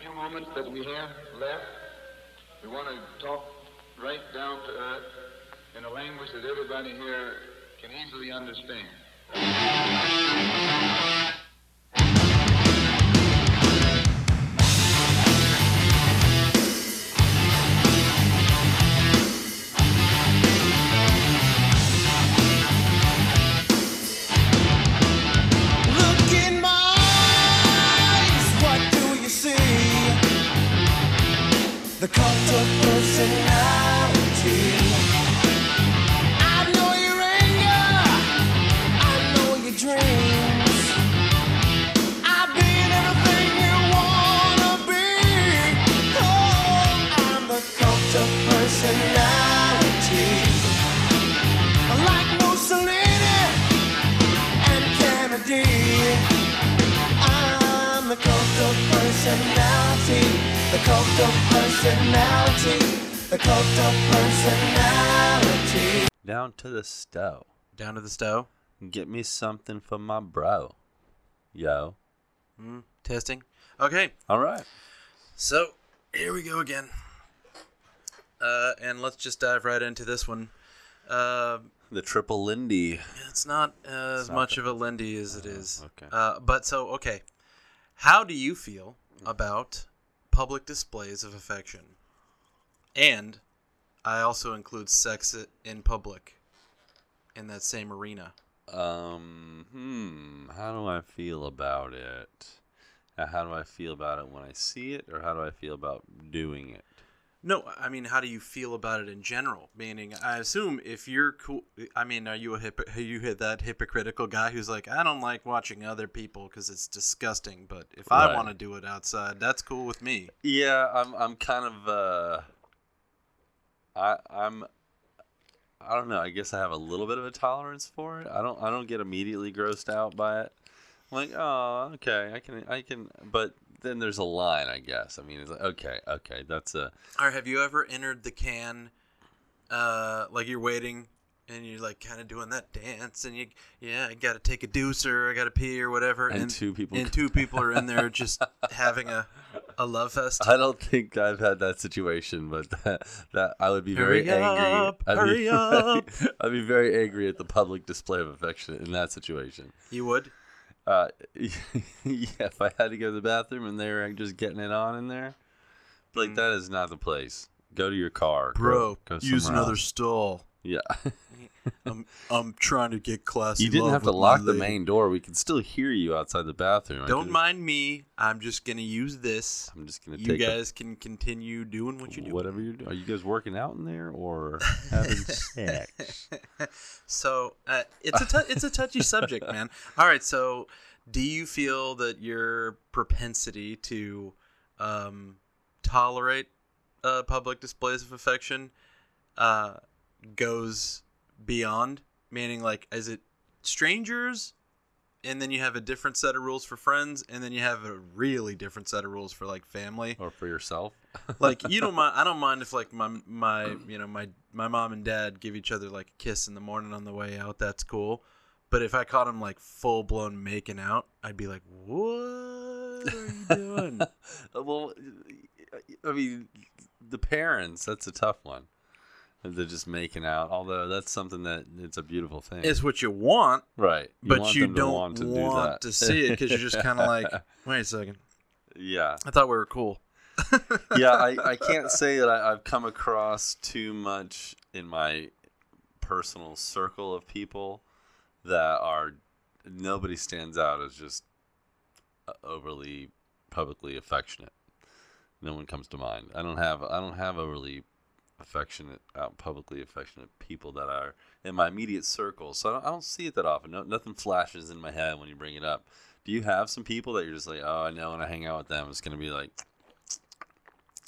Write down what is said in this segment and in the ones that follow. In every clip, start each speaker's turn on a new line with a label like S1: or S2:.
S1: few moments that we have left, we want to talk right down to earth in a language that everybody here can easily understand.
S2: Look in my eyes, what do you see? The cult of personality. I know your anger, I know your dreams. I've been everything you wanna be. Oh, I'm the cult of personality. Like Mussolini and Kennedy. I'm the cult of personality, the cult of personality, the cult of personality.
S3: Down to the stove.
S4: Down to the stove.
S3: Get me something for my bro. Yo.
S4: Testing. Okay,
S3: All right.
S4: so here we go again. Uh, and let's just dive right into this one. Uh,
S3: The triple Lindy.
S4: It's not as much of a Lindy as it is.
S3: okay.
S4: Uh, but so okay, how do you feel about public displays of affection? And I also include sex i- in public in that same arena.
S3: Um, hmm. How do I feel about it? Uh, How do I feel about it when I see it, or how do I feel about doing it?
S4: No, I mean, how do you feel about it in general? Meaning, I assume if you're cool, I mean, are you a hypo- are you hit that hypocritical guy who's like, I don't like watching other people because it's disgusting, but if I
S3: Right.
S4: want to do it outside, that's cool with me.
S3: Yeah, I'm. I'm kind of. Uh, I. I'm. I don't know. I guess I have a little bit of a tolerance for it. I don't. I don't get immediately grossed out by it. I'm like, oh, okay, I can. I can. But then there's a line, I guess. I mean, it's like, okay, okay, that's a.
S4: Or have you ever entered the can, uh, like you're waiting and you're like kind of doing that dance and you, yeah, I got to take a deucer, I got to pee or whatever.
S3: And two people
S4: and
S3: come-
S4: two people are in there just having a, a love fest.
S3: I don't think I've had that situation, but that, that I would be
S4: Hurry
S3: very angry.
S4: up,
S3: I'd
S4: hurry
S3: be,
S4: up.
S3: I'd be very angry at the public display of affection in that situation.
S4: You would?
S3: Uh, yeah, if I had to go to the bathroom and they were just getting it on in there, like that is not the place. Go to your car,
S4: Bro,
S3: Go, go
S4: use
S3: somewhere
S4: another
S3: else.
S4: stall.
S3: Yeah,
S4: I'm, I'm trying to get classy.
S3: you didn't
S4: love
S3: have to
S4: with my
S3: lock the
S4: lady.
S3: main door. We could still hear you outside the bathroom. I
S4: Don't
S3: could-
S4: mind me. I'm just going to use this.
S3: I'm just gonna
S4: You
S3: take a-
S4: guys can continue doing what you do.
S3: whatever you're doing. Are you guys working out in there or having sex?
S4: So uh, it's a t- it's a touchy subject, man. All right, so do you feel that your propensity to um, tolerate uh, public displays of affection uh, goes beyond? Meaning, like, is it strangers, and then you have a different set of rules for friends, and then you have a really different set of rules for like family?
S3: or for yourself?
S4: like you don't mind i don't mind if like my my you know my my mom and dad give each other like a kiss in the morning on the way out that's cool but if i caught them like full blown making out i'd be like what are you doing
S3: Uh, well, uh, I mean, the parents, that's a tough one. They're just making out, although that's something that it's a beautiful thing.
S4: it's what you want
S3: right.
S4: but
S3: want
S4: you
S3: them to
S4: don't
S3: want to, do that.
S4: see it because you're just kind of like wait a second
S3: yeah.
S4: i thought we were cool
S3: Yeah, I, I can't say that I, I've come across too much in my personal circle of people that are, nobody stands out as just uh, overly publicly affectionate. No one comes to mind. I don't have I don't have overly affectionate, out publicly affectionate people that are in my immediate circle. So I don't, I don't see it that often. No, nothing flashes in my head when you bring it up. Do you have some people that you're just like, oh, I know when I hang out with them, it's gonna be like,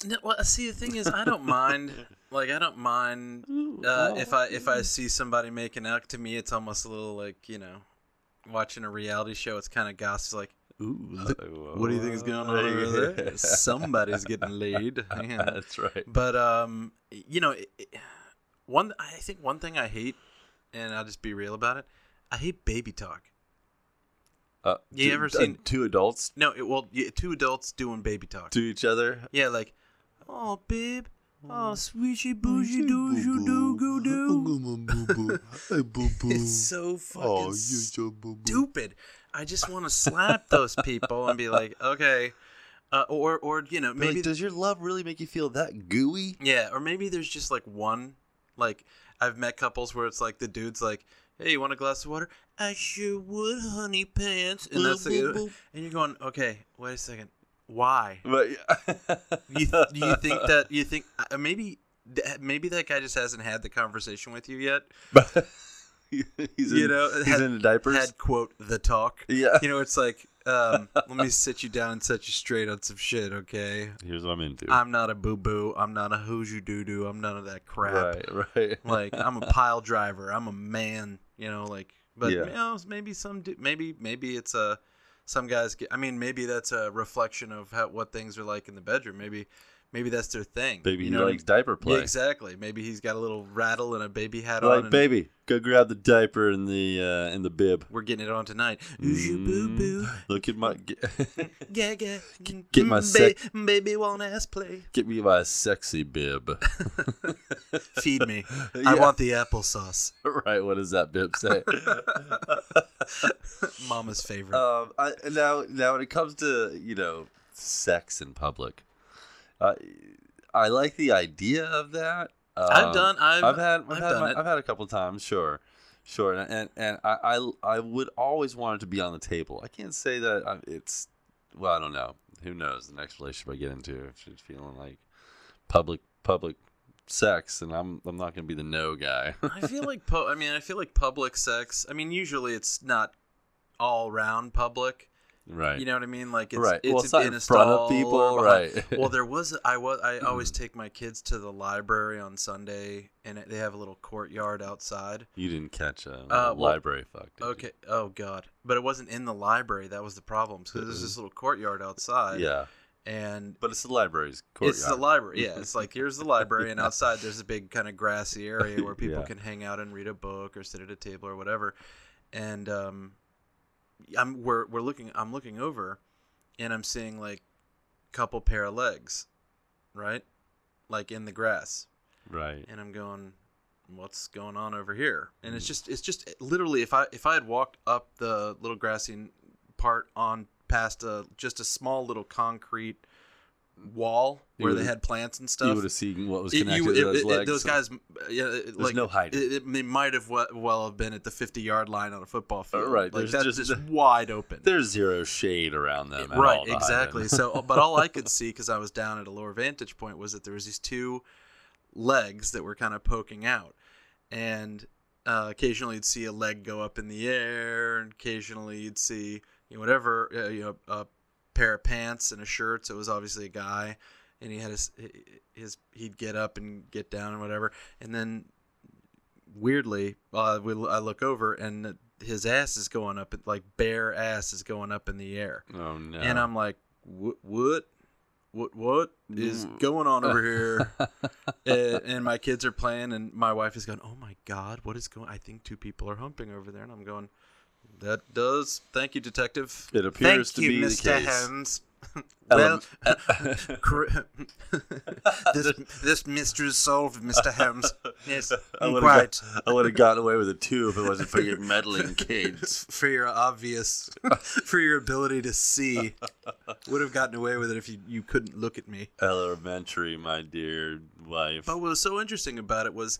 S4: No, well, see, the thing is, I don't mind. Like, I don't mind uh, if I if I see somebody making out. To me, it's almost a little like you know, watching a reality show. It's kind of gossip. Like, ooh, look, what do you think is going on over there? Somebody's getting laid. Man.
S3: That's right.
S4: But um, you know, it, it- one I think one thing I hate, and I'll just be real about it. I hate baby talk.
S3: Uh,
S4: You
S3: two-
S4: ever
S3: uh,
S4: seen-
S3: two adults
S4: No, it, well, yeah, two adults doing baby talk.
S3: to each other?
S4: Yeah, like, oh, babe. Oh, sweetie bougie doojoo doo goo doo. It's so fucking
S3: Oh,
S4: stupid. I just want to slap those people and be like, okay, uh, or or you know maybe
S3: Maybe does your love really make you feel that gooey?
S4: yeah, or maybe there's just like one like I've met couples where it's like the dude's like, hey, you want a glass of water? I sure would, honey pants. And that's the, and you're going, okay, wait a second, why?
S3: But
S4: You th- you think that you think uh, maybe. th- Maybe that guy just hasn't had the conversation with you yet.
S3: he's in,
S4: you know,
S3: he's
S4: had-
S3: in diapers.
S4: Had quote the talk.
S3: yeah.
S4: you know, it's like, um, let me sit you down and set you straight on some shit, okay?
S3: Here's what I'm into.
S4: I'm not a boo boo. I'm not a who's you doo doo. I'm none of that crap.
S3: Right, right.
S4: Like, I'm a pile driver. I'm a man, you know, like, but
S3: Yeah.
S4: you know, maybe some, du- maybe, maybe it's a, some guys get, I mean, maybe that's a reflection of how, what things are like in the bedroom. Maybe, maybe that's their thing.
S3: baby,
S4: you
S3: he
S4: know what I
S3: likes diaper
S4: mean? Yeah,
S3: play.
S4: exactly. Maybe he's got a little rattle and a baby hat on.
S3: Like,
S4: and-
S3: baby, go grab the diaper and the uh, and the bib.
S4: We're getting it on tonight.
S3: Mm-hmm.
S4: Who's you boo boo?
S3: Mm, Look at my get,
S4: Yeah, yeah. Mm,
S3: get my sec-
S4: baby won't ass play.
S3: get me my sexy bib.
S4: Feed me. I
S3: Yeah.
S4: want the applesauce.
S3: right, what does that bib say?
S4: Mama's favorite.
S3: um, I, now, now when it comes to you know sex in public, I I like the idea of that. Um,
S4: I've done. I've,
S3: I've had I've,
S4: I've
S3: had
S4: done
S3: my-
S4: it.
S3: I've had a couple times, sure, sure, and and, and I, I I would always want it to be on the table. I can't say that I, it's well, I don't know. Who knows the next relationship I get into if she's feeling like public public sex, and I'm I'm not gonna be the no guy.
S4: I feel like. Po- I mean, I feel like public sex. I mean, usually it's not all round public.
S3: right.
S4: You know what I mean? Like it's
S3: right.
S4: it's,
S3: well, it's not
S4: in
S3: in,
S4: a
S3: front of
S4: stall or
S3: people,
S4: behind-
S3: right? Hmm.
S4: well, there was. I was. I always take my kids to the library on Sunday, and it- they have a little courtyard outside.
S3: you didn't catch a
S4: Uh, well-
S3: library fuck. did you?
S4: Okay. Oh God. But it wasn't in the library. That was the problem. So there's this little courtyard outside.
S3: Mm-hmm. Yeah,
S4: And
S3: but it's the library's courtyard.
S4: uh, it's the library. Yeah. It's like here's the library, and outside there's a big kind of grassy area where people
S3: Yeah.
S4: can hang out and read a book or sit at a table or whatever. And um, I'm we're we're looking. I'm looking over, and I'm seeing like couple pair of legs, right, like in the grass
S3: Right.
S4: and I'm going, what's going on over here? And it's just it's just literally if I if I had walked up the little grassy n- part on past a just a small little concrete wall
S3: You
S4: where they
S3: would've-
S4: had plants and
S3: You
S4: stuff.
S3: would have seen what was
S4: it- you-
S3: connected
S4: it-
S3: to those
S4: it-
S3: legs.
S4: those guys, m- yeah, it- like
S3: no hiding.
S4: It, it- they might have we- well have been at the fifty-yard line on a football field.
S3: right,
S4: like
S3: there's
S4: that's just,
S3: just-
S4: wide open.
S3: There's zero shade around them. at
S4: right
S3: all behind
S4: exactly
S3: them.
S4: so uh, but all i could see because i was down at a lower vantage point was that there was these two legs that were kind of poking out and uh, occasionally you'd see a leg go up in the air and occasionally you'd see you know, whatever uh, you know a pair of pants and a shirt so it was obviously a guy and he had his, his he'd get up and get down and whatever and then weirdly uh, we, i look over and his ass is going up like bare ass is going up in the air
S3: Oh no.
S4: and um, I'm like, what, what, what, what is
S3: Mm.
S4: going on over here? and, and my kids are playing, and my wife is going, oh my god, what is going? I think two people are humping over there, and I'm going, that does. Thank you, detective.
S3: It appears
S4: Thank
S3: to
S4: you,
S3: be the
S4: Mr.
S3: case. Um, uh,
S4: Holmes. well,
S3: Ele-
S4: cor- this this mystery is solved, Mr. Holmes. Yes,
S3: I would
S4: quite.
S3: I would have gotten away with it too if it wasn't for your meddling kids.
S4: for your obvious for your ability to see would have gotten away with it if you, you couldn't look at me
S3: Elementary, my dear wife.
S4: but what was so interesting about it was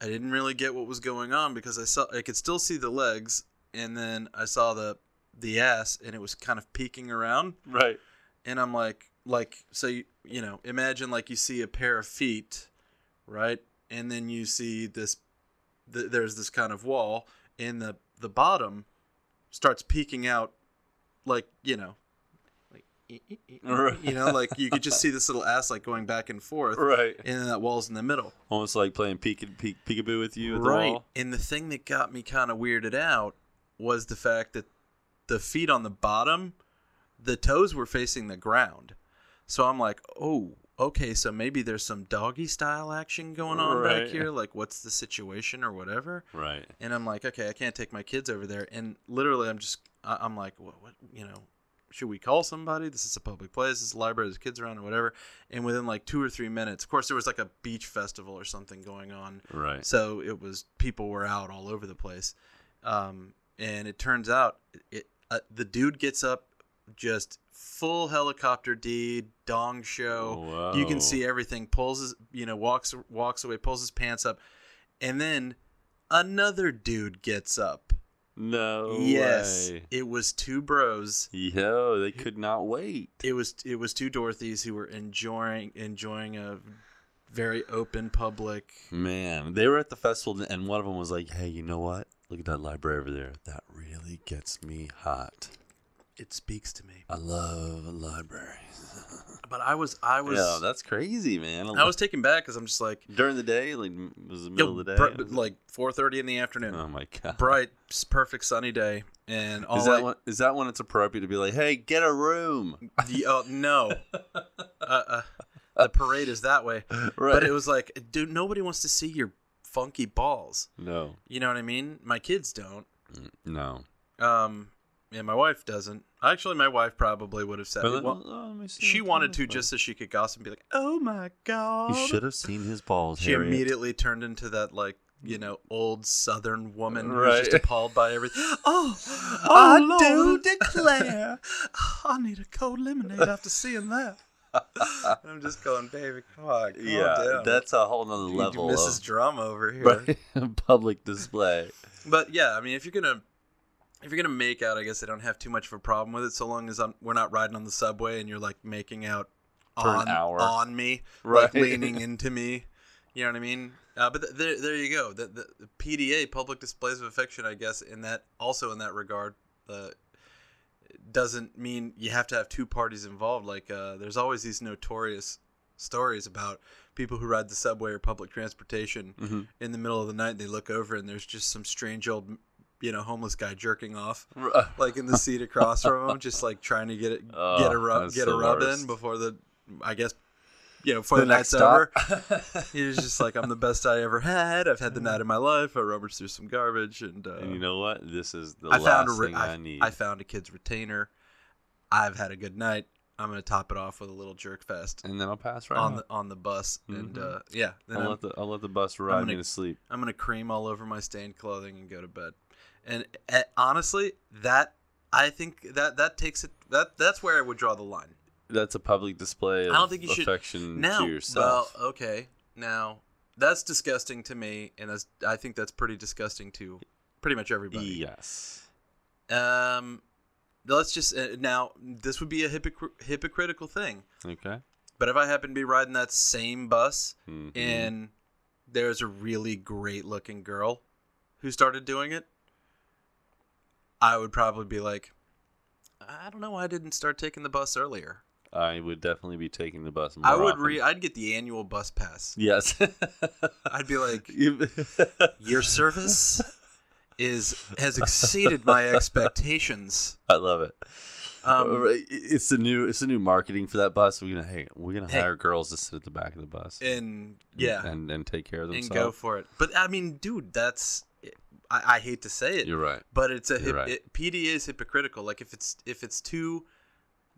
S4: i didn't really get what was going on because i saw i could still see the legs and then i saw the the ass and it was kind of peeking around
S3: Right.
S4: and i'm like like so you, you know imagine like you see a pair of feet right and then you see this th- there's this kind of wall and the the bottom starts peeking out like you know like e,
S3: Right.
S4: you know like you could just see this little ass like going back and forth
S3: Right.
S4: and then that wall's in the middle
S3: Almost like playing peek and peek peekaboo with you at the
S4: right
S3: wall.
S4: and the thing that got me kind of weirded out was the fact that the feet on the bottom the toes were facing the ground so i'm like oh okay so maybe there's some doggy style action going on
S3: Right.
S4: back here like what's the situation or whatever
S3: Right.
S4: and i'm like okay i can't take my kids over there and literally i'm just I, I'm like, what, what, you know, should we call somebody? This is a public place. This is a library. There's kids around or whatever. And within like two or three minutes, of course, there was like a beach festival or something going on.
S3: Right.
S4: So it was people were out all over the place, um, and it turns out it uh, the dude gets up just full helicopter D dong show. You
S3: Whoa.
S4: can see everything. Pulls his you know walks walks away. Pulls his pants up, and then another dude gets up.
S3: No
S4: yes,
S3: way.
S4: it was two bros.
S3: Yo, they could not wait.
S4: It was it was two Dorothys who were enjoying enjoying a very open public.
S3: Man, they were at the festival, and one of them was like, "Hey, you know what? Look at that library over there. That really gets me hot.
S4: It speaks to me.
S3: I love libraries."
S4: But I was I was
S3: yeah, that's crazy, man.
S4: I was taken back because I'm just like
S3: during the day, like m- it was the middle
S4: yo,
S3: of the day.
S4: br- like 4:30 in the afternoon,
S3: oh my god,
S4: bright, s- perfect sunny day, and all
S3: Is that
S4: I-
S3: when, is that when it's appropriate to be like, "Hey, get a room"?
S4: the- oh, no, uh, uh, the parade is that way.
S3: Right?
S4: But it was like, dude, nobody wants to see your funky balls.
S3: no,
S4: You know what I mean? My kids don't.
S3: no.
S4: Um, and my wife doesn't. Actually, my wife probably would have said
S3: But
S4: it.
S3: let-
S4: Well,
S3: oh, let me see
S4: she
S3: what
S4: wanted
S3: time
S4: to
S3: it
S4: just so she could gossip and be like, "Oh my god!"
S3: was. You should have seen his balls.
S4: She
S3: Harriet.
S4: immediately turned into that like you know old Southern woman
S3: Right.
S4: who's just appalled by everything. Oh, oh
S3: I
S4: Lord.
S3: do declare.
S4: I need a cold lemonade after seeing that. And I'm just going, baby, come on, calm
S3: yeah,
S4: down.
S3: that's a whole nother level
S4: Mrs.
S3: of
S4: Drama over here.
S3: public display.
S4: But yeah, I mean, if you're gonna if you're gonna make out, I guess I don't have too much of a problem with it, so long as I'm, we're not riding on the subway and you're like making out
S3: For an
S4: on
S3: hour.
S4: on me,
S3: Right.
S4: like leaning into me. You know what I mean? Uh, but th- there, there you go. The, the, the PDA, public displays of affection, I guess, in that also in that regard, uh, doesn't mean you have to have two parties involved. Like uh, there's always these notorious stories about people who ride the subway or public transportation in the middle of the night. They look over and there's just some strange old, you know, homeless guy jerking off like in the seat across from him, just like trying to get it,
S3: Oh,
S4: get a rub,
S3: that's
S4: get
S3: the
S4: a rub
S3: worst.
S4: in before the, I guess, you know, before
S3: The
S4: the,
S3: next
S4: night's
S3: stop.
S4: over. He was just like, "I'm the best I ever had. I've had the night of my life. I rummaged through some garbage, and, uh,
S3: And you know what? This is the
S4: I
S3: last
S4: found a re-
S3: thing
S4: I,
S3: I, need.
S4: I found a kid's retainer. I've had a good night. I'm gonna top it off with a little jerk fest
S3: and then I'll pass right
S4: on
S3: on.
S4: the on the bus, and
S3: Mhm.
S4: uh, yeah, then
S3: I'll
S4: I'm,
S3: let the I'll let the bus ride me
S4: gonna-
S3: to sleep.
S4: I'm gonna cream all over my stained clothing and go to bed. And uh, honestly, that I think that that takes it. That that's where I would draw the line.
S3: That's a public display of
S4: I don't think you should-
S3: affection
S4: Now,
S3: Mm, to yourself.
S4: well, uh, okay, now that's disgusting to me, and that's I think that's pretty disgusting to pretty much everybody.
S3: yes.
S4: Um, let's just uh, now this would be a hypocr- hypocritical thing,
S3: Okay.
S4: but if I happen to be riding that same bus
S3: Mhm.
S4: and there's a really great looking girl who started doing it, I would probably be like, I don't know why I didn't start taking the bus earlier.
S3: I would definitely be taking the bus. More
S4: I would
S3: often.
S4: re I'd get the annual bus pass.
S3: Yes.
S4: I'd be like,
S3: You-
S4: your service is has exceeded my expectations.
S3: I love it.
S4: Um,
S3: Right, it's the new it's the new marketing for that bus. We're gonna hey we're gonna hire girls to sit at the back of the bus.
S4: and yeah,
S3: and and take care of
S4: and
S3: themselves.
S4: go for it. But I mean, dude, that's I, I hate to say it,
S3: You're right.
S4: but it's a hip,
S3: right.
S4: it, PD is hypocritical. Like if it's if it's two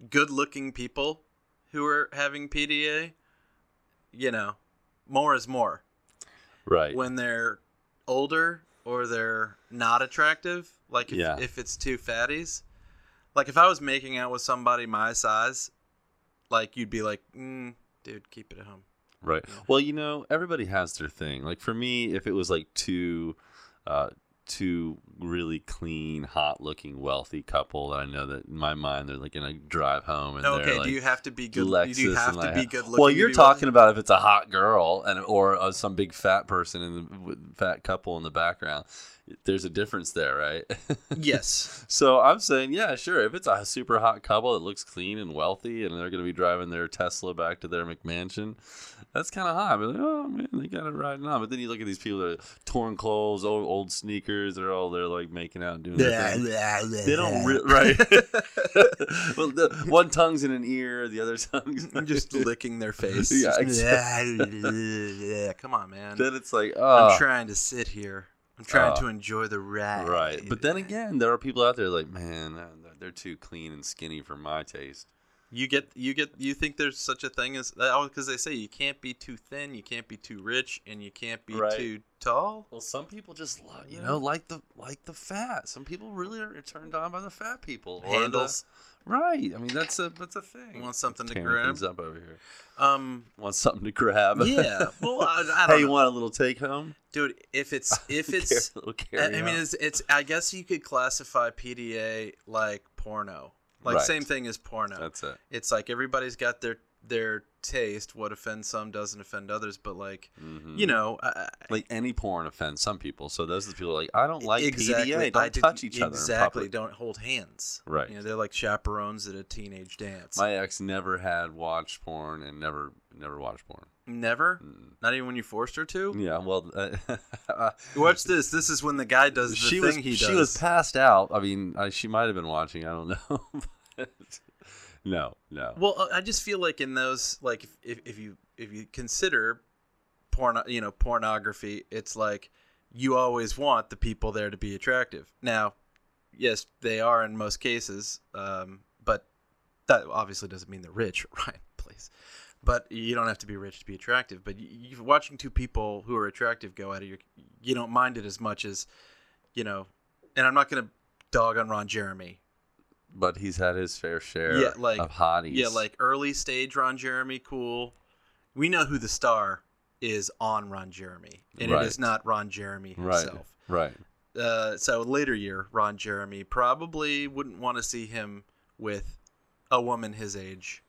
S4: good-looking people who are having PDA, you know, more is more.
S3: Right.
S4: When they're older or they're not attractive, like if,
S3: Yeah.
S4: if it's two fatties, like if I was making out with somebody my size, like you'd be like, mm, dude, keep it at home.
S3: Right. Well, you know, everybody has their thing. Like for me, if it was like two, uh, two really clean, hot-looking, wealthy couple that I know that in my mind they're like gonna drive home and
S4: Okay,
S3: they're like.
S4: do you have to be good?
S3: Lexus
S4: do you have
S3: and
S4: to
S3: like-
S4: be good looking?
S3: Well,
S4: to
S3: you're
S4: be
S3: talking about
S4: wealthy?
S3: if it's a hot girl and or uh, some big fat person in the with fat couple in the background. There's a difference there, right?
S4: yes.
S3: So I'm saying, yeah, sure. If it's a super hot couple that looks clean and wealthy, and they're going to be driving their Tesla back to their McMansion, that's kind of hot. But like, oh man, they got it riding on. But then you look at these people that are torn clothes, old, old sneakers. They're all they're like making out and doing. their thing. They don't re- right. well, the, one tongue's in an ear, the other tongue's
S4: just licking their face.
S3: Yeah,
S4: Just, Come on, man.
S3: Then it's like,
S4: I'm
S3: oh,
S4: trying to sit here. I'm trying
S3: Uh,
S4: to enjoy the ride.
S3: Right. But then again, there are people out there like, man, they're- they're too clean and skinny for my taste.
S4: you get you get you think there's such a thing as because they say you can't be too thin, you can't be too rich, and you can't be
S3: Right.
S4: too tall.
S3: Well, some people just love, you know, like the like the fat. Some people really are turned on by the fat people. or the-
S4: Handles.
S3: Right. I mean, that's a that's a thing.
S4: You want something to
S3: Tearing
S4: grab?
S3: things up over here.
S4: Um,
S3: Want something to grab?
S4: yeah. Well, I, I
S3: hey,
S4: don't
S3: you
S4: know.
S3: want a little take home?
S4: dude. If it's if it's,
S3: Little
S4: I, I
S3: carry-out.
S4: mean, it's, it's. I guess you could classify PDA like porno, like
S3: Right.
S4: same thing as porno.
S3: that's it.
S4: it's like everybody's got their their taste. What offends some doesn't offend others, but like you
S3: Hmm.
S4: know, I,
S3: Mm-hmm. Like any porn offends some people. So those are the people who are like I don't like
S4: exactly.
S3: PDA.
S4: I
S3: Don't
S4: didn't-
S3: touch each other. in
S4: Exactly.
S3: public."
S4: Don't hold hands.
S3: Right.
S4: You know, they're like chaperones at a teenage dance.
S3: My ex never had watched porn and never never watched porn. Mm.
S4: Never. Not even when you forced her to.
S3: Hmm. Yeah, well, uh,
S4: Watch this. This is when the guy does the
S3: she
S4: thing
S3: was
S4: he does.
S3: she was passed out. I mean, I, she might have been watching. I don't know. but no, no.
S4: Well, uh, I just feel like in those, like if, if, if you if you consider porno, you know, pornography, it's like you always want the people there to be attractive. Now, yes, they are in most cases, um, but that obviously doesn't mean they're rich, right? Please. But you don't have to be rich to be attractive. But you, you watching two people who are attractive go out of your, you don't mind it as much as, you know, and I'm not gonna dog on Ron Jeremy
S3: but he's had his fair share
S4: Yeah, like-
S3: of hotties.
S4: yeah, like early stage Ron Jeremy, cool. We know who the star is on Ron Jeremy, and
S3: Right.
S4: it is not Ron Jeremy
S3: right,
S4: himself.
S3: right.
S4: Uh, so later year, Ron Jeremy probably wouldn't want to see him with a woman his age.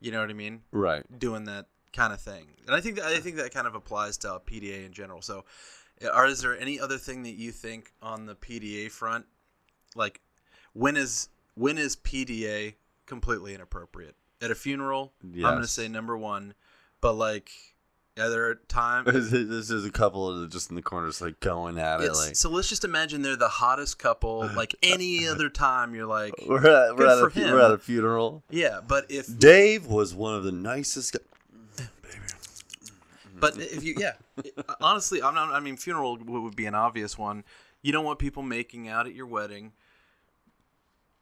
S4: You know what I mean?
S3: Right.
S4: Doing that kind of thing, and I think that, I think that kind of applies to uh, PDA in general. So, uh, are is there any other thing that you think on the PDA front, like when is when is PDA completely inappropriate at a funeral? I'm gonna
S3: Yes.
S4: say number one, but like are there time?
S3: There's, there's there's a couple of just in the corners like going at it
S4: It's-
S3: like
S4: so let's just imagine they're the hottest couple. Like any other time, you're like,
S3: we're at, we're,
S4: good
S3: at
S4: for
S3: a, fu-
S4: him.
S3: we're at a funeral.
S4: yeah. But if
S3: Dave was one of the nicest. Guys.
S4: But if you, yeah, honestly, I'm not. I mean, funeral w- would be an obvious one. You don't want people making out at your wedding.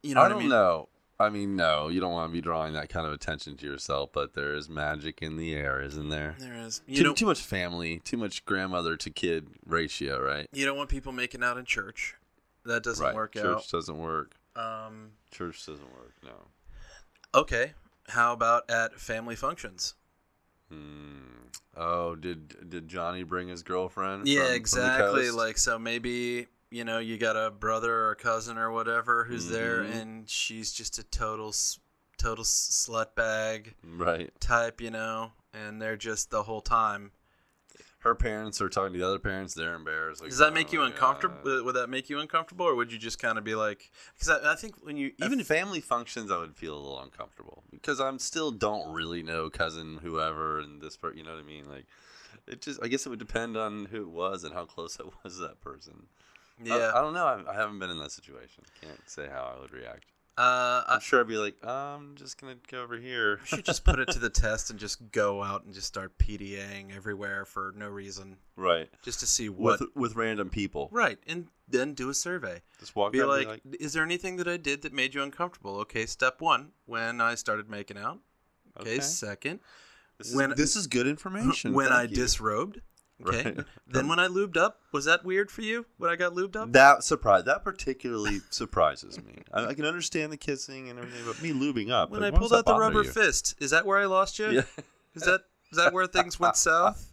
S4: You know
S3: I
S4: what
S3: don't
S4: I mean?
S3: know. I mean, no, you don't want to be drawing that kind of attention to yourself, but there is magic in the air, isn't there?
S4: There is. You
S3: Too,
S4: don't.
S3: too much family, too much grandmother to kid ratio, right?
S4: you don't want people making out in church. That doesn't
S3: right.
S4: work
S3: Church doesn't work.
S4: out. Um.
S3: Church doesn't work. No.
S4: Okay. How about at family functions?
S3: Hmm. Oh, did did Johnny bring his girlfriend?
S4: Yeah,
S3: from- from the
S4: exactly.
S3: coast?
S4: Like so, maybe you know you got a brother or a cousin or whatever who's there,
S3: Mm-hmm.
S4: and she's just a total, s- total s- slut bag
S3: right.
S4: type, you know, and they're just the whole time.
S3: Her parents are talking to the other parents. They're embarrassed. Like,
S4: Does that
S3: oh
S4: make you
S3: my
S4: uncomfortable?
S3: God.
S4: Would that make you uncomfortable, or would you just kind of be like? Because I, I think when you
S3: Even
S4: even
S3: at
S4: if
S3: family functions, I would feel a little uncomfortable because I'm still don't really know cousin whoever and this part. You know what I mean? Like, it just I guess it would depend on who it was and how close I was to that person. I-
S4: yeah,
S3: I, don't know. I, I haven't been in that situation. Can't say how I would react.
S4: uh,
S3: I'm
S4: I
S3: sure I'd be like, I'm just gonna go over here.
S4: should just put it to the test and just go out and just start PDAing everywhere for no reason,
S3: right.
S4: just to see what.
S3: With with random people.
S4: right, and then do a survey.
S3: Just walk
S4: Be
S3: up
S4: like,
S3: and be like,
S4: is there anything that I did that made you uncomfortable? Okay, step one, when I started making out. Okay,
S3: Okay.
S4: second,
S3: this,
S4: when-
S3: is, this is good information.
S4: when I
S3: thank you."
S4: disrobed. Okay,
S3: Right. Um,
S4: then when I lubed up, was that weird for you? When I got lubed up?
S3: That surprise that particularly surprises me. I, I can understand the kissing and everything, but me lubing up.
S4: when
S3: like,
S4: I
S3: why does
S4: pulled
S3: that
S4: out the
S3: bother
S4: rubber
S3: you?
S4: fist, is that where I lost you?
S3: Yeah.
S4: Is that is that where things went south?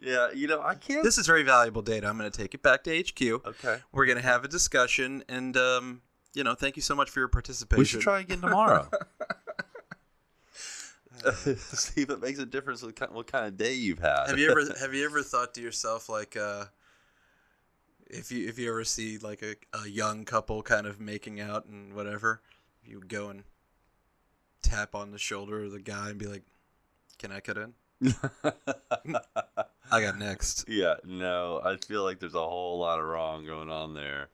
S3: Yeah, you know, I can't.
S4: This is very valuable data. I'm going to take it back to HQ.
S3: okay.
S4: We're going to have a discussion, and um, you know, thank you so much for your participation.
S3: We should try again tomorrow. Uh, See if it makes a difference with ki- what kind of day you've had.
S4: Have you ever have you ever thought to yourself like, uh, if you if you ever see like a, a young couple kind of making out and whatever, you go and tap on the shoulder of the guy and be like, "Can I cut in? I got next."
S3: yeah, no, I feel like there's a whole lot of wrong going on there.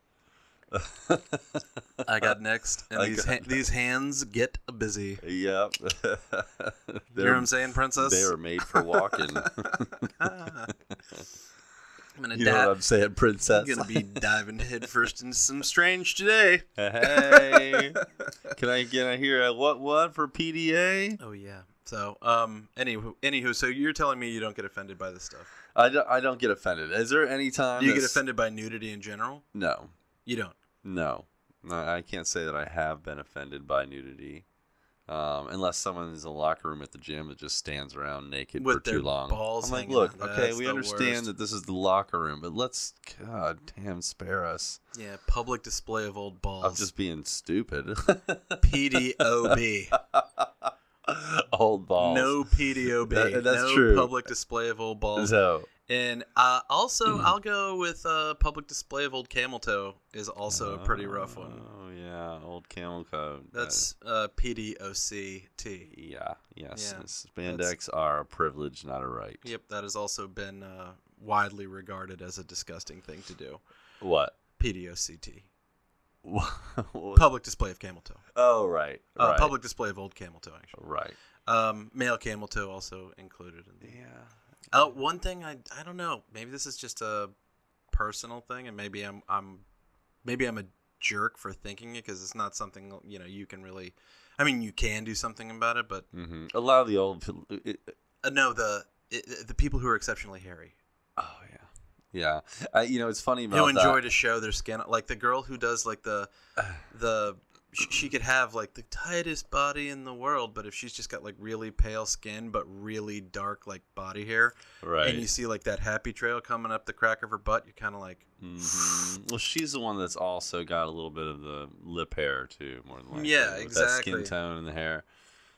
S4: I got next, and
S3: I
S4: these
S3: got
S4: ha- these hands get busy.
S3: Yep.
S4: You know what I'm saying, princess?
S3: They were made for walking.
S4: I'm gonna
S3: You know what
S4: dive.
S3: I'm saying, princess?
S4: I'm gonna be diving headfirst into some strange today.
S3: hey, can I can I hear a what what for PDA?
S4: Oh yeah. So um, anywho, anywho, so you're telling me you don't get offended by this stuff?
S3: I don't, I don't get offended. Is there any time
S4: Do you get
S3: that's-
S4: offended by nudity in general?
S3: No,
S4: You don't.
S3: no, no. I can't say that I have been offended by nudity, um, unless someone is in the locker room at the gym that just stands around naked
S4: With
S3: for too
S4: their
S3: long.
S4: balls
S3: I'm like,
S4: hanging
S3: look,
S4: out.
S3: okay,
S4: That's
S3: we
S4: the
S3: understand
S4: worst.
S3: that this is the locker room, but let's, God damn, spare us
S4: Yeah, public display of old balls.
S3: of just being stupid.
S4: PDOB.
S3: Old balls.
S4: No PDOB.
S3: That- that's
S4: no
S3: true.
S4: Public display of old balls.
S3: So
S4: And uh, also, I'll go with uh, public display of old camel toe is also a pretty rough one.
S3: Oh yeah, old camel coat.
S4: That's uh, PDOCT.
S3: yeah, yes.
S4: Yeah,
S3: Spandex are a privilege, not a right.
S4: Yep, that has also been uh, widely regarded as a disgusting thing to do.
S3: What?
S4: PDOCT.
S3: What-
S4: Public display of camel toe.
S3: oh right,
S4: Uh,
S3: right,
S4: Public display of old camel toe, actually.
S3: right.
S4: Um, male camel toe also included in the
S3: Yeah.
S4: Uh, one thing I I don't know. Maybe this is just a personal thing, and maybe I'm I'm maybe I'm a jerk for thinking it because it's not something you know you can really. I mean, you can do something about it, but
S3: Mm-hmm. A lot of the old. pil- It, it-
S4: uh, no, the it, the people who are exceptionally hairy
S3: oh yeah, yeah. I, you know, it's funny about
S4: who
S3: that.
S4: enjoy to show their skin, like the girl who does like the the sh- she could have like the tightest body in the world, but if she's just got like really pale skin but really dark like body hair,
S3: right.
S4: and you see like that happy trail coming up the crack of her butt, you're kind of like.
S3: hmm Well, she's the one that's also got a little bit of the lip hair too, more than likely.
S4: Yeah,
S3: with That
S4: exactly.
S3: skin tone and the hair.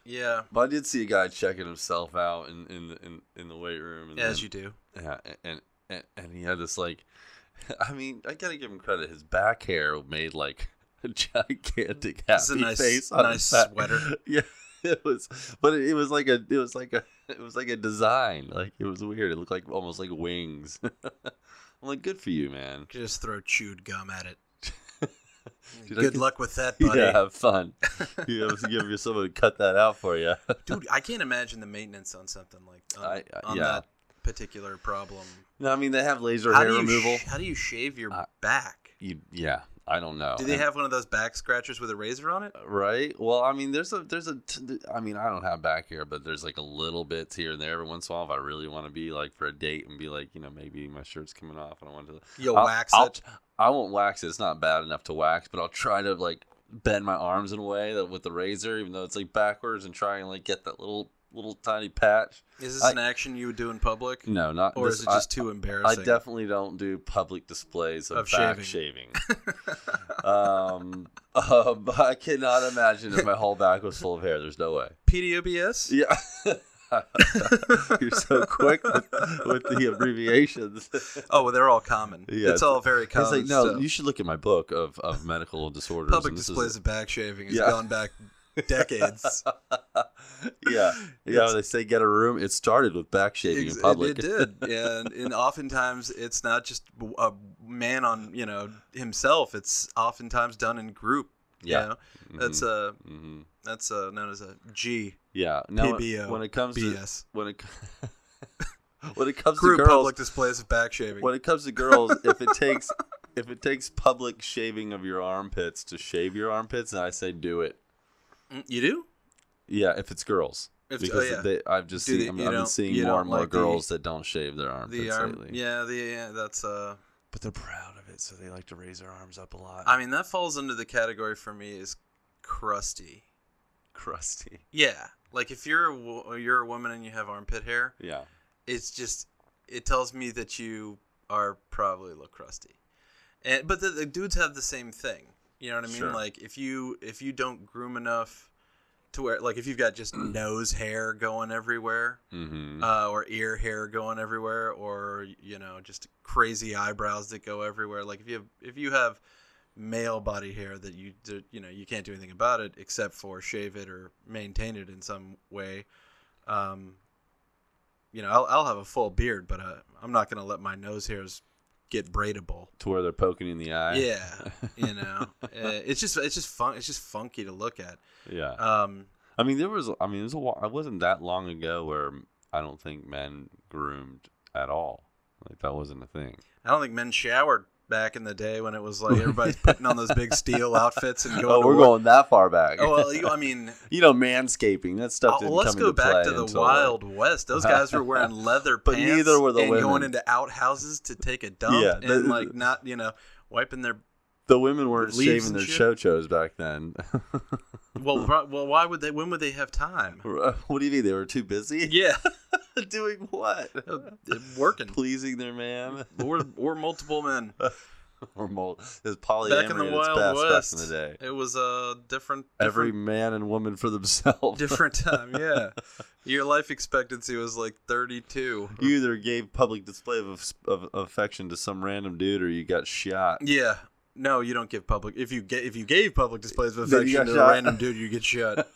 S4: Yeah,
S3: But I did see a guy checking himself out in in the- in, in the weight room. And
S4: as
S3: then-
S4: you do.
S3: Yeah, and, and and he had this like, I mean, I gotta give him credit. His back hair made like a gigantic happy
S4: It's a nice-
S3: face on his
S4: nice
S3: back.
S4: sweater.
S3: Yeah, it was, but it, it was like a, it was like a, it was like a design. Like it was weird. It looked like almost like wings. I'm like, good for you, man.
S4: You just throw chewed gum at it.
S3: Dude, I
S4: Good
S3: could-
S4: luck with that, buddy.
S3: Yeah, have fun. you have to give you someone to cut that out for you.
S4: Dude, I can't imagine the maintenance on something like on,
S3: I- I-
S4: on
S3: yeah.
S4: that particular problem.
S3: no, I mean they have laser
S4: How
S3: hair
S4: do, you
S3: removal.
S4: sh- how do you shave your
S3: Uh,
S4: back?
S3: you, yeah, I don't know.
S4: Do they
S3: And-
S4: have one of those back scratchers with a razor on it?
S3: right well i mean there's a there's a t- i mean i don't have back hair but there's like a little bits here and there every once in a while if i really want to be like for a date and be like you know maybe my shirt's coming off and i want to
S4: You'll
S3: I'll-
S4: wax
S3: Uh, I'll-
S4: it.
S3: i won't wax it it's not bad enough to wax but i'll try to like bend my arms in a way that with the razor even though it's like backwards and try and like get that little little tiny patch
S4: Is this
S3: I-
S4: an action you would do in public?
S3: no not
S4: Or
S3: this-
S4: is it
S3: I-
S4: just too
S3: I
S4: embarrassing?
S3: definitely don't do public displays of,
S4: Of
S3: back shaving. um, uh, but I cannot imagine if my whole back was full of hair. There's no way.
S4: PDOBS?
S3: Yeah. You're so quick with, with the abbreviations. It's
S4: Oh, well, they're all common.
S3: Yeah,
S4: it's
S3: it's-
S4: all very common.
S3: like, no,
S4: stuff.
S3: you should look at my book of, of medical disorders.
S4: Public
S3: and this is-
S4: displays of back shaving has
S3: Yeah.
S4: gone back decades.
S3: yeah. Yeah, when they say get a room. It started with back shaving
S4: Ex-
S3: in
S4: it-
S3: public.
S4: It, did, and and oftentimes it's not just a man on you know himself. It's oftentimes done in group. you
S3: Yeah. Mm-hmm.
S4: know? that's a
S3: hmm
S4: that's a known as a G
S3: Yeah. No,
S4: PBO,
S3: when it comes to
S4: BS
S3: when it when it comes
S4: group
S3: to girls,
S4: public displays of back shaving.
S3: when it comes to girls, if it takes if it takes public shaving of your armpits to shave your armpits, then I say do it.
S4: Mm, you do?
S3: Yeah, if it's girls.
S4: If- oh,
S3: because
S4: yeah.
S3: they, I've just
S4: Do
S3: seen,
S4: the-
S3: I
S4: you
S3: mean, I've been
S4: don't-
S3: seeing
S4: you
S3: more
S4: don't
S3: and more
S4: like the-
S3: girls that don't shave their armpits
S4: The arm,
S3: lately.
S4: yeah, the yeah, that's uh.
S3: But they're proud of it, so they like to raise their arms up a lot.
S4: I mean, that falls under the category for me is crusty.
S3: crusty.
S4: Yeah, like if you're a, wo- you're a woman and you have armpit hair,
S3: Yeah.
S4: it's just it tells me that you are probably a little crusty and but the, the dudes have the same thing you know what i mean
S3: Sure.
S4: like if you if you don't groom enough to where like if you've got just nose hair going everywhere
S3: Mm-hmm.
S4: uh, or ear hair going everywhere or you know just crazy eyebrows that go everywhere like if you have if you have male body hair that you that, you know you can't do anything about it except for shave it or maintain it in some way um you know i'll, I'll have a full beard but uh, i'm not gonna let my nose hairs get braidable
S3: to where they're poking you in the eye.
S4: yeah you know uh, it's just it's just fun it's just funky to look at
S3: Yeah.
S4: um
S3: I mean, there was. I mean, it was a. whi- It wasn't that long ago where I don't think men groomed at all. Like that wasn't a thing.
S4: I don't think men showered back in the day when it was like everybody's putting on those big steel outfits and going.
S3: oh,
S4: to
S3: we're
S4: work.
S3: going that far back.
S4: Oh well, you, I mean,
S3: you know, manscaping that stuff.
S4: uh,
S3: Didn't
S4: let's
S3: come
S4: go
S3: into
S4: back
S3: play
S4: to the
S3: until- uh,
S4: Wild West. Those guys were wearing leather
S3: But
S4: pants.
S3: neither were the
S4: and going
S3: women.
S4: into outhouses to take a dump
S3: Yeah, the-
S4: and like not you know wiping their.
S3: The women weren't
S4: Leaves
S3: shaving
S4: and
S3: their
S4: shit.
S3: chochos back then.
S4: Well, bro- well, why would they? When would they have time?
S3: what do you mean they were too busy?
S4: Yeah,
S3: Doing what?
S4: uh, working
S3: Pleasing their man
S4: or or multiple men.
S3: or mul- It was polyamory
S4: Back in the
S3: at its
S4: Wild
S3: best
S4: West,
S3: back in the day.
S4: it was a different, different
S3: Every man and woman for themselves.
S4: different time. Yeah, your life expectancy was like thirty-two.
S3: you either gave public display of, of affection to some random dude or you got shot.
S4: Yeah. No, you don't give public. If you get if you gave public displays of
S3: Then you
S4: affection
S3: got
S4: to
S3: shot.
S4: a random dude, you get shot.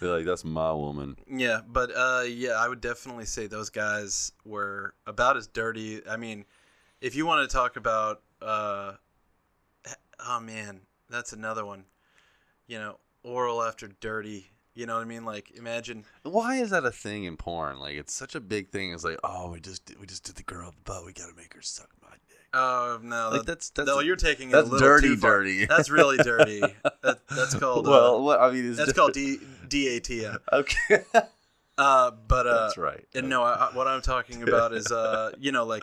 S3: Be like, that's my woman.
S4: yeah, but uh, yeah, I would definitely say those guys were about as dirty. I mean, if you want to talk about, uh, h- oh man, that's another one. You know, oral after dirty. You know what I mean? Like, imagine.
S3: Why is that a thing in porn? Like, it's such a big thing. It's like, oh, we just did, we just did the girl, but we gotta make her suck my dick.
S4: Oh no,
S3: Like
S4: that,
S3: that's that's
S4: no, you're taking it
S3: that's
S4: a little
S3: dirty,
S4: too far.
S3: dirty.
S4: That's really dirty. that, that's called. uh,
S3: well, what I mean is
S4: that's called D DATM.
S3: okay.
S4: Uh, but uh,
S3: that's right.
S4: And no, I, I- what I'm talking about is, uh, you know, like,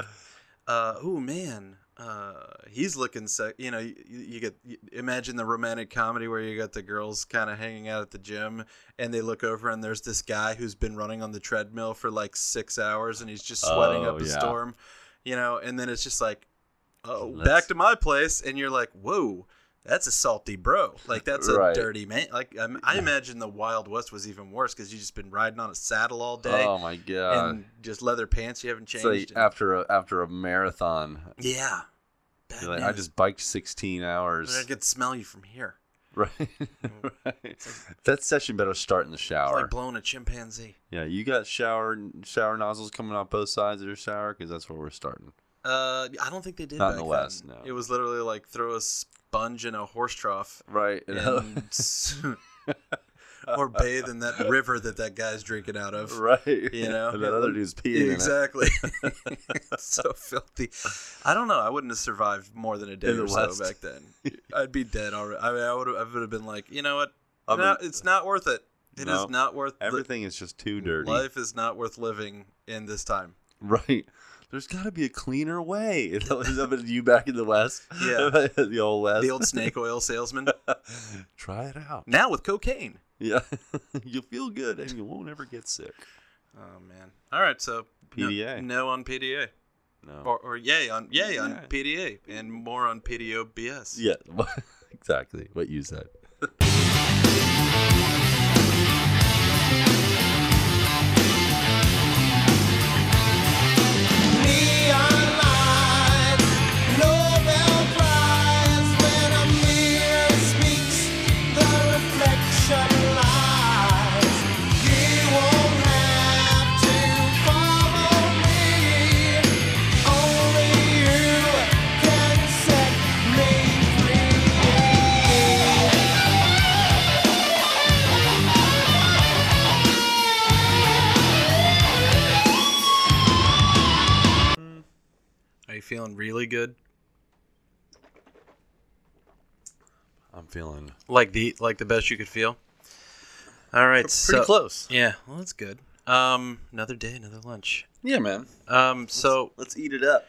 S4: uh, oh man, uh, he's looking sec. You know, you, you get you, imagine the romantic comedy where you got the girls kind of hanging out at the gym, and they look over and there's this guy who's been running on the treadmill for like six hours, and he's just sweating
S3: Oh,
S4: up a
S3: yeah.
S4: storm, you know. And then it's just like, oh,
S3: Let's-
S4: back to my place, and you're like, whoa. That's a salty bro. Like that's a
S3: Right.
S4: dirty man. Like I, I imagine the Wild West was even worse because you just been riding on a saddle all day
S3: Oh my god!
S4: and just leather pants you haven't
S3: It's
S4: changed.
S3: like
S4: in-
S3: after a after a marathon,
S4: yeah. Bad
S3: you're like, I
S4: news.
S3: just biked 16
S4: I
S3: hours.
S4: could smell you from here.
S3: Right, right. That session better start in the
S4: It's
S3: shower.
S4: like blowing a chimpanzee.
S3: Yeah, you got shower shower nozzles coming out both sides of your shower because that's where we're starting.
S4: Uh, I don't think they did.
S3: Not in
S4: back
S3: the West,
S4: then.
S3: no.
S4: It was literally like throw a sponge in a horse trough
S3: Right.
S4: and s- or bathe in that river that that guy's drinking out of.
S3: right.
S4: You know?
S3: And that other dude's
S4: Yeah,
S3: peeing
S4: exactly. It's so filthy. I don't know. I wouldn't have survived more than a day
S3: the
S4: or so
S3: West.
S4: back then. I'd be dead already. I mean, I would. I would have been like, you know what?
S3: in it. I mean,
S4: no, it's not worth it. It is
S3: No.
S4: not worth the-
S3: everything is just too dirty.
S4: Life is not worth living in this time.
S3: Right. There's got to be a cleaner way. That was up at you back in the West.
S4: Yeah.
S3: the old West.
S4: The old snake oil salesman.
S3: Try it out.
S4: Now with cocaine.
S3: Yeah. You'll feel good and you won't ever get sick.
S4: Oh man. All right, so no-
S3: PDA.
S4: No, on PDA.
S3: No.
S4: Or, or yay on yay on
S3: Yeah.
S4: PDA and more on PDO BS.
S3: yeah. exactly. What you said.
S2: Neon lights, Nobel Prize. When a mirror speaks, the reflection lies. You won't have to follow me. Only you can set me free.
S4: Are you feeling really good?
S3: I'm feeling
S4: Like the like the best you could feel. All right,
S3: pretty
S4: so
S3: close.
S4: yeah, well that's good. Um, another day, another lunch.
S3: Yeah, man.
S4: Um, so
S3: Let's eat it up.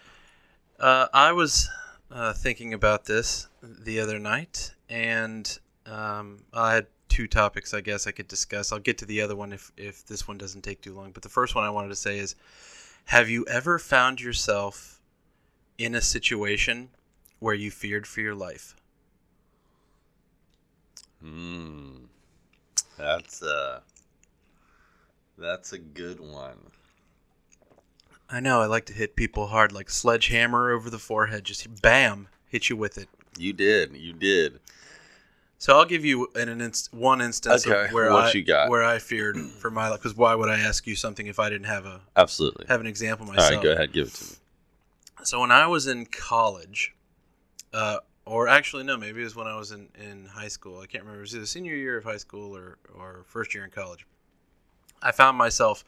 S4: Uh, I was uh, thinking about this the other night, and um, I had two topics I guess I could discuss. I'll get to the other one if, if this one doesn't take too long. But the first one I wanted to say is Have you ever found yourself in a situation where you feared for your life?
S3: Mm, that's a that's a good one.
S4: I know I like to hit people hard, like sledgehammer over the forehead, just bam, hit you with it.
S3: You did, you did.
S4: So I'll give you an, an inst- one instance
S3: Okay,
S4: of where
S3: what
S4: I
S3: you got?
S4: where I feared for my life. Because why would I ask you something if I didn't have a
S3: Absolutely.
S4: have an example
S3: All
S4: myself?
S3: right, go ahead, give it to me.
S4: So when I was in college, uh, or actually no, maybe it was when I was in, in high school. I can't remember. It was either senior year of high school or or first year in college. I found myself,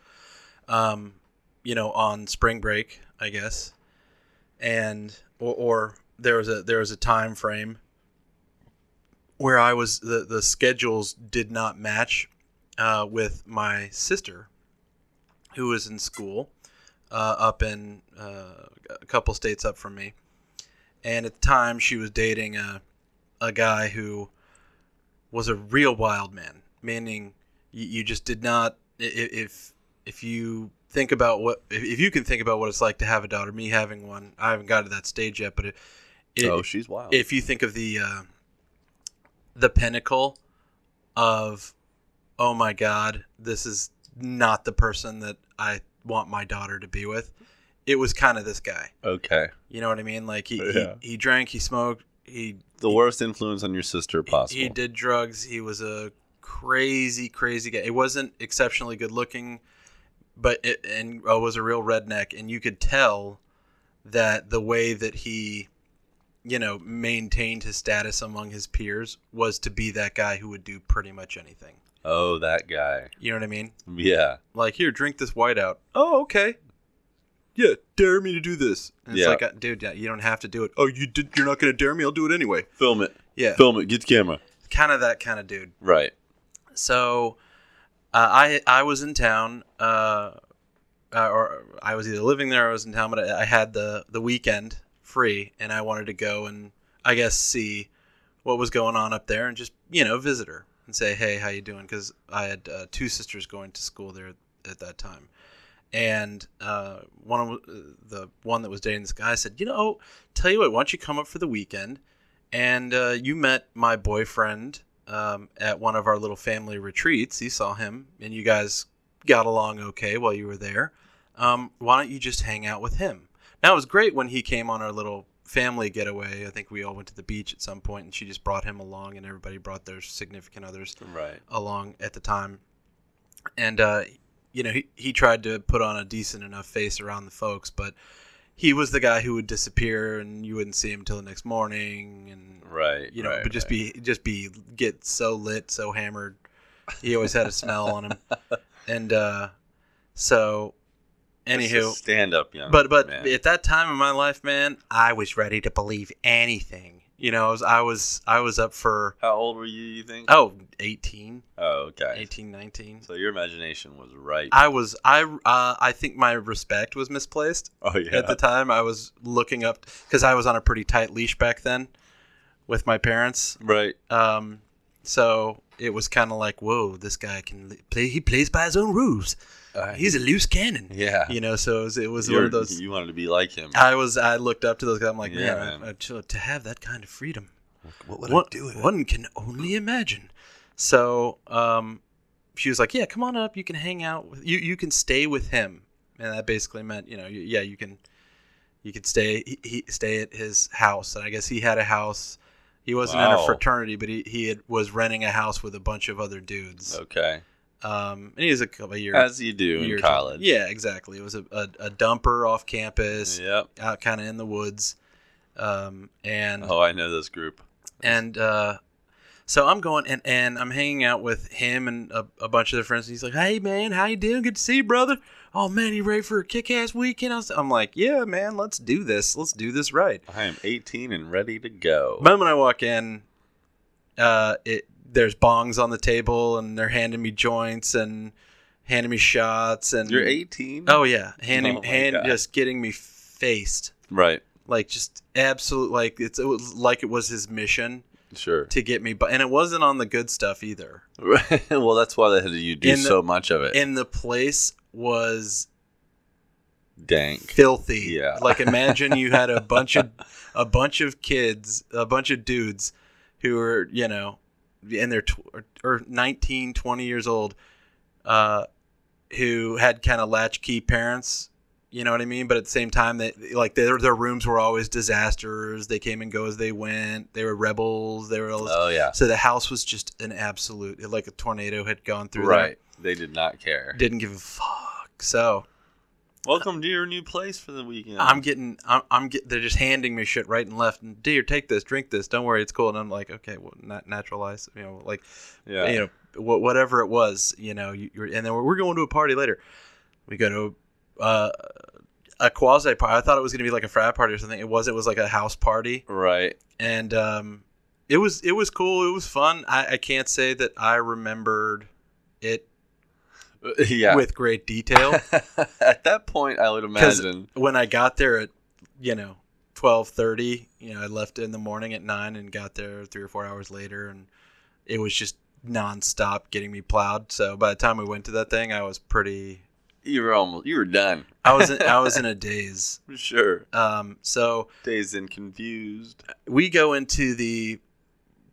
S4: um, you know, on spring break I guess, and or, or there was a there was a time frame where I was the the schedules did not match uh, with my sister, who was in school uh, up in uh, a couple states up from me, and at the time she was dating a a guy who was a real wild man, meaning you, you just did not i- i- if if you think about what if, if you can think about what it's like to have a daughter, me having one, I haven't got to that stage yet, but it, it,
S3: oh, she's wild.
S4: if you think of the uh, the pinnacle of oh my god this is not the person that i want my daughter to be with it was kind of this guy
S3: okay.
S4: you know what i mean like he,
S3: Yeah.
S4: he, he drank he smoked he
S3: The worst influence on your sister possible.
S4: he did drugs he was a crazy crazy guy he wasn't exceptionally good looking but it, and uh, was a real redneck and you could tell that the way that he you know maintained his status among his peers was to be that guy who would do pretty much anything
S3: Oh, that guy.
S4: you know what i mean
S3: Yeah.
S4: like here drink this white out oh okay yeah dare me to do this and
S3: Yeah.
S4: it's like uh, dude yeah, you don't have to do it oh you did, you're not going to dare me i'll do it anyway
S3: Film it.
S4: yeah
S3: Film it. Get the camera.
S4: kind of that kind of dude
S3: Right.
S4: So, uh, I I was in town, uh, uh, or I was either living there or I was in town, but I, I had the the weekend free, and I wanted to go and I guess see what was going on up there, and just you know visit her and say, hey, how you doing? Because I had uh, two sisters going to school there at that time, and uh, one of w- the one that was dating this guy said, you know, tell you what, why don't you come up for the weekend? and uh, you met my boyfriend um, at one of our little family retreats. You saw him, and you guys got along okay while you were there. Um, why don't you just hang out with him? Now it was great when he came on our little family getaway. I think we all went to the beach at some point, and she just brought him along, and everybody brought their significant others
S3: Right.
S4: along at the time. And, uh, you know, he, he tried to put on a decent enough face around the folks, but he was the guy who would disappear and you wouldn't see him until the next morning. And,
S3: Right.
S4: you know,
S3: right,
S4: but just
S3: right.
S4: be, just be, get so lit, so hammered. He always had a smell on him. And, uh, so, anywho,
S3: stand up, young.
S4: but but
S3: oh, man.
S4: at that time in my life, man, I was ready to believe anything. You know, I was I was I was up for
S3: how old were you? You think?
S4: oh 18,
S3: Oh, okay.
S4: 18, 19.
S3: So your imagination was right.
S4: I was I uh, I think my respect was misplaced
S3: oh yeah.
S4: at the time. I was looking up because I was on a pretty tight leash back then with my parents.
S3: right.
S4: Um, so it was kind of like, whoa, this guy can li- play. He plays by his own rules. He's a loose cannon.
S3: Uh, Yeah.
S4: you know. So it was, it was one
S3: You're-
S4: of those.
S3: You wanted to be like him.
S4: I was I looked up to those guys. I'm like,
S3: Yeah,
S4: man,
S3: man.
S4: I, I, to, to have that kind of freedom,
S3: what
S4: one, one can only imagine. So, um, she was like, yeah, come on up. You can hang out. With, you you can stay with him, and that basically meant, you know, you, yeah, you can, you could stay he, he stay at his house, and I guess he had a house. He wasn't in a
S3: Wow.
S4: fraternity, but he he had, was renting a house with a bunch of other dudes.
S3: Okay.
S4: Um, and he was a couple of years.
S3: As you do in
S4: years-
S3: college.
S4: yeah, exactly. It was a, a, a dumper off campus
S3: Yep.
S4: out kind of in the woods um and
S3: Oh, I know this group.
S4: and uh so i'm going and and i'm hanging out with him and a, a bunch of their friends and he's like hey man how you doing good to see you brother oh man you ready for a kick-ass weekend I was, i'm like yeah man let's do this let's do this right
S3: I am 18 and ready to go.
S4: moment i walk in uh it there's bongs on the table and they're handing me joints and handing me shots and
S3: You're 18.
S4: oh yeah handing
S3: Oh, my
S4: hand
S3: God.
S4: just getting me faced
S3: Right.
S4: like just absolute like it's it was like it was his mission
S3: Sure.
S4: to get me but and it wasn't on the good stuff either
S3: well, that's why they had you do
S4: In the-
S3: so much of it.
S4: and the place was
S3: Dank.
S4: filthy
S3: Yeah.
S4: like imagine you had a bunch of a bunch of kids a bunch of dudes who were you know in their tw- or- or 19 20 years old uh who had kind of latchkey parents you know what i mean but at the same time that like their their rooms were always disasters they came and go as they went they were rebels they were all this
S3: Oh yeah.
S4: So the house was just an absolute, like a tornado had gone through
S3: Right. They did not care.
S4: there. Didn't give a fuck. So
S3: Welcome to your new place for the weekend.
S4: I'm getting, I'm, I'm get, they're just handing me shit right and left. And dear, take this, drink this. Don't worry, it's cool. And I'm like, okay, well, not naturalize, you know, like,
S3: yeah.
S4: you know, wha- whatever it was, you know, you, you're, and then we're, we're going to a party later. We go to, uh, a quasi party. I thought it was going to be like a frat party or something. It was. It was like a house party,
S3: Right.
S4: and um, it was it was cool. It was fun. I, I can't say that I remembered it
S3: Yeah.
S4: with great detail
S3: At that point, I would
S4: because
S3: imagine.
S4: when I got there at you know twelve thirty, you know I left in the morning at nine and got there three or four hours later, and it was just nonstop getting me plowed. So by the time we went to that thing, I was pretty.
S3: You were almost. You were done.
S4: I was in, I was in a daze.
S3: For sure.
S4: Um, so
S3: Dazed and confused.
S4: we go into the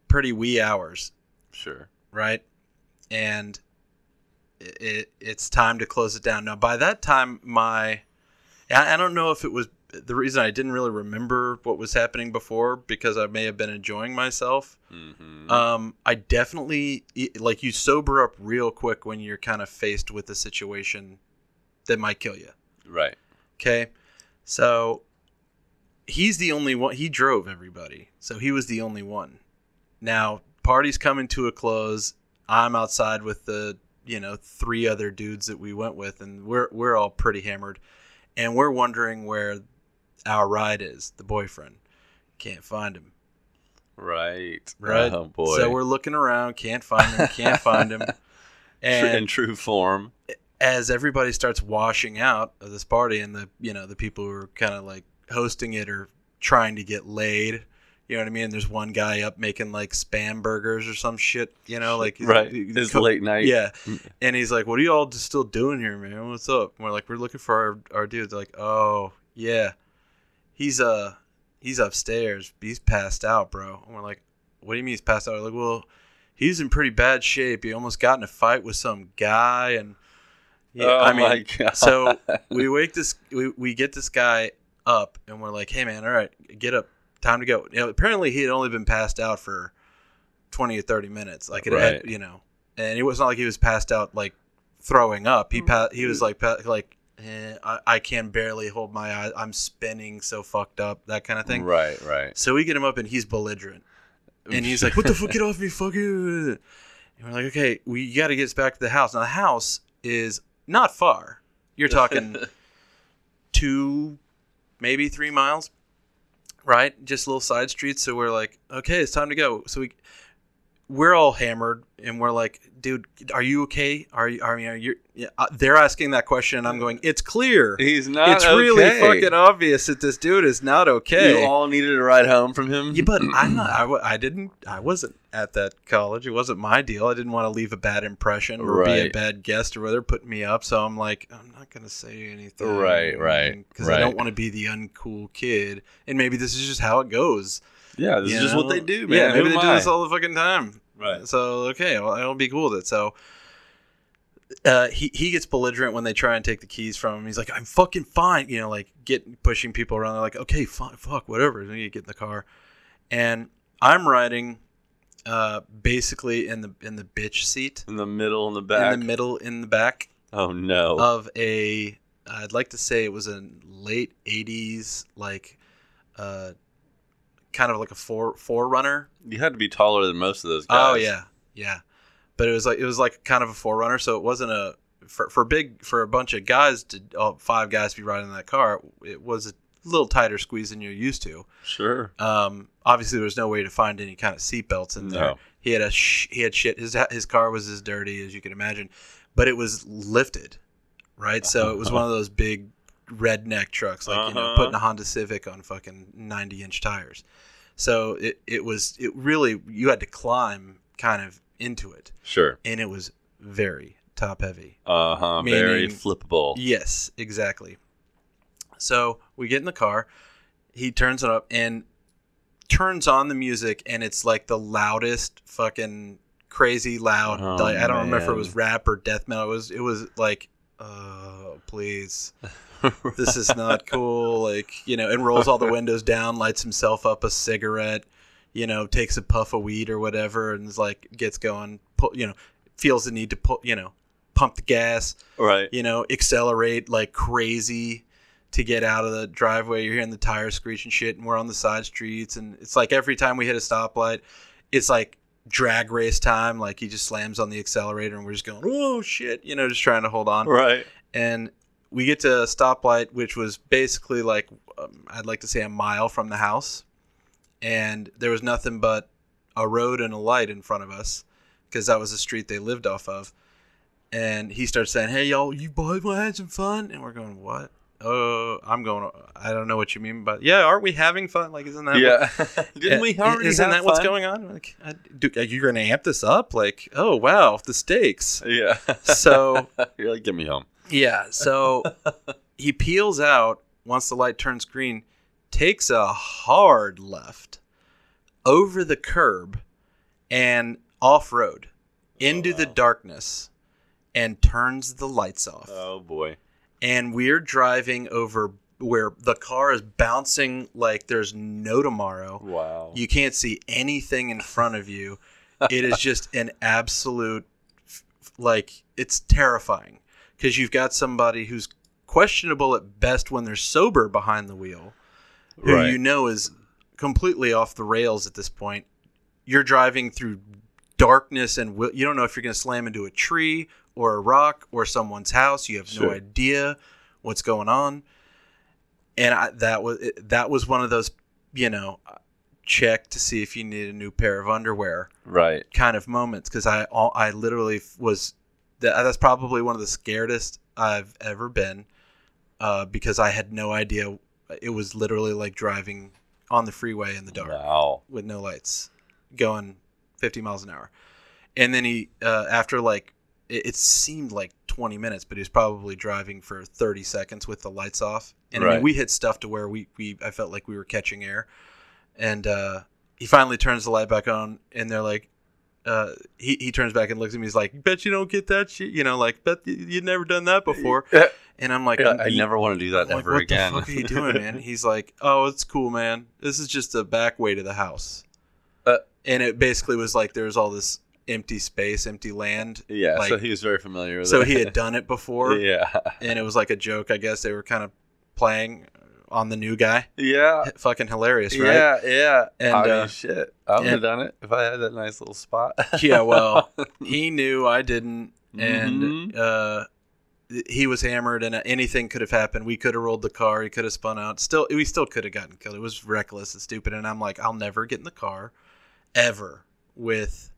S4: pretty wee hours,
S3: Sure.
S4: right? And it, it it's time to close it down. Now, by that time, my I, I don't know if it was the reason I didn't really remember what was happening before because I may have been enjoying myself.
S3: Mm-hmm.
S4: Um, I definitely like you sober up real quick when you're kind of faced with a situation that might kill you.
S3: right.
S4: Okay. So he's the only one. He drove everybody. So he was the only one. Now, party's coming to a close. I'm outside with the, you know, three other dudes that we went with, and we're, we're all pretty hammered. And we're wondering where our ride is, the boyfriend. Can't find him.
S3: Right.
S4: Right.
S3: Oh boy.
S4: So we're looking around. Can't find him. Can't find him.
S3: Tr-
S4: And
S3: in true form.
S4: as everybody starts washing out of this party and the you know the people who are kind of like hosting it are trying to get laid you know what i mean there's one guy up making like spam burgers or some shit you know like he's-
S3: Right.
S4: he's
S3: It's
S4: co-
S3: late night. Mm.
S4: yeah and he's like what are you all just still doing here man what's up and we're like we're looking for our, our dude They're like oh yeah he's uh he's upstairs he's passed out bro and we're like what do you mean he's passed out We're like well he's in pretty bad shape he almost got in a fight with some guy and yeah
S3: oh
S4: i mean
S3: my god.
S4: so we wake this we, we get this guy up and we're like hey man all right get up time to go you know, apparently he had only been passed out for 20 or 30 minutes like it had,
S3: Right.
S4: you know and it was not like he was passed out like throwing up he pa- he was like pa- like eh, I, I can barely hold my eyes i'm spinning so fucked up that kind of thing
S3: Right. Right.
S4: so we get him up and he's belligerent and he's like, "What the fuck? Get off me, fuck you!" And we're like, "Okay, we got to get us back to the house." Now the house is not far. You're talking two, maybe three miles, right? Just little side streets. So we're like, "Okay, it's time to go." So we we're all hammered, and we're like, "Dude, are you okay? Are you? Are you? Are you yeah, uh, they're asking that question, and I'm going, "It's clear.
S3: He's not.
S4: It's really
S3: okay.
S4: fucking obvious that this dude is not okay."
S3: You all needed a ride home from him.
S4: Yeah, but I'm not. I, w- I didn't. I wasn't at that college. It wasn't my deal. I didn't want to leave a bad impression or be a
S3: Right.
S4: bad guest or whether putting me up. So I'm like, I'm not gonna say anything.
S3: Right, right,
S4: Because I
S3: right.
S4: don't want to be the uncool kid. And maybe this is just how it goes.
S3: yeah, this
S4: you
S3: is just what
S4: know?
S3: they do,
S4: Yeah,
S3: man.
S4: maybe
S3: Who
S4: they
S3: am
S4: do this
S3: I?
S4: all the fucking time.
S3: Right.
S4: So okay, well, it'll be cool with it. So. Uh, he, he gets belligerent when they try and take the keys from him. He's like, I'm fucking fine. You know, like get pushing people around. They're like, okay, fine, fuck, whatever. And you get in the car and I'm riding uh, basically in the in the bitch seat
S3: In the middle, in the back.
S4: in the Uh, middle in the back
S3: oh no.
S4: of a I'd like to say it was a late 80s like uh, kind of like a four forerunner
S3: you had to be taller than most of those guys.
S4: Oh yeah, yeah. But it was like it was like kind of a forerunner, so it wasn't a for, for big for a bunch of guys to all five guys to be riding in that car. It was a little tighter squeeze than you're used to.
S3: Sure.
S4: Um, obviously, there was no way to find any kind of seatbelts in there.
S3: No.
S4: He had a sh- he had shit. His his car was as dirty as you can imagine, but it was lifted, right? So it was one of those big redneck trucks, like you know,
S3: Uh-huh.
S4: putting a Honda Civic on fucking ninety inch tires. So it it was it really you had to climb kind of into it,
S3: Sure.
S4: and it was very top heavy.
S3: Uh huh. Very
S4: Meaning-
S3: flippable.
S4: Yes, exactly. So we get in the car. He turns it up and turns on the music, and it's like the loudest fucking crazy loud.
S3: Oh,
S4: like, I don't remember if it
S3: man.
S4: was rap or death metal. It was it was like, oh please, this is not cool. Like you know, and rolls all the windows down, lights himself up a cigarette. You know, takes a puff of weed or whatever, and is like gets going. Pull, you know, feels the need to pull. You know, pump the gas
S3: right.
S4: you know, accelerate like crazy to get out of the driveway. You're hearing the tires screech and shit, and we're on the side streets, and it's like every time we hit a stoplight, it's like drag race time. Like he just slams on the accelerator, and we're just going, "Oh shit!" You know, just trying to hold on.
S3: Right.
S4: And we get to a stoplight, which was basically like um, I'd like to say a mile from the house, and there was nothing but a road and a light in front of us, because that was the street they lived off of. And he starts saying, "Hey y'all, you boys want to have some fun?" And we're going, "What?" Oh, I'm going. I don't know what you mean, but yeah, aren't we having fun? Like, isn't that
S3: Yeah. Didn't we
S4: yeah,
S3: already
S4: Isn't
S3: have
S4: that what's
S3: fun?
S4: going on? Like, I, do, are you gonna amp this up? Like, oh wow, the stakes.
S3: Yeah.
S4: So
S3: You're like, get me home.
S4: yeah, so he peels out once the light turns green, takes a hard left over the curb and off road into the darkness, and turns the lights off
S3: Oh boy.
S4: and we're driving over where the car is bouncing like there's no tomorrow.
S3: Wow.
S4: You can't see anything in front of you. It is just an absolute f- like it's terrifying because you've got somebody who's questionable at best when they're sober behind the wheel, who
S3: Right.
S4: you know is completely off the rails at this point. You're driving through darkness and wi- you don't know if you're going to slam into a tree or a rock or someone's house. You have
S3: Sure.
S4: no idea what's going on. And I, that was it, that was one of those, you know, check to see if you need a new pair of underwear
S3: right.
S4: kind of moments because I all, I literally f- was that, that's probably one of the scaredest I've ever been uh, because I had no idea it was literally like driving on the freeway in the dark
S3: Wow.
S4: with no lights, going 50 miles an hour. And then he, uh, after like, it, it seemed like 20 minutes, but he was probably driving for 30 seconds with the lights off. And I mean,
S3: Right.
S4: we hit stuff to where we, we, I felt like we were catching air. And uh, he finally turns the light back on, and they're like, uh, he, he turns back and looks at me. He's like, "Bet you don't get that shit, you know. Like, bet you, you've never done that before."
S3: Yeah.
S4: And I'm like,
S3: I, I
S4: "You-
S3: never want to do that
S4: I'm like,
S3: ever
S4: what
S3: again.
S4: the fuck are you doing, man? He's like, oh, it's cool, man. This is just the back way to the house.
S3: Uh,
S4: and it basically was like there was all this empty space, empty land.
S3: yeah.
S4: Like,
S3: so he was very familiar with
S4: so
S3: it.
S4: he had done it before,
S3: yeah.
S4: and it was like a joke. I guess they were kind of playing on the new guy.
S3: Yeah.
S4: Fucking hilarious, right?
S3: Uh, Yeah, yeah.
S4: And,
S3: I mean,
S4: uh,
S3: shit, I would
S4: yeah.
S3: have done it if I had that nice little spot.
S4: yeah well he knew i didn't and
S3: Mhm.
S4: uh he was hammered and uh, anything could have happened we could have rolled the car he could have spun out still we still could have gotten killed it was reckless and stupid and i'm like i'll never get in the car ever with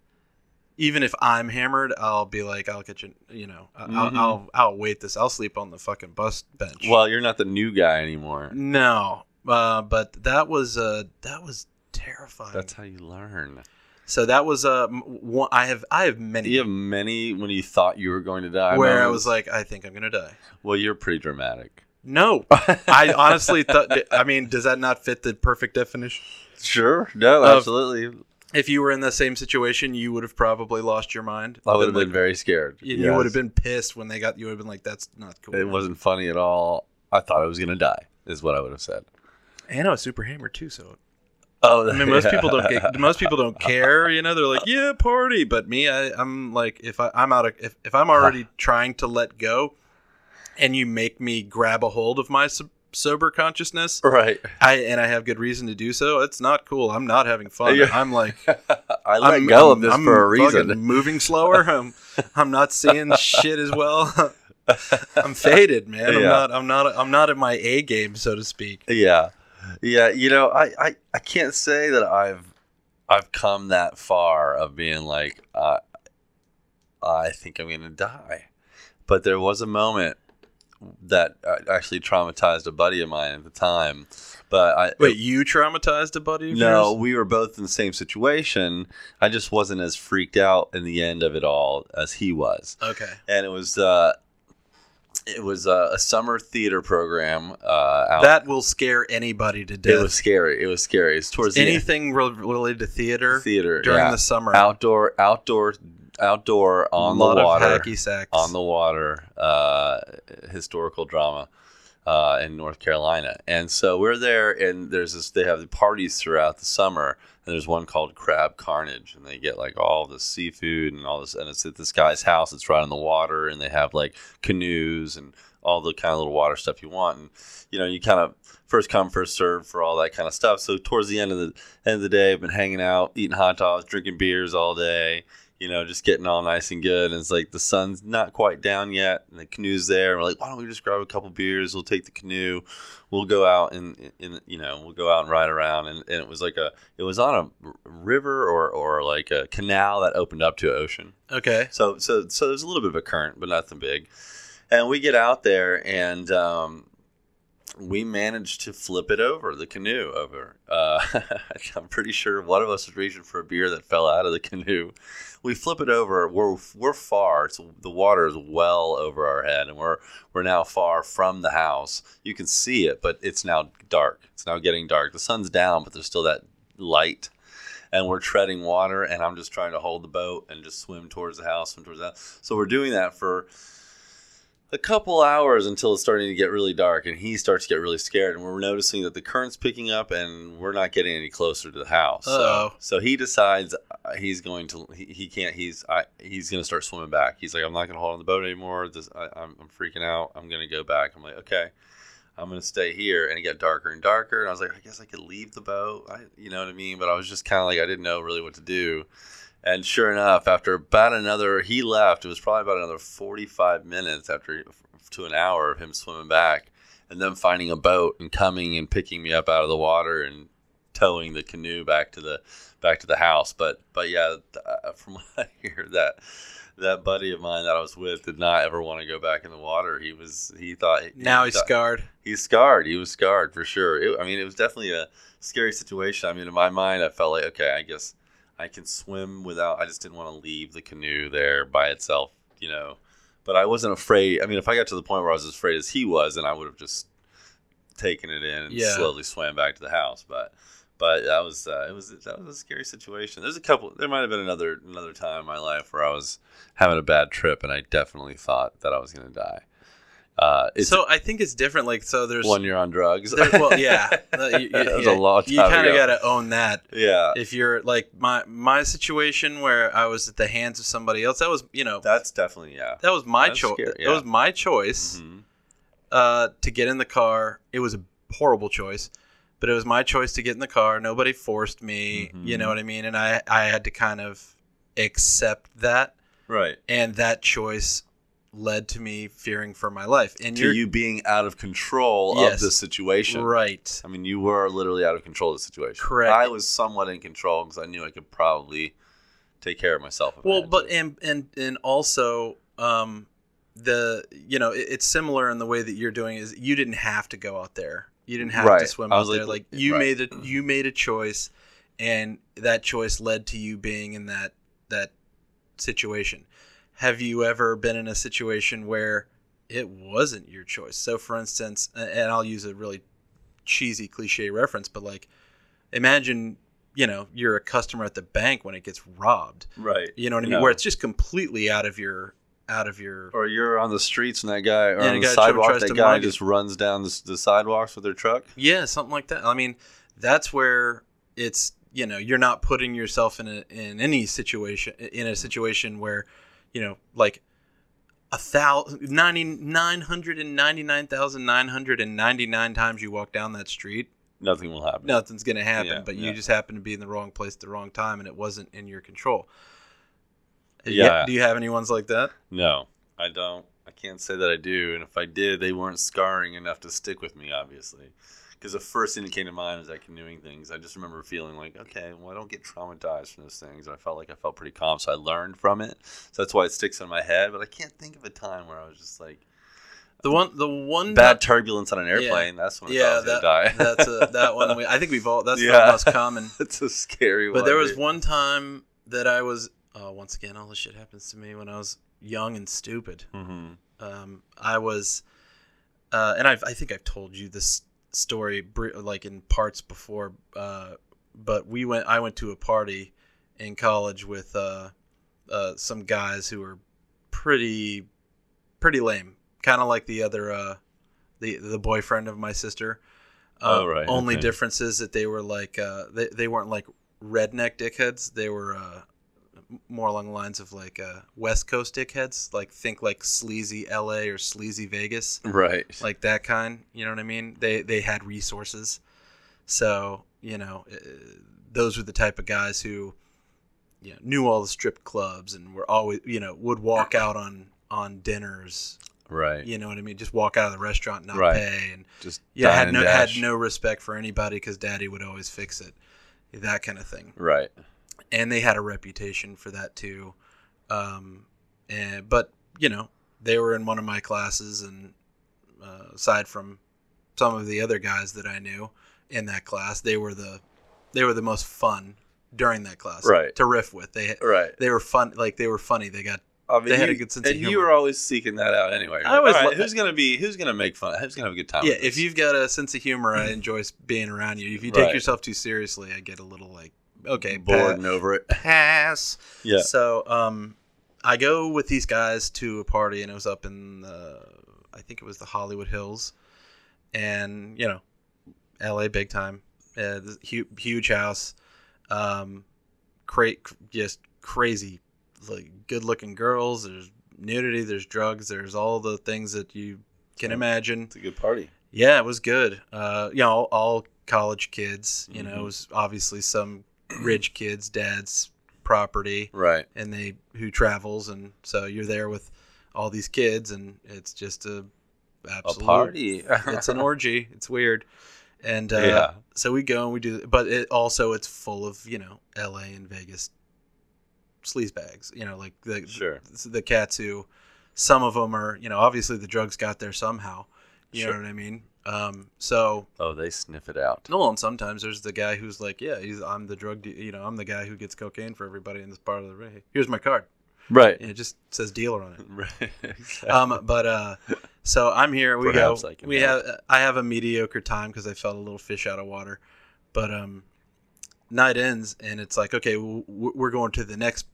S4: even if i'm hammered i'll be like i'll get you you know I-
S3: Mhm.
S4: I'll, I'll i'll wait this i'll sleep on the fucking bus bench
S3: well, you're not the new guy anymore.
S4: no uh but that was uh that was terrifying
S3: That's how you learn.
S4: so that was uh m- one i have i have many
S3: You have many when you thought you were going to die.
S4: where I
S3: moments.
S4: was like, I think I'm gonna die.
S3: well, you're pretty dramatic.
S4: No, I honestly thought. I mean, does that not fit the perfect definition?
S3: Sure. No,
S4: Of-
S3: absolutely.
S4: If you were in the same situation, you would have probably lost your mind.
S3: I would have been
S4: Like,
S3: very scared.
S4: You,
S3: Yes.
S4: would have been pissed when they got. You would have been like, "That's not cool."
S3: It wasn't funny at all. I thought I was going to die. Is what I would have said.
S4: and I was super hammered too. So
S3: Oh,
S4: I mean, most people don't. Get, most people don't care. You know, they're like, "Yeah, party," but me, I, I'm like, if I, I'm out of, if, if I'm already trying to let go, and you make me grab a hold of my sob- sober consciousness,
S3: right.
S4: I and I have good reason to do so. It's not cool. I'm not having fun.
S3: Yeah.
S4: I'm like
S3: I let
S4: I'm
S3: go
S4: I'm-
S3: of this
S4: I'm
S3: for a
S4: fucking
S3: reason.
S4: Moving slower. I'm I'm not seeing shit as well. I'm faded, man. I'm
S3: Yeah.
S4: not. I'm not. I'm not in my A game, so to speak.
S3: Yeah, yeah. You know, I, I, I can't say that I've I've come that far of being like uh, I think I'm gonna die, but there was a moment that uh, actually traumatized a buddy of mine at the time. But I
S4: Wait, you traumatized a buddy? Of
S3: no,
S4: yours?
S3: we were both in the same situation. I just wasn't as freaked out in the end of it all as he was
S4: Okay.
S3: and it was uh, it was uh, a summer theater program. Uh, out.
S4: That will scare anybody to
S3: it
S4: death.
S3: was scary. It was scary. It's towards the
S4: Anything rel- related to
S3: end
S4: theater,
S3: of theater
S4: during
S3: yeah.
S4: the summer.
S3: outdoor, outdoor, outdoor on
S4: a lot
S3: the
S4: of
S3: water,
S4: hacky sacks.
S3: on the water, uh, historical drama. Uh, in North Carolina, and so we're there, and there's this. They have the parties throughout the summer, and there's one called Crab Carnage, and they get like all this seafood and all this, and it's at this guy's house. It's right on the water, and they have like canoes and all the kind of little water stuff you want. And you know, you kind of first come first serve for all that kind of stuff. So towards the end of the end of the day, I've been hanging out, eating hot dogs, drinking beers all day. you know, just getting all nice and good. And it's like the sun's not quite down yet, and the canoe's there. And we're like, why don't we just grab a couple beers? We'll take the canoe. We'll go out and, and you know, we'll go out and ride around. And, and it was like a, it was on a r- river or, or like a canal that opened up to ocean.
S4: Okay.
S3: So so so there's a little bit of a current, but nothing big. And we get out there and um, we managed to flip it over, the canoe over. Uh, I'm pretty sure one of us was reaching for a beer that fell out of the canoe. We flip it over. We're we're far. So the water is well over our head, and we're we're now far from the house. You can see it, but it's now dark. It's now getting dark. The sun's down, but there's still that light and we're treading water and I'm just trying to hold the boat and just swim towards the house, swim towards that. So we're doing that for a couple hours until it's starting to get really dark and he starts to get really scared and we're noticing that the current's picking up and we're not getting any closer to the house. So,
S4: Uh-oh.
S3: so he decides uh, he's going to he, he can't he's I, he's going to start swimming back. He's like I'm not going to hold on the boat anymore. This I, I'm, I'm freaking out. I'm going to go back. I'm like okay. I'm gonna stay here, and it got darker and darker, and I was like, I guess I could leave the boat, I, you know what I mean? But I was just kind of like, I didn't know really what to do. And sure enough, after about another, he left. It was probably about another 45 minutes after to an hour of him swimming back, and them finding a boat and coming and picking me up out of the water and towing the canoe back to the back to the house. But but yeah, th- uh, from what I hear, that that buddy of mine that I was with did not ever want to go back in the water. He was he thought
S4: Now
S3: he
S4: he's
S3: thought-
S4: scarred.
S3: he's scarred. He was scarred for sure. It, I mean, it was definitely a scary situation. I mean, in my mind, I felt like, okay, I guess I can swim without. I just didn't want to leave the canoe there by itself, you know. But I wasn't afraid. I mean, if I got to the point where I was as afraid as he was, then I would have just taken it in and
S4: Yeah.
S3: slowly swam back to the house. But but that was uh, it was that was a scary situation. There's a couple. There might have been another another time in my life where I was having a bad trip and I definitely thought that I was going to die. Uh, it's
S4: so I think it's different. Like so, there's
S3: when you're on drugs.
S4: there- well, yeah. Uh, you-
S3: That was
S4: you-
S3: a long
S4: You
S3: time
S4: kind of
S3: ago.
S4: got to own that.
S3: yeah,
S4: If you're like my my situation where I was at the hands of somebody else, that was you know that,
S3: that's definitely yeah.
S4: was my
S3: that's
S4: choice.
S3: scary, yeah.
S4: That was my choice.
S3: Mhm.
S4: uh, to get in the car. It was a horrible choice, but it was my choice to get in the car. Nobody forced me. You
S3: Mhm.
S4: know what I mean? And I, I had to kind of accept that.
S3: Right.
S4: And that choice led to me fearing for my life. And
S3: To
S4: you're
S3: you being out of control of
S4: Yes.
S3: the situation.
S4: right.
S3: I mean, you were literally out of control of the situation.
S4: Correct.
S3: I was somewhat in control because I knew I could probably take care of myself. if I
S4: Well,
S3: had
S4: but
S3: to.
S4: and and and also, um, the you know it, it's similar in the way that you're doing is you didn't have to go out there. You didn't have to
S3: Right.
S4: swim
S3: I
S4: out
S3: was like, eh,
S4: there. Like you
S3: right.
S4: made a you made a choice, and that choice led to you being in that that situation. Have you ever been in a situation where it wasn't your choice? So, for instance, a- and I'll use a really cheesy cliche reference, but like, imagine you know you're a customer at the bank when it gets robbed
S3: right.
S4: you know what I mean?
S3: No.
S4: Where it's just completely out of your out of your
S3: Or you're on the streets and that guy, or
S4: Yeah,
S3: on
S4: the
S3: the
S4: guy
S3: sidewalk,
S4: tries
S3: that
S4: to
S3: guy
S4: mug you.
S3: just runs down the, the sidewalks with their truck.
S4: yeah, something like that. I mean, that's where it's you know you're not putting yourself in a in any situation in a situation where you know like a thousand ninety nine hundred and ninety nine thousand nine hundred and ninety nine times you walk down that street,
S3: Nothing will happen.
S4: nothing's gonna happen.
S3: Yeah,
S4: but you
S3: yeah.
S4: just happen to be in the wrong place at the wrong time, and it wasn't in your control.
S3: Yeah.
S4: Do you have any ones like that?
S3: No, I don't. I can't say that I do. And if I did, they weren't scarring enough to stick with me, obviously. Because the first thing that came to mind was that canoeing things. I just remember feeling like, okay, well, I don't get traumatized from those things. And I felt like I felt pretty calm, so I learned from it. So that's why it sticks in my head. But I can't think of a time where I was just like
S4: The one, the one
S3: bad turbulence on an airplane. That's when I
S4: Mm, Yeah,
S3: thought I was
S4: that,
S3: gonna die.
S4: that's a, that one. We, I think we've all. That's
S3: Yeah.
S4: the most common.
S3: that's a scary one.
S4: But there was
S3: dude.
S4: one time that I was. Uh, once again, all this shit happens to me when I was young and stupid.
S3: Mhm.
S4: Um, I was, uh, and I've, I think I've told you this story br- like in parts before. Uh, but we went. I went to a party in college with uh, uh, some guys who were pretty, pretty lame. Kind of like the other, uh, the the boyfriend of my sister. Uh,
S3: Oh, right,
S4: Only
S3: okay.
S4: difference is that they were like uh, they they weren't like redneck dickheads. They were uh, m- more along the lines of like uh, West Coast dickheads. Like think like sleazy L.A. or sleazy Vegas
S3: Right.
S4: like that kind. You know what I mean? They they had resources, so you know uh, those were the type of guys who you know, knew all the strip clubs and were always, you know, would walk out on on dinners.
S3: Right.
S4: You know what I mean? Just walk out of the restaurant, and not
S3: Right.
S4: pay, and
S3: Just
S4: yeah,
S3: dine
S4: had
S3: and
S4: no
S3: dash.
S4: had no respect for anybody because Daddy would always fix it, that kind of thing.
S3: Right.
S4: And they had a reputation for that too. Um, and but you know they were in one of my classes, and uh, aside from some of the other guys that I knew in that class, they were the they were the most fun during that class,
S3: Right.
S4: To riff with they
S3: Right.
S4: they were fun like they were funny. They got
S3: I mean,
S4: They had
S3: you-
S4: a good sense of
S3: and you
S4: humor.
S3: were always seeking that out anyway.
S4: I always
S3: All right,
S4: lo-
S3: who's gonna be? Who's gonna make fun? Who's gonna have a good time?
S4: yeah.
S3: with
S4: If
S3: this?
S4: you've got a sense of humor, I enjoy s- being around you. If you take
S3: Right.
S4: yourself too seriously, I get a little like okay
S3: bored
S4: pa-
S3: and over it.
S4: pass.
S3: Yeah.
S4: So um, I go with these guys to a party, and it was up in the, I think it was the Hollywood Hills, and you know, L.A. big time, uh, this hu- huge house, um, cra- just crazy, like good looking girls. There's nudity, there's drugs, there's all the things that you can
S3: Yeah.
S4: imagine.
S3: It's a good party.
S4: Yeah, it was good. Uh, you know, all, all college kids. You know,
S3: Mhm.
S4: it was obviously some rich kids' dad's property,
S3: Right.
S4: and they who travels, and so you're there with all these kids, and it's just a absolute
S3: A party.
S4: it's an orgy. It's weird, and uh,
S3: Yeah.
S4: so we go and we do. But it also it's full of you know L.A. and Vegas sleaze bags. You know, like the
S3: Sure.
S4: the, the cats who some of them are you know obviously the drugs got there somehow. You
S3: Sure.
S4: know what I mean? Um, so
S3: Oh, they sniff it out.
S4: no, and sometimes there's the guy who's like, yeah, he's, I'm the drug, de- you know, I'm the guy who gets cocaine for everybody in this part of the ring. Here's my card.
S3: Right.
S4: And it just says dealer on it.
S3: Right.
S4: Um, but uh, so I'm here. We
S3: Perhaps
S4: go.
S3: I can
S4: we
S3: help.
S4: have. I have a mediocre time because I felt a little fish out of water. But um, night ends, and it's like, okay, w- w- we're going to the next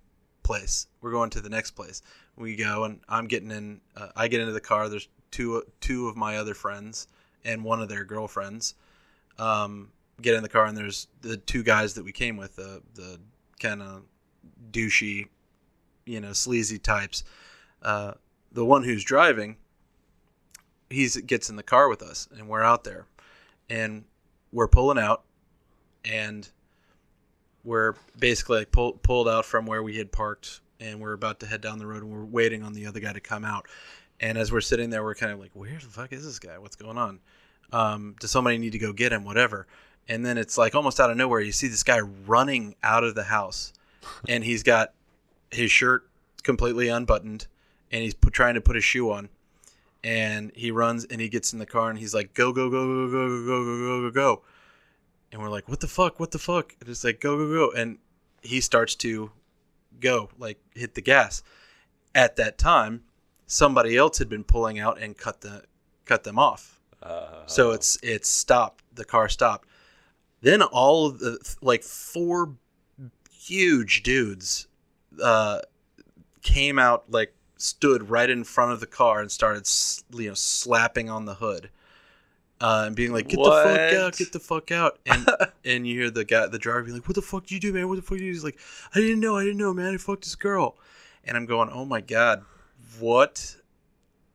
S4: place. We're going to the next place. We go, and I'm getting in. Uh, I get into the car. There's two two of my other friends and one of their girlfriends. Um, get in the car, and there's the two guys that we came with. The the kind of douchey, you know, sleazy types. Uh, the one who's driving, he's gets in the car with us, and we're out there, and we're pulling out, and we're basically like pull, pulled out from where we had parked, and we're about to head down the road, and we're waiting on the other guy to come out, and as we're sitting there, we're kind of like, where the fuck is this guy? What's going on? Um, does somebody need to go get him? Whatever. And then it's like almost out of nowhere, you see this guy running out of the house, and he's got his shirt completely unbuttoned and he's put, trying to put his shoe on and he runs and he gets in the car and he's like go go go go go go go go go go go and we're like what the fuck what the fuck and it's like go go go and he starts to go like hit the gas at that time somebody else had been pulling out and cut the cut them off
S3: Uh,
S4: so it's it's stopped. The car stopped. Then all of the like four huge dudes uh, came out like stood right in front of the car and started s- you know slapping on the hood uh, and being like get the fuck
S3: What?
S4: out get the fuck out and and you hear the guy the driver be like what the fuck did you do man what the fuck did you do? he's like I didn't know I didn't know man I fucked this girl and I'm going oh my god what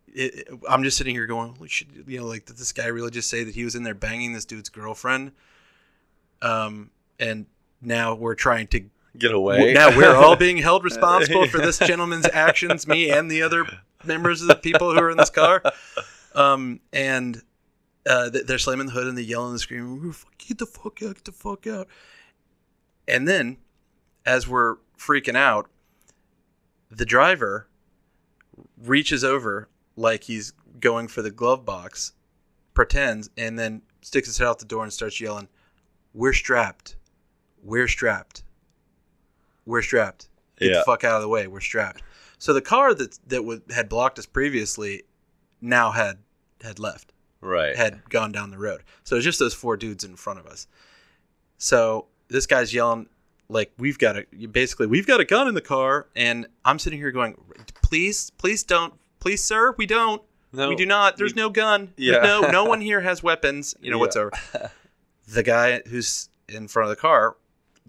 S4: it, it- I'm just sitting here going, holy shit, you know, like did this guy really just say that he was in there banging this dude's girlfriend? Um, and now we're trying to
S3: get away.
S4: now we're all being held responsible for this gentleman's actions, me and the other members of the people who are in this car. Um, and uh, th- they're slamming the hood and they're yelling and screaming, "Get the fuck out! Get the fuck out!" And then, as we're freaking out, the driver reaches over like he's going for the glove box, pretends, and then sticks his head out the door and starts yelling, "We're strapped! We're strapped!" we're strapped. Get
S3: Yeah.
S4: the fuck out of the way. We're strapped. So the car that that would, had blocked us previously now had had left,
S3: right.
S4: had gone down the road. So it's just those four dudes in front of us. So this guy's yelling like we've got a basically we've got a gun in the car, and I'm sitting here going, please, please don't, please, sir, we don't.
S3: No,
S4: We do not. There's no gun.
S3: Yeah.
S4: No, no one here has weapons. You know
S3: Yeah.
S4: whatsoever. The guy who's in front of the car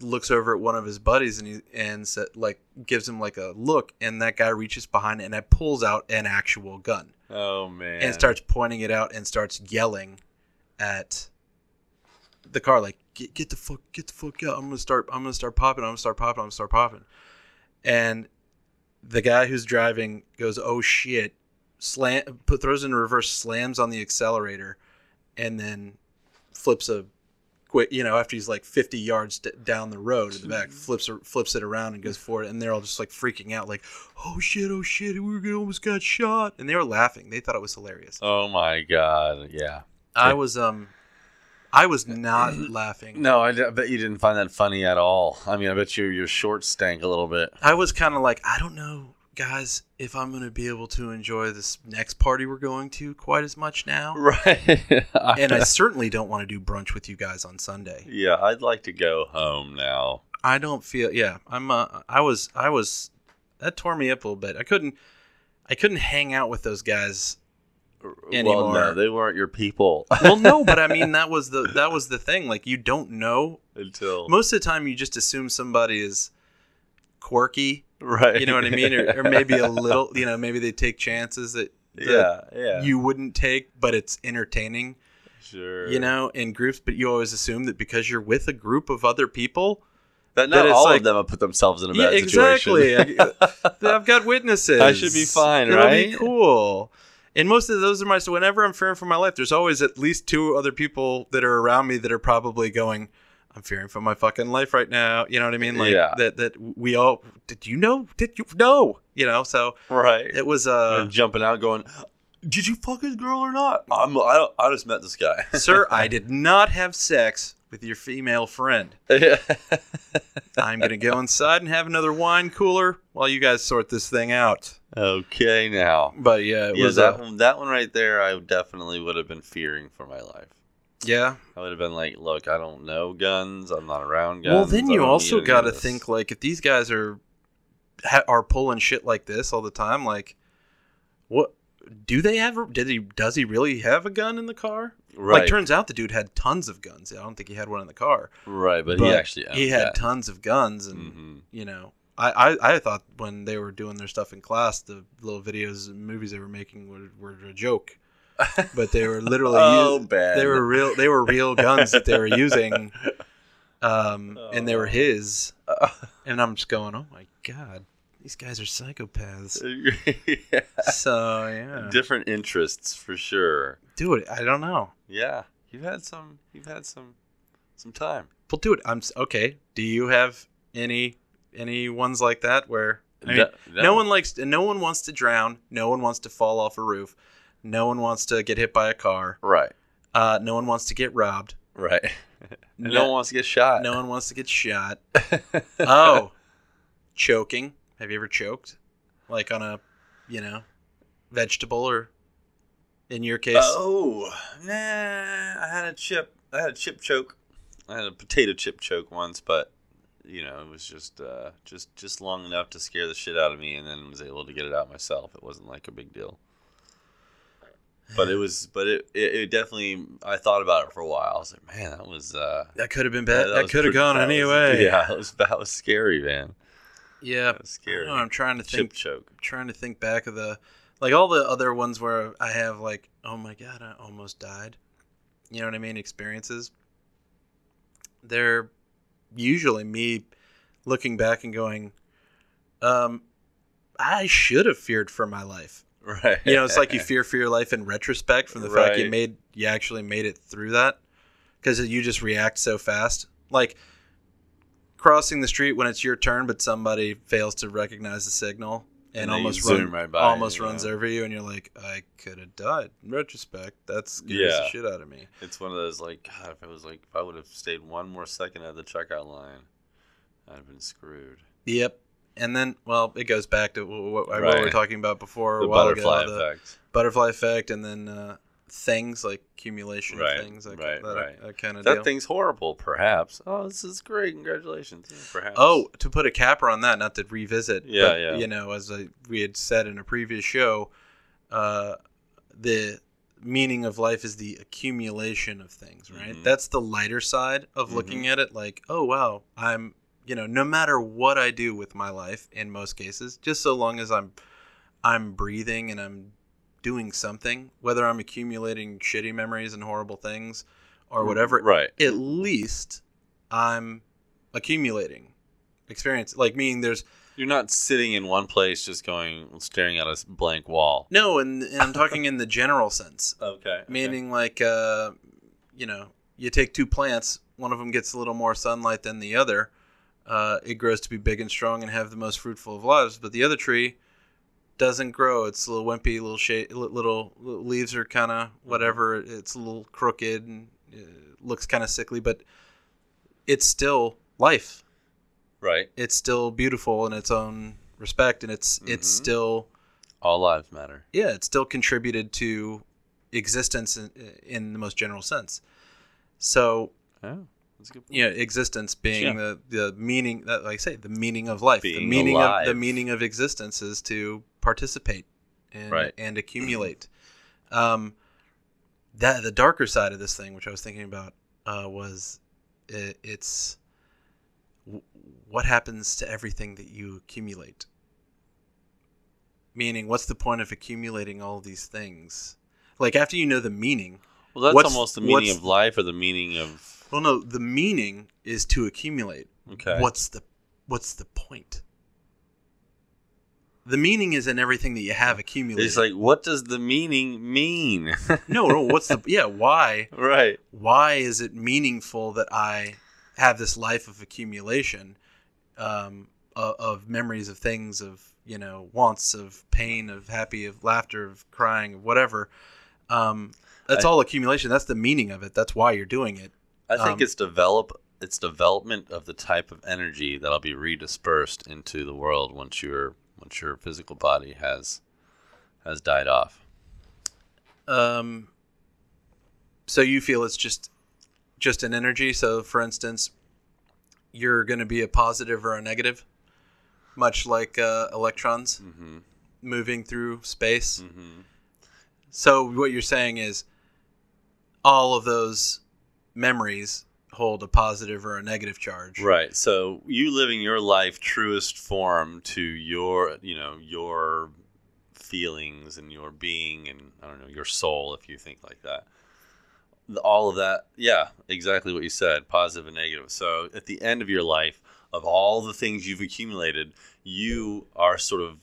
S4: looks over at one of his buddies and he and sa like gives him like a look, and that guy reaches behind and it pulls out an actual gun
S3: Oh man.
S4: and starts pointing it out and starts yelling at the car like get get the fuck get the fuck out. I'm gonna start I'm gonna start popping. I'm gonna start popping. I'm gonna start popping. And the guy who's driving goes, oh shit, slam put throws in reverse, slams on the accelerator, and then flips a quick. You know, after he's like 50 yards d- down the road in the back, flips flips it around and goes forward. And they're all just like freaking out, like, oh shit, oh shit, we were- almost got shot. And they were laughing. They thought it was hilarious.
S3: Oh my god! Yeah.
S4: I was um, I was not laughing.
S3: No, I, d- I bet you didn't find that funny at all. I mean, I bet you your shorts stank a little bit.
S4: I was kind of like, I don't know, guys, if I'm going to be able to enjoy this next party we're going to quite as much now.
S3: Right.
S4: And I certainly don't want to do brunch with you guys on Sunday.
S3: yeah, I'd like to go home now.
S4: I don't feel, yeah, I'm, uh, I was, I was, that tore me up a little bit. I couldn't, I couldn't hang out with those guys
S3: Well,
S4: anymore.
S3: no, they weren't your people
S4: well, no, but I mean, that was the, that was the thing. Like, you don't know.
S3: until
S4: Most of the time, you just assume somebody is quirky.
S3: right.
S4: You know what I mean? Or, or maybe a little, you know, maybe they take chances that, that
S3: yeah, yeah.
S4: you wouldn't take, but it's entertaining,
S3: sure.
S4: you know, in groups. But you always assume that because you're with a group of other people,
S3: that
S4: that
S3: not
S4: it's
S3: all
S4: like-
S3: of them have put themselves in a
S4: yeah,
S3: bad
S4: exactly.
S3: situation.
S4: I, have got witnesses.
S3: I should be fine,
S4: It'll Be
S3: right?
S4: cool. And most of those are my. So whenever I'm fearing for my life, there's always at least two other people that are around me that are probably going. I'm fearing for my fucking life right now. You know what I mean? Like
S3: Yeah.
S4: that. That we all. Did you know? Did you know? You know. So
S3: right.
S4: it was. Uh,
S3: and jumping out, going, "Did you fuck this girl or not?" I'm, I, don't- I just met this guy.
S4: Sir, I did not have sex with your female friend. I'm gonna go inside and have another wine cooler while you guys sort this thing out.
S3: okay, now.
S4: But yeah, it
S3: Yeah,
S4: was
S3: that
S4: uh,
S3: one, that one right there, I definitely would have been fearing for my life.
S4: yeah.
S3: I would have been like, "Look, I don't know guns. I'm not around guns."
S4: Well, then
S3: I
S4: you
S3: don't
S4: also
S3: need any
S4: got to
S3: of this."
S4: think like if these guys are ha- are pulling shit like this all the time, like what do they have? Did he does he really have a gun in the car?
S3: right,
S4: Like turns out the dude had tons of guns. I don't think he had one in the car,
S3: right, but, he
S4: but
S3: actually owned
S4: he had
S3: that.
S4: tons of guns and.
S3: Mhm.
S4: you know, I, I, I thought when they were doing their stuff in class, the little videos and movies they were making were, were a joke, but they were literally
S3: Oh,
S4: u-
S3: Ben.
S4: they were real they were real guns that they were using, um, and they were
S3: Oh.
S4: his. And I'm just going, oh my god, these guys are psychopaths.
S3: Yeah.
S4: So yeah,
S3: Different interests for sure.
S4: dude, I don't know.
S3: Yeah, you've had some. You've had some. Some time.
S4: Well, dude, I'm s- okay. Do you have any any ones like that where I mean,
S3: That- that
S4: no one likes no one wants to drown, no one wants to fall off a roof, no one wants to get hit by a car,
S3: Right.
S4: uh, no one wants to get robbed,
S3: Right. And no,
S4: No-
S3: one wants to get shot.
S4: no one wants to get shot. oh, choking. Have you ever choked, like on a, you know, vegetable or, in your case,
S3: Oh, nah. I had a chip. I had a chip choke. I had a potato chip choke once, but you know, it was just uh, just just long enough to scare the shit out of me, and then was able to get it out myself. It wasn't like a big deal. But it was, but it, it, it definitely. I thought about it for a while. I was like, man, that was uh,
S4: that could have been bad.
S3: was
S4: that could have
S3: pretty-
S4: gone
S3: that was-
S4: anyway.
S3: yeah, that was that was scary, man.
S4: yeah.
S3: That was
S4: I don't
S3: scary.
S4: know, I'm trying to think.
S3: chip choke.
S4: trying to think back of the like all the other ones where I have like, oh my god, I almost died. You know what I mean? Experiences. They're usually me looking back and going, um, I should have feared for my life.
S3: Right.
S4: You know, it's like you fear for your life in retrospect from the fact you
S3: Right.
S4: made you actually made it through that because you just react so fast. Like crossing the street when it's your turn, but somebody fails to recognize the signal and,
S3: And they
S4: almost
S3: zoom
S4: run,
S3: right by
S4: almost
S3: you,
S4: runs
S3: yeah.
S4: over you, and you're like, I could have died. In retrospect, that scares the
S3: Yeah.
S4: shit out of me.
S3: It's one of those like God. If it was like if I would have stayed one more second at the checkout line, I'd have been screwed.
S4: Yep. And then, well, it goes back to what, what we were
S3: Right.
S4: talking about before a
S3: The
S4: while
S3: butterfly
S4: ago. the-
S3: effect.
S4: butterfly effect, and then uh, things like accumulation
S3: Right,
S4: of things, like
S3: right,
S4: that,
S3: right.
S4: that kind of
S3: That
S4: deal.
S3: thing's horrible. Perhaps. Oh, this is great. Congratulations. Yeah, perhaps.
S4: Oh, to put a capper on that, not to revisit.
S3: Yeah,
S4: but,
S3: yeah.
S4: You know, as I, we had said in a previous show, uh, the meaning of life is the accumulation of things, right?
S3: Mhm.
S4: That's the lighter side of
S3: Mm-hmm.
S4: looking at it. Like, oh wow, I'm, you know, no matter what I do with my life, in most cases, just so long as I'm, I'm breathing and I'm doing something, whether
S3: Mm-hmm.
S4: I'm accumulating shitty memories and horrible things, or whatever
S3: Right.
S4: at least I'm accumulating experience. Like meaning there's
S3: You're not sitting in one place just going staring at a s- blank wall.
S4: no, and, and I'm talking in the general sense,
S3: Okay.
S4: meaning like uh, you know, you take two plants, one of them gets a little more sunlight than the other. Uh, it grows to be big and strong and have the most fruitful of lives, but the other tree doesn't grow. It's a little wimpy, little shade, little, little leaves are kind of whatever. It's a little crooked and uh, looks kind of sickly, but it's still life.
S3: right.
S4: it's still beautiful in its own respect and it's it's
S3: Mhm.
S4: still
S3: All lives matter.
S4: yeah it's still contributed to existence in, in the most general sense so
S3: Yeah. That's a good point.
S4: you know existence being
S3: Yeah.
S4: the the meaning that like i say the meaning of life the
S3: Being
S4: meaning
S3: alive.
S4: of the meaning of existence is to participate and
S3: Right.
S4: and accumulate um that the darker side of this thing which i was thinking about uh was it, it's w- what happens to everything that you accumulate meaning what's the point of accumulating all these things like after you know the meaning
S3: Well, that's
S4: What's-
S3: almost the meaning
S4: what's-
S3: of life or the meaning of
S4: well no the meaning is to accumulate
S3: okay.
S4: what's the what's the point the meaning is in everything that you have accumulated
S3: It's like what does the meaning mean?
S4: no no what's the yeah why
S3: right.
S4: why is it meaningful that i have this life of accumulation um, of, of memories of things of you know wants of pain of happy of laughter of crying of whatever um, that's all accumulation that's the meaning of it that's why you're doing it
S3: I think
S4: Um,
S3: it's develop it's development of the type of energy that'll be redispersed into the world once your once your physical body has has died off.
S4: um so you feel it's just just an energy so for instance you're going to be a positive or a negative much like uh, electrons
S3: Mhm.
S4: moving through space
S3: Mhm.
S4: so what you're saying is all of those memories hold a positive or a negative charge
S3: Right. So you living your life truest form to your, you know, your feelings and your being and I don't know, your soul if you think like that. The- All of that, yeah, exactly what you said, positive and negative. So at the end of your life, of all the things you've accumulated, you are sort of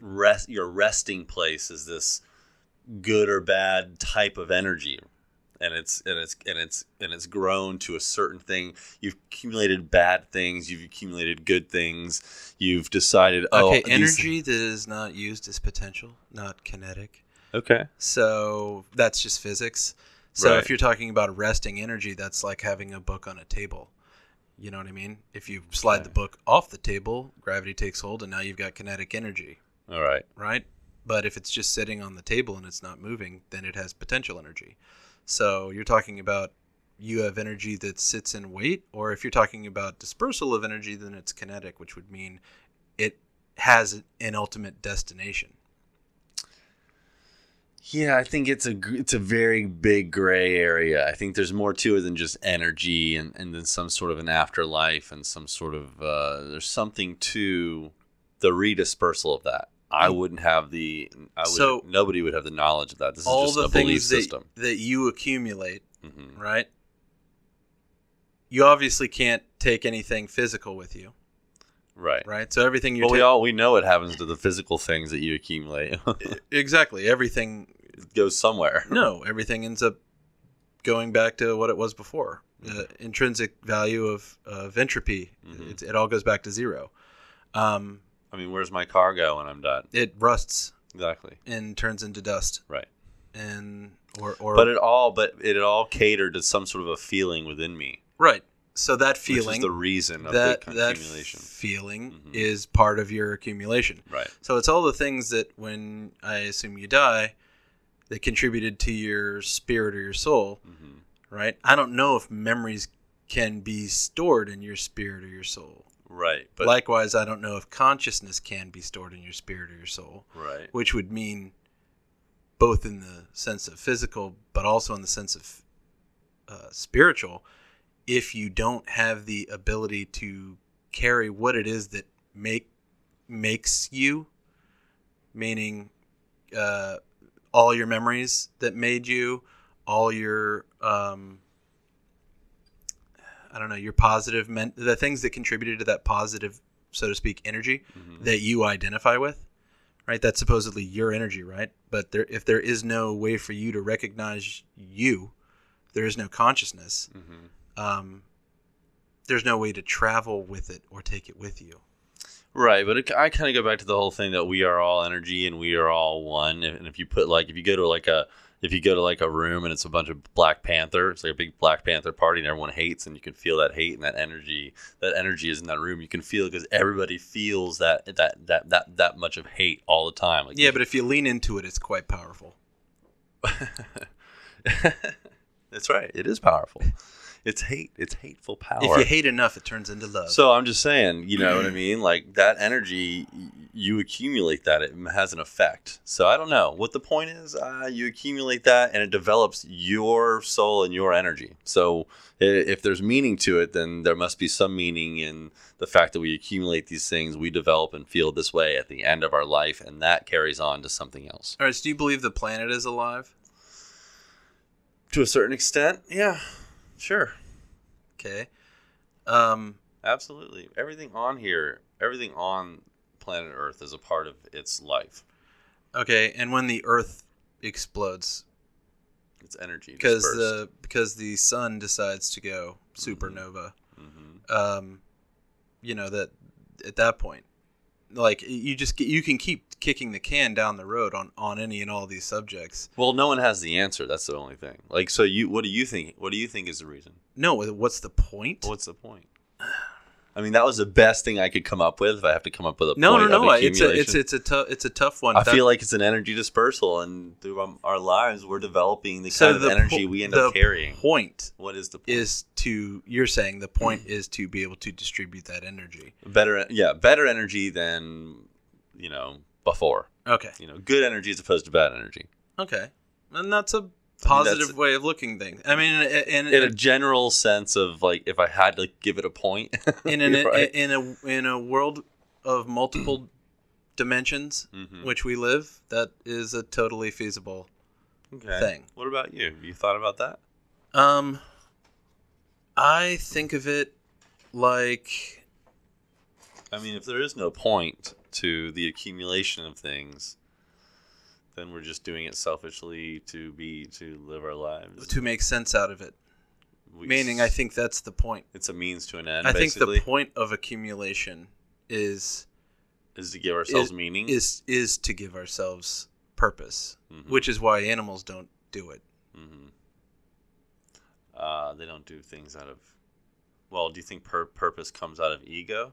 S3: rest your resting place is this good or bad type of energy, and it's and it's and it's and it's grown to a certain thing. You've accumulated bad things. You've accumulated good things. You've decided. Oh,
S4: okay
S3: these-
S4: energy that is not used is potential not kinetic
S3: Okay.
S4: So that's just physics. So
S3: Right.
S4: if you're talking about resting energy, that's like having a book on a table. You know what I mean? If you slide the book off the table, gravity takes hold and now you've got kinetic energy,
S3: All right.
S4: right? But if it's just sitting on the table and it's not moving, then it has potential energy. So you're talking about you have energy that sits in weight, or if you're talking about dispersal of energy, then it's kinetic, which would mean it has an ultimate destination.
S3: Yeah, I think it's a gr- it's a very big gray area. I think there's more to it than just energy and and then some sort of an afterlife and some sort of uh, there's something to the redispersal of that. I wouldn't have the I would
S4: Mm. So-
S3: nobody would have the knowledge of that. This
S4: all
S3: is just
S4: the
S3: a belief
S4: things that,
S3: system.
S4: that you accumulate,
S3: Mhm.
S4: right? You obviously can't take anything physical with you,
S3: Right.
S4: right? So everything you
S3: But we
S4: take,
S3: all we know what happens to the physical things that you accumulate. it
S4: exactly everything.
S3: goes somewhere.
S4: No, everything ends up going back to what it was before.
S3: Mm-hmm.
S4: The intrinsic value of of entropy,
S3: Mhm.
S4: it, it all goes back to zero. Um,
S3: I mean, where's my car go when I'm done?
S4: it rusts
S3: Exactly.
S4: and turns into dust,
S3: Right.
S4: and or or
S3: But it all but it all catered to some sort of a feeling within me.
S4: right. So that
S3: which
S4: feeling
S3: is the reason of
S4: that
S3: the
S4: that
S3: accumulation.
S4: feeling
S3: Mhm.
S4: is part of your accumulation.
S3: right.
S4: So it's all the things that when I assume you die, that contributed to your spirit or your soul,
S3: Mhm.
S4: right? I don't know if memories can be stored in your spirit or your soul.
S3: Right. But
S4: Likewise, I don't know if consciousness can be stored in your spirit or your soul,
S3: right.
S4: which would mean both in the sense of physical, but also in the sense of uh, spiritual, if you don't have the ability to carry what it is that make makes you, meaning uh, all your memories that made you, all your um, I don't know, your positive men the things that contributed to that positive, so to speak, energy that you identify with, right? That's supposedly your energy, right? But there, if there is no way for you to recognize you, there is no consciousness.
S3: Mm-hmm.
S4: Um, there's no way to travel with it or take it with you.
S3: Right, but it, I kind of go back to the whole thing that we are all energy and we are all one. And if you put like, if you go to like a, if you go to like a room and it's a bunch of Black Panther, it's like a big Black Panther party and everyone hates, and you can feel that hate and that energy. That energy is in that room. You can feel because everybody feels that that that that that much of hate all the time. Like,
S4: Yeah, but if you lean into it, it's quite powerful.
S3: that's right. It is powerful. It's hate. It's hateful power.
S4: If you hate enough, it turns into love.
S3: So I'm just saying, you know what I mean? Like that energy, y- you accumulate that; it has an effect. So I don't know what the point is. Uh, you accumulate that, and it develops your soul and your energy. So i- if there's meaning to it, then there must be some meaning in the fact that we accumulate these things, we develop and feel this way at the end of our life, and that carries on to something else.
S4: All right, so do you believe the planet is alive?
S3: To a certain extent, yeah, sure.
S4: Okay. Um,
S3: Absolutely. Everything on here, everything on planet Earth is a part of its life.
S4: okay, and when the Earth explodes,
S3: It's energy.
S4: because
S3: dispersed.
S4: the because the sun decides to go
S3: Mm-hmm.
S4: supernova,
S3: Mhm.
S4: um, you know that at that point, like you just get, you can keep kicking the can down the road on on any and all these subjects.
S3: Well, no one has the answer. That's the only thing. Like, so you, what do you think? What do you think is the reason?
S4: No, what's the point?
S3: What's the point? I mean, that was the best thing I could come up with. If I have to come up with a
S4: no, no,
S3: point of
S4: no. I- It's a it's
S3: accumulation.
S4: it's a tough it's a tough one.
S3: I
S4: That-
S3: feel like it's an energy dispersal, and through um, our lives, we're developing the
S4: so
S3: kind
S4: the
S3: of energy
S4: po-
S3: we end
S4: the
S3: up carrying.
S4: Point
S3: What is the point?
S4: is to you're saying the point
S3: Mm.
S4: is to be able to distribute that energy.
S3: better? Yeah, better energy than you know before.
S4: Okay.
S3: You know, good energy as opposed to bad energy.
S4: Okay. And that's a positive
S3: that's-
S4: way of looking things. I mean, in, in,
S3: In a general sense of like, if I had to give it a point,
S4: in, an,
S3: you're right.
S4: in a in a world of multiple dimensions,
S3: Mhm.
S4: which we live, that is a totally feasible
S3: Okay.
S4: thing.
S3: What about you? Have you thought about that?
S4: Um, I think of it like
S3: I mean, if there is no point to the accumulation of things, then we're just doing it selfishly to be to live our lives.
S4: to make sense out of it.
S3: We-
S4: Meaning, I think that's the point.
S3: it's a means to an end.
S4: I think
S3: basically,
S4: the point of accumulation is
S3: is to give ourselves
S4: is-
S3: meaning.
S4: is is to give ourselves purpose,
S3: Mhm.
S4: which is why animals don't do it.
S3: hmm uh, they don't do things out of. Well, do you think pur- purpose comes out of ego?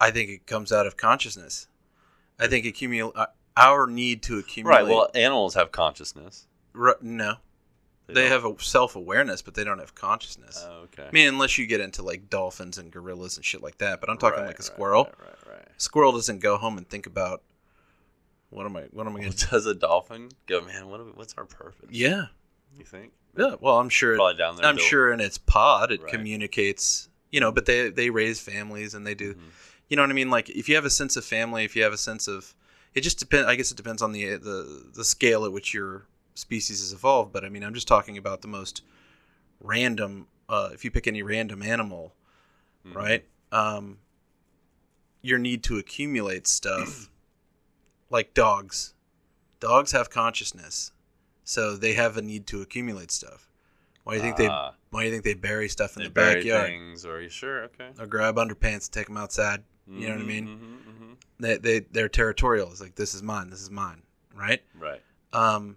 S4: I think it comes out of consciousness. I think accumul- uh, our need to accumulate.
S3: Right. Well, animals have consciousness.
S4: Ru- no, they,
S3: don't-
S4: have a self awareness, but they don't have consciousness.
S3: Oh, okay.
S4: I mean, unless you get into like dolphins and gorillas and shit like that. But I'm talking
S3: Right,
S4: like a
S3: right,
S4: squirrel.
S3: Right. Right. right.
S4: Squirrel doesn't go home and think about what am I? What am I going to?
S3: Does a dolphin go? Man, what? are we- What's our purpose?
S4: Yeah,
S3: You think?
S4: yeah. Well, I'm sure.
S3: Probably down there.
S4: I'm
S3: built-
S4: sure in its pod it
S3: Right.
S4: communicates, you know, but they they raise families and they do
S3: Mm-hmm.
S4: you know what I mean? Like if you have a sense of family, if you have a sense of it just depends I guess it depends on the the the scale at which your species has evolved, but I mean I'm just talking about the most random uh if you pick any random animal,
S3: Mhm.
S4: right? Um your need to accumulate stuff like dogs. Dogs have consciousness. So they have a need to accumulate stuff. Why do you think they
S3: Ah,
S4: why do you think they bury stuff in
S3: they
S4: the
S3: bury
S4: backyard?
S3: things? Are you sure? Okay.
S4: Or grab underpants, take them outside. You know what I
S3: Mhm,
S4: mean?
S3: mhm, mhm.
S4: They they they're territorial. It's like this is mine, this is mine, right?
S3: Right.
S4: Um,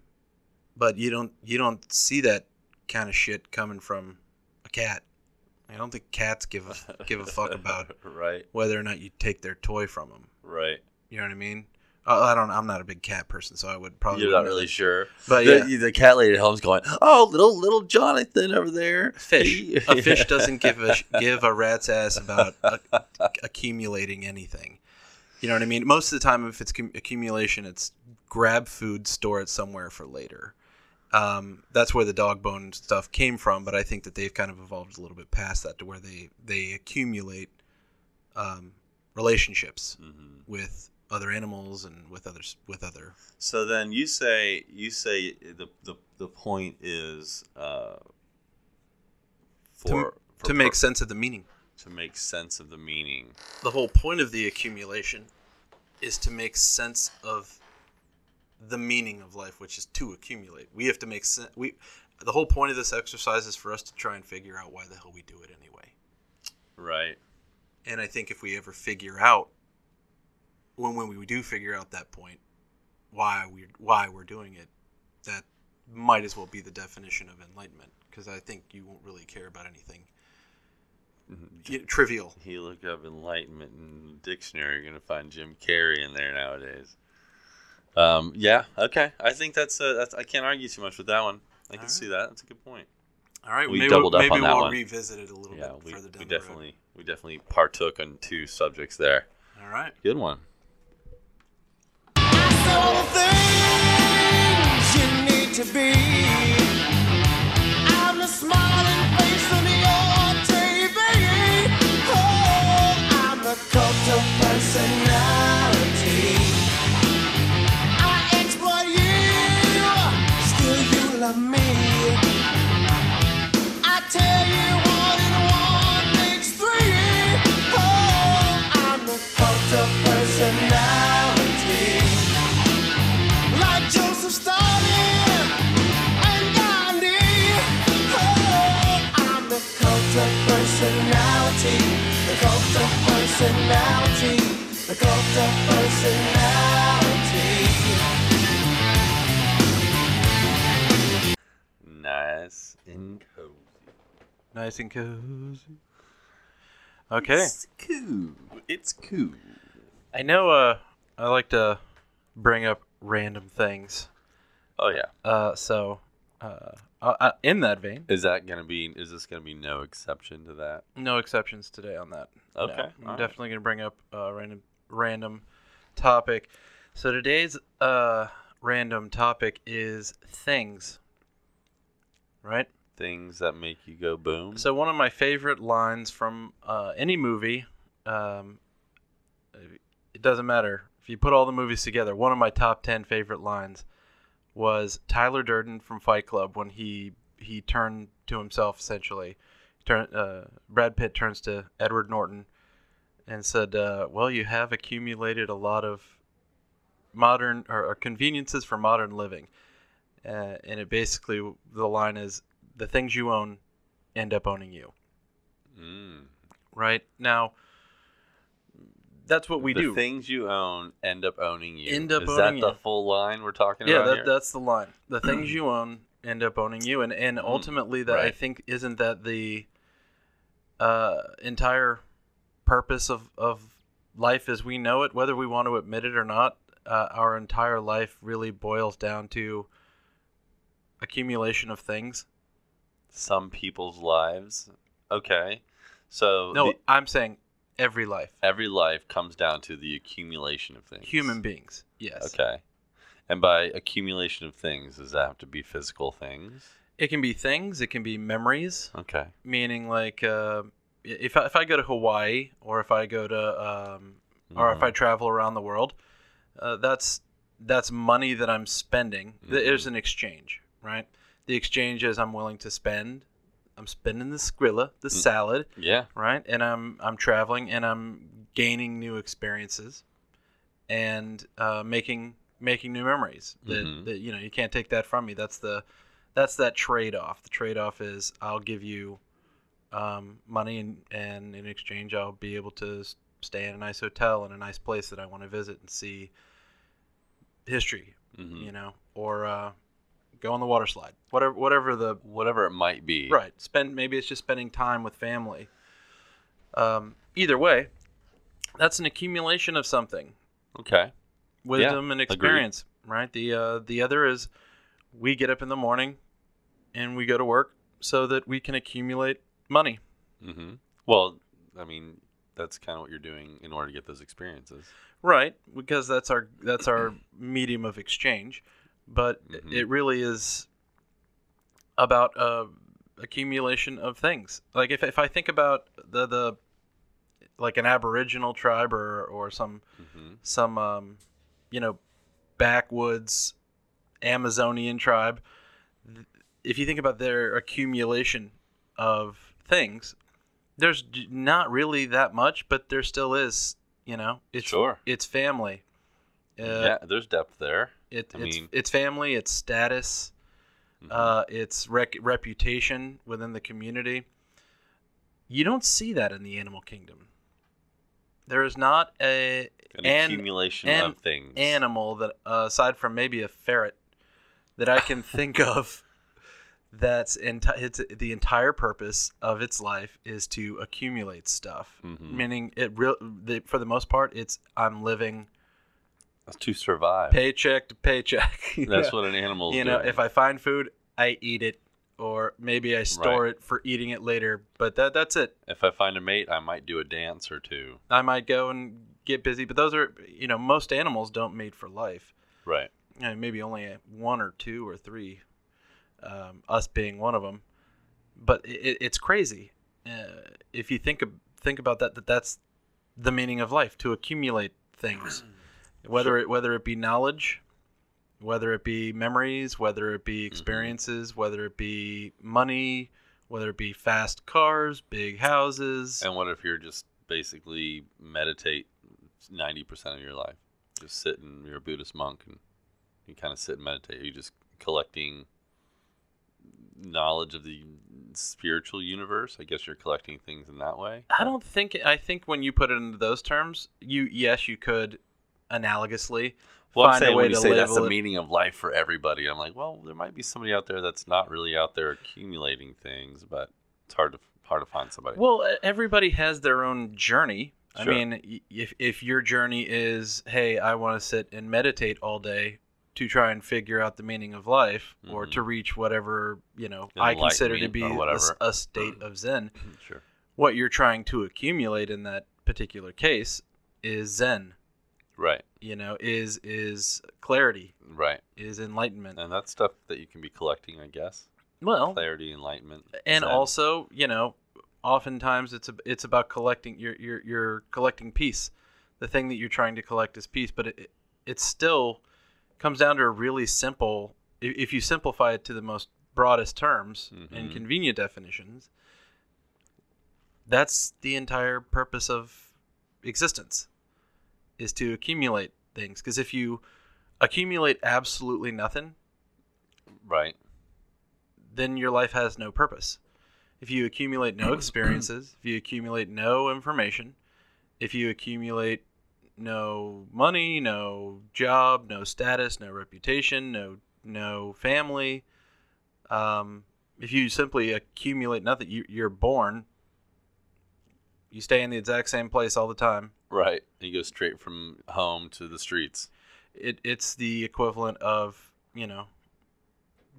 S4: but you don't you don't see that kind of shit coming from a cat. I don't think cats give a give a fuck about
S3: right.
S4: whether or not you take their toy from them.
S3: Right.
S4: You know what I mean? Uh, I don't. I'm not a big cat person, so I would probably.
S3: You're not
S4: wouldn't
S3: really
S4: really-
S3: sure.
S4: But
S3: the,
S4: yeah,
S3: the cat lady at home's going, "Oh, little little Jonathan over there,
S4: fish.
S3: He-
S4: A fish doesn't give a sh- give a rat's ass about a, accumulating anything. You know what I mean? Most of the time, if it's cum- accumulation, it's grab food, store it somewhere for later. Um, that's where the dog bone stuff came from, but I think that they've kind of evolved a little bit past that to where they they accumulate um, relationships
S3: Mhm.
S4: with other animals and with others with other.
S3: So then you say you say the the, the point is uh, for
S4: To,
S3: for
S5: to make
S3: per-
S5: sense of the meaning.
S3: to make sense of the meaning.
S5: The whole point of the accumulation is to make sense of the meaning of life, which is to accumulate. We have to make sense. We the whole point of this exercise is for us to try and figure out why the hell we do it anyway.
S3: Right.
S5: And I think if we ever figure out when when we do figure out that point why we why we're doing it, that might as well be the definition of enlightenment because I think you won't really care about anything y- trivial.
S3: You look up enlightenment in the dictionary, you're gonna find Jim Carrey in there nowadays. Um, yeah. Okay. I think that's a, that's. I can't argue too much with that one. I can
S5: All
S3: see that. That's a good point.
S5: All right,
S3: We
S5: maybe,
S3: doubled up
S5: maybe
S3: on that
S5: we'll
S3: one.
S5: revisit it a little
S3: Yeah.
S5: bit
S3: We,
S5: further down
S3: we
S5: the road.
S3: definitely we definitely partook on two subjects there.
S5: All right.
S3: Good one.
S2: all the things you need to be. I'm the smiling face on your TV. Oh, I'm the cult of personality. I exploit you, still you love me. I tell you one and one makes three. Oh, I'm the cult of personality. Like Joseph Stalin and Gandhi. Oh, I'm the cult of personality. The cult of personality. The cult of personality.
S3: Nice and cozy.
S5: Nice and cozy. Okay.
S3: cool. It's cool.
S5: I know uh I like to bring up random things.
S3: Oh yeah.
S5: Uh so uh uh, uh, in that vein,
S3: Is that gonna be? Is this gonna be no exception to that?
S5: no exceptions today on that. No,
S3: Okay,
S5: I'm
S3: alright.
S5: definitely going to bring up a random random topic. So today's uh random topic is things. Right?
S3: Things that make you go boom.
S5: So one of my favorite lines from uh, any movie, um, it doesn't matter if you put all the movies together. One of my top ten favorite lines was Tyler Durden from Fight Club when he he turned to himself essentially. Turn uh, Brad Pitt turns to Edward Norton and said, uh, "Well, you have accumulated a lot of modern or, or conveniences for modern living." Uh, and it basically the line is the things you own end up owning you.
S3: mm.
S5: Right now, that's what we
S3: the
S5: do.
S3: things you own end up owning you.
S5: End up
S3: is
S5: owning
S3: that the
S5: you.
S3: full line we're talking
S5: yeah,
S3: about?
S5: that,
S3: here?
S5: that's the line. The things you own end up owning you, and and ultimately, that I
S3: right.
S5: think isn't that the uh, entire purpose of of life as we know it, whether we want to admit it or not. Uh, our entire life really boils down to accumulation of things.
S3: some people's lives. Okay, so
S5: No,
S3: the-
S5: I'm saying every life,
S3: every life comes down to the accumulation of things.
S5: human beings. Yes.
S3: Okay, and by accumulation of things, does that have to be physical things?
S5: It can be things. It can be memories.
S3: Okay.
S5: meaning like uh, if I, if I go to Hawaii or if I go to um, or if I travel around the world, uh, that's that's money that I'm spending. Th- There's an exchange, right? The exchange is I'm willing to spend. I'm spending the skrilla, the salad,
S3: Yeah.
S5: right? And I'm I'm traveling and I'm gaining new experiences, and uh, making making new memories. That,
S3: Mhm.
S5: that you know you can't take that from me. That's the that's that trade off. The trade off is I'll give you um, money and and in exchange I'll be able to s- stay in a nice hotel in a nice place that I want to visit and see history.
S3: Mhm.
S5: You know, or uh, go on the water slide. Whatever whatever the
S3: Whatever it might be.
S5: Right. Spend maybe it's just spending time with family. Um, either way, that's an accumulation of something,
S3: Okay.
S5: wisdom and
S3: agreed.
S5: experience, right? The uh, the other is we get up in the morning and we go to work so that we can accumulate money.
S3: Mm-hmm. Well, I mean, that's kind of what you're doing in order to get those experiences.
S5: Right, because that's our that's our medium of exchange, but i-
S3: Mhm.
S5: it really is about uh, accumulation of things. Like if, if I think about the the like an Aboriginal tribe or or some
S3: Mm-hmm.
S5: some um, you know backwoods Amazonian tribe, th- if you think about their accumulation of things, there's j- not really that much, but there still is. You know, it's
S3: Sure.
S5: it's family. Uh,
S3: yeah, there's depth there. I
S5: It, it's,
S3: mean- Mm-hmm.
S5: it's family, it's status, uh, it's rec- reputation within the community. You don't see that in the animal kingdom. There is not a
S3: An
S5: an
S3: accumulation
S5: and-
S3: of things.
S5: animal that uh, aside from maybe a ferret that I can think of that's enti- it's, the entire purpose of its life is to accumulate stuff.
S3: Mm-hmm.
S5: Meaning it real the, for the most part it's I'm living
S3: to survive.
S5: paycheck to paycheck. you
S3: That's
S5: know?
S3: what an animal's
S5: you know
S3: doing.
S5: if i find food i eat it or maybe i store
S3: Right.
S5: it for eating it later but that that's it
S3: if I find a mate, I might do a dance or two.
S5: i might go and get busy but those are you know most animals don't mate for life
S3: Right.
S5: you know, maybe only one or two or three um, us being one of them but it, it's crazy uh, if you think of, think about that that that's the meaning of life to accumulate things whether it whether it be knowledge whether it be memories whether it be experiences whether it be money whether it be fast cars big houses
S3: And what if you're just basically meditate 90% of your life? Just sit and you're a Buddhist monk and you kind of sit and meditate. You're just collecting knowledge of the spiritual universe. I guess you're collecting things in that way.
S5: I don't think I think when you put it into those terms, you yes, you could analogously
S3: Well, I'm
S5: find
S3: saying
S5: a way
S3: when you
S5: to
S3: say that's
S5: label
S3: the
S5: it.
S3: meaning of life for everybody, I'm like, well, there might be somebody out there that's not really out there accumulating things, but it's hard to hard to find somebody.
S5: Well, e- everybody has their own journey. I
S3: Sure.
S5: mean, y- if if your journey is, hey, I want to sit and meditate all day to try and figure out the meaning of life or to reach whatever, you know, I consider to
S3: Mm-hmm. Enlightenment
S5: be
S3: or
S5: a s-
S3: whatever.
S5: a state of zen,
S3: sure.
S5: what you're trying to accumulate in that particular case is zen,
S3: Right.
S5: you know, is is clarity,
S3: Right.
S5: is enlightenment.
S3: And that's stuff that you can be collecting, I guess.
S5: well,
S3: Clarity, enlightenment.
S5: and
S3: zen.
S5: also you know oftentimes it's a, it's about collecting you're, you're you're collecting peace the thing that you're trying to collect is peace but it it still comes down to a really simple i- if you simplify it to the most broadest terms and convenient definitions that's the entire purpose of existence is to accumulate things because if you accumulate absolutely nothing
S3: Right.
S5: then your life has no purpose. If you accumulate no experiences, if you accumulate no information, if you accumulate no money, no job, no status, no reputation, no no family, um, if you simply accumulate nothing, you, you're born. You stay in the exact same place all the time.
S3: Right. You go straight from home to the streets.
S5: It it's the equivalent of you know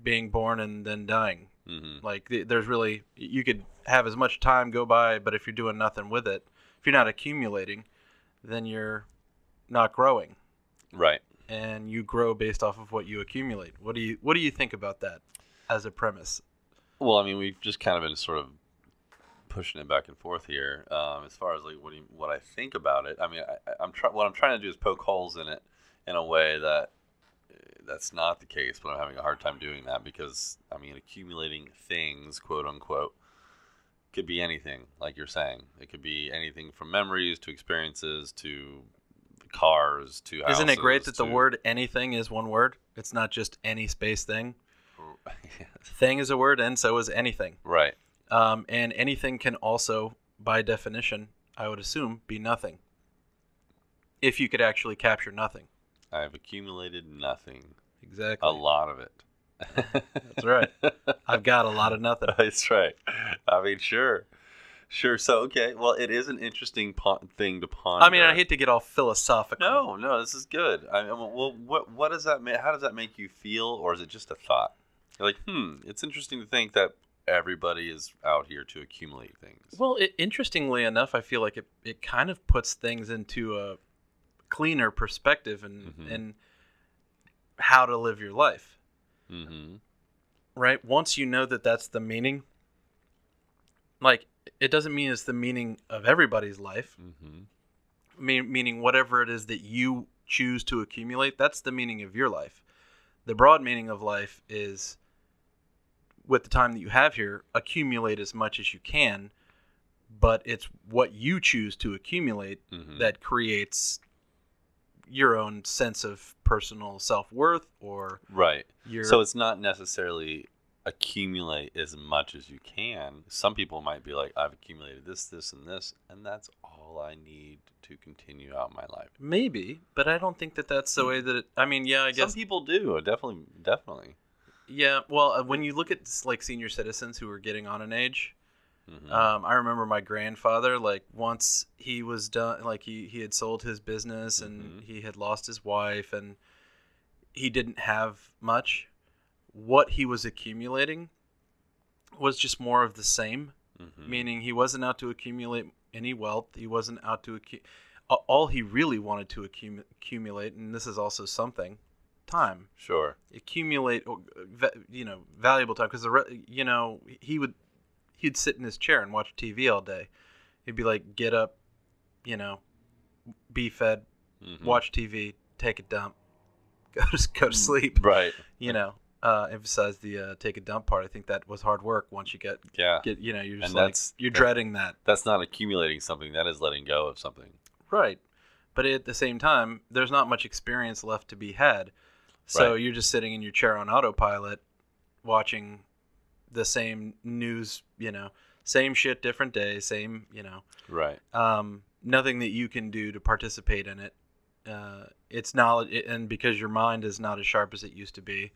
S5: being born and then dying.
S3: hmm
S5: Like th- there's really you could have as much time go by, but if you're doing nothing with it, if you're not accumulating, then you're not growing,
S3: Right.
S5: and you grow based off of what you accumulate. What do you What do you think about that as a premise?
S3: Well, I mean, we've just kind of been sort of pushing it back and forth here. Um, as far as like what do you, what I think about it, I mean, I, I- I'm try- what I'm trying to do is poke holes in it in a way that uh, that's not the case, but I'm having a hard time doing that because I mean, accumulating things, quote unquote, could be anything. Like you're saying, it could be anything from memories to experiences to cars to
S5: Isn't it great that
S3: houses
S5: the
S3: to-
S5: word anything is one word? It's not just any space thing. Thing is a word, and so is anything.
S3: right?
S5: Um, and anything can also, by definition, I would assume, be nothing. If you could actually capture nothing.
S3: I've accumulated nothing,
S5: Exactly.
S3: a lot of it.
S5: That's right. I've got a lot of nothing.
S3: That's right. I mean, sure, sure. So okay, well, it is an interesting po- thing to ponder.
S5: I mean, I hate to get all philosophical.
S3: No, no, this is good. I mean, well, what what does that mean? How does that make you feel, or is it just a thought? You're like, hmm, it's interesting to think that everybody is out here to accumulate things.
S5: Well, it, interestingly enough, I feel like it, it kind of puts things into a cleaner perspective and and how to live your life.
S3: Mm-hmm.
S5: Right. Once you know that that's the meaning, like it doesn't mean it's the meaning of everybody's life.
S3: Mm-hmm.
S5: mean, meaning whatever it is that you choose to accumulate, that's the meaning of your life. The broad meaning of life is with the time that you have here, accumulate as much as you can but it's what you choose to accumulate
S3: Mhm.
S5: that creates your own sense of personal self-worth or
S3: Right.
S5: your
S3: So it's not necessarily accumulate as much as you can. Some people might be like, I've accumulated this, this, and this, and that's all I need to continue out my life.
S5: maybe but i don't think that that's the way that it, i mean yeah i guess
S3: Some people do, definitely, definitely.
S5: yeah well uh, when you look at s- like senior citizens who are getting on in age
S3: Mhm.
S5: Um, I remember my grandfather, like once he was done, like he, he had sold his business and
S3: Mhm.
S5: he had lost his wife and he didn't have much. What he was accumulating was just more of the same,
S3: Mhm.
S5: meaning he wasn't out to accumulate any wealth. He wasn't out to accu- a- all he really wanted to accumu- accumulate, and this is also something, time
S3: Sure.
S5: accumulate or, uh, va- you know valuable time because the re- you know he would he'd sit in his chair and watch TV all day. He'd be like, get up, you know, be fed,
S3: Mhm.
S5: watch TV, take a dump, go to go
S3: Mm.
S5: to sleep.
S3: Right.
S5: You know, uh, emphasize the uh, take a dump part. I think that was hard work. Once you get
S3: Yeah.
S5: get you know you're just
S3: And
S5: like
S3: that's-
S5: you're dreading that
S3: That's not accumulating something, that is letting go of something.
S5: right. But at the same time, there's not much experience left to be had. So
S3: Right.
S5: you're just sitting in your chair on autopilot, watching the same news, you know, same shit, different day, same, you know,
S3: Right.
S5: um, nothing that you can do to participate in it. Uh, it's knowledge, and because your mind is not as sharp as it used to be,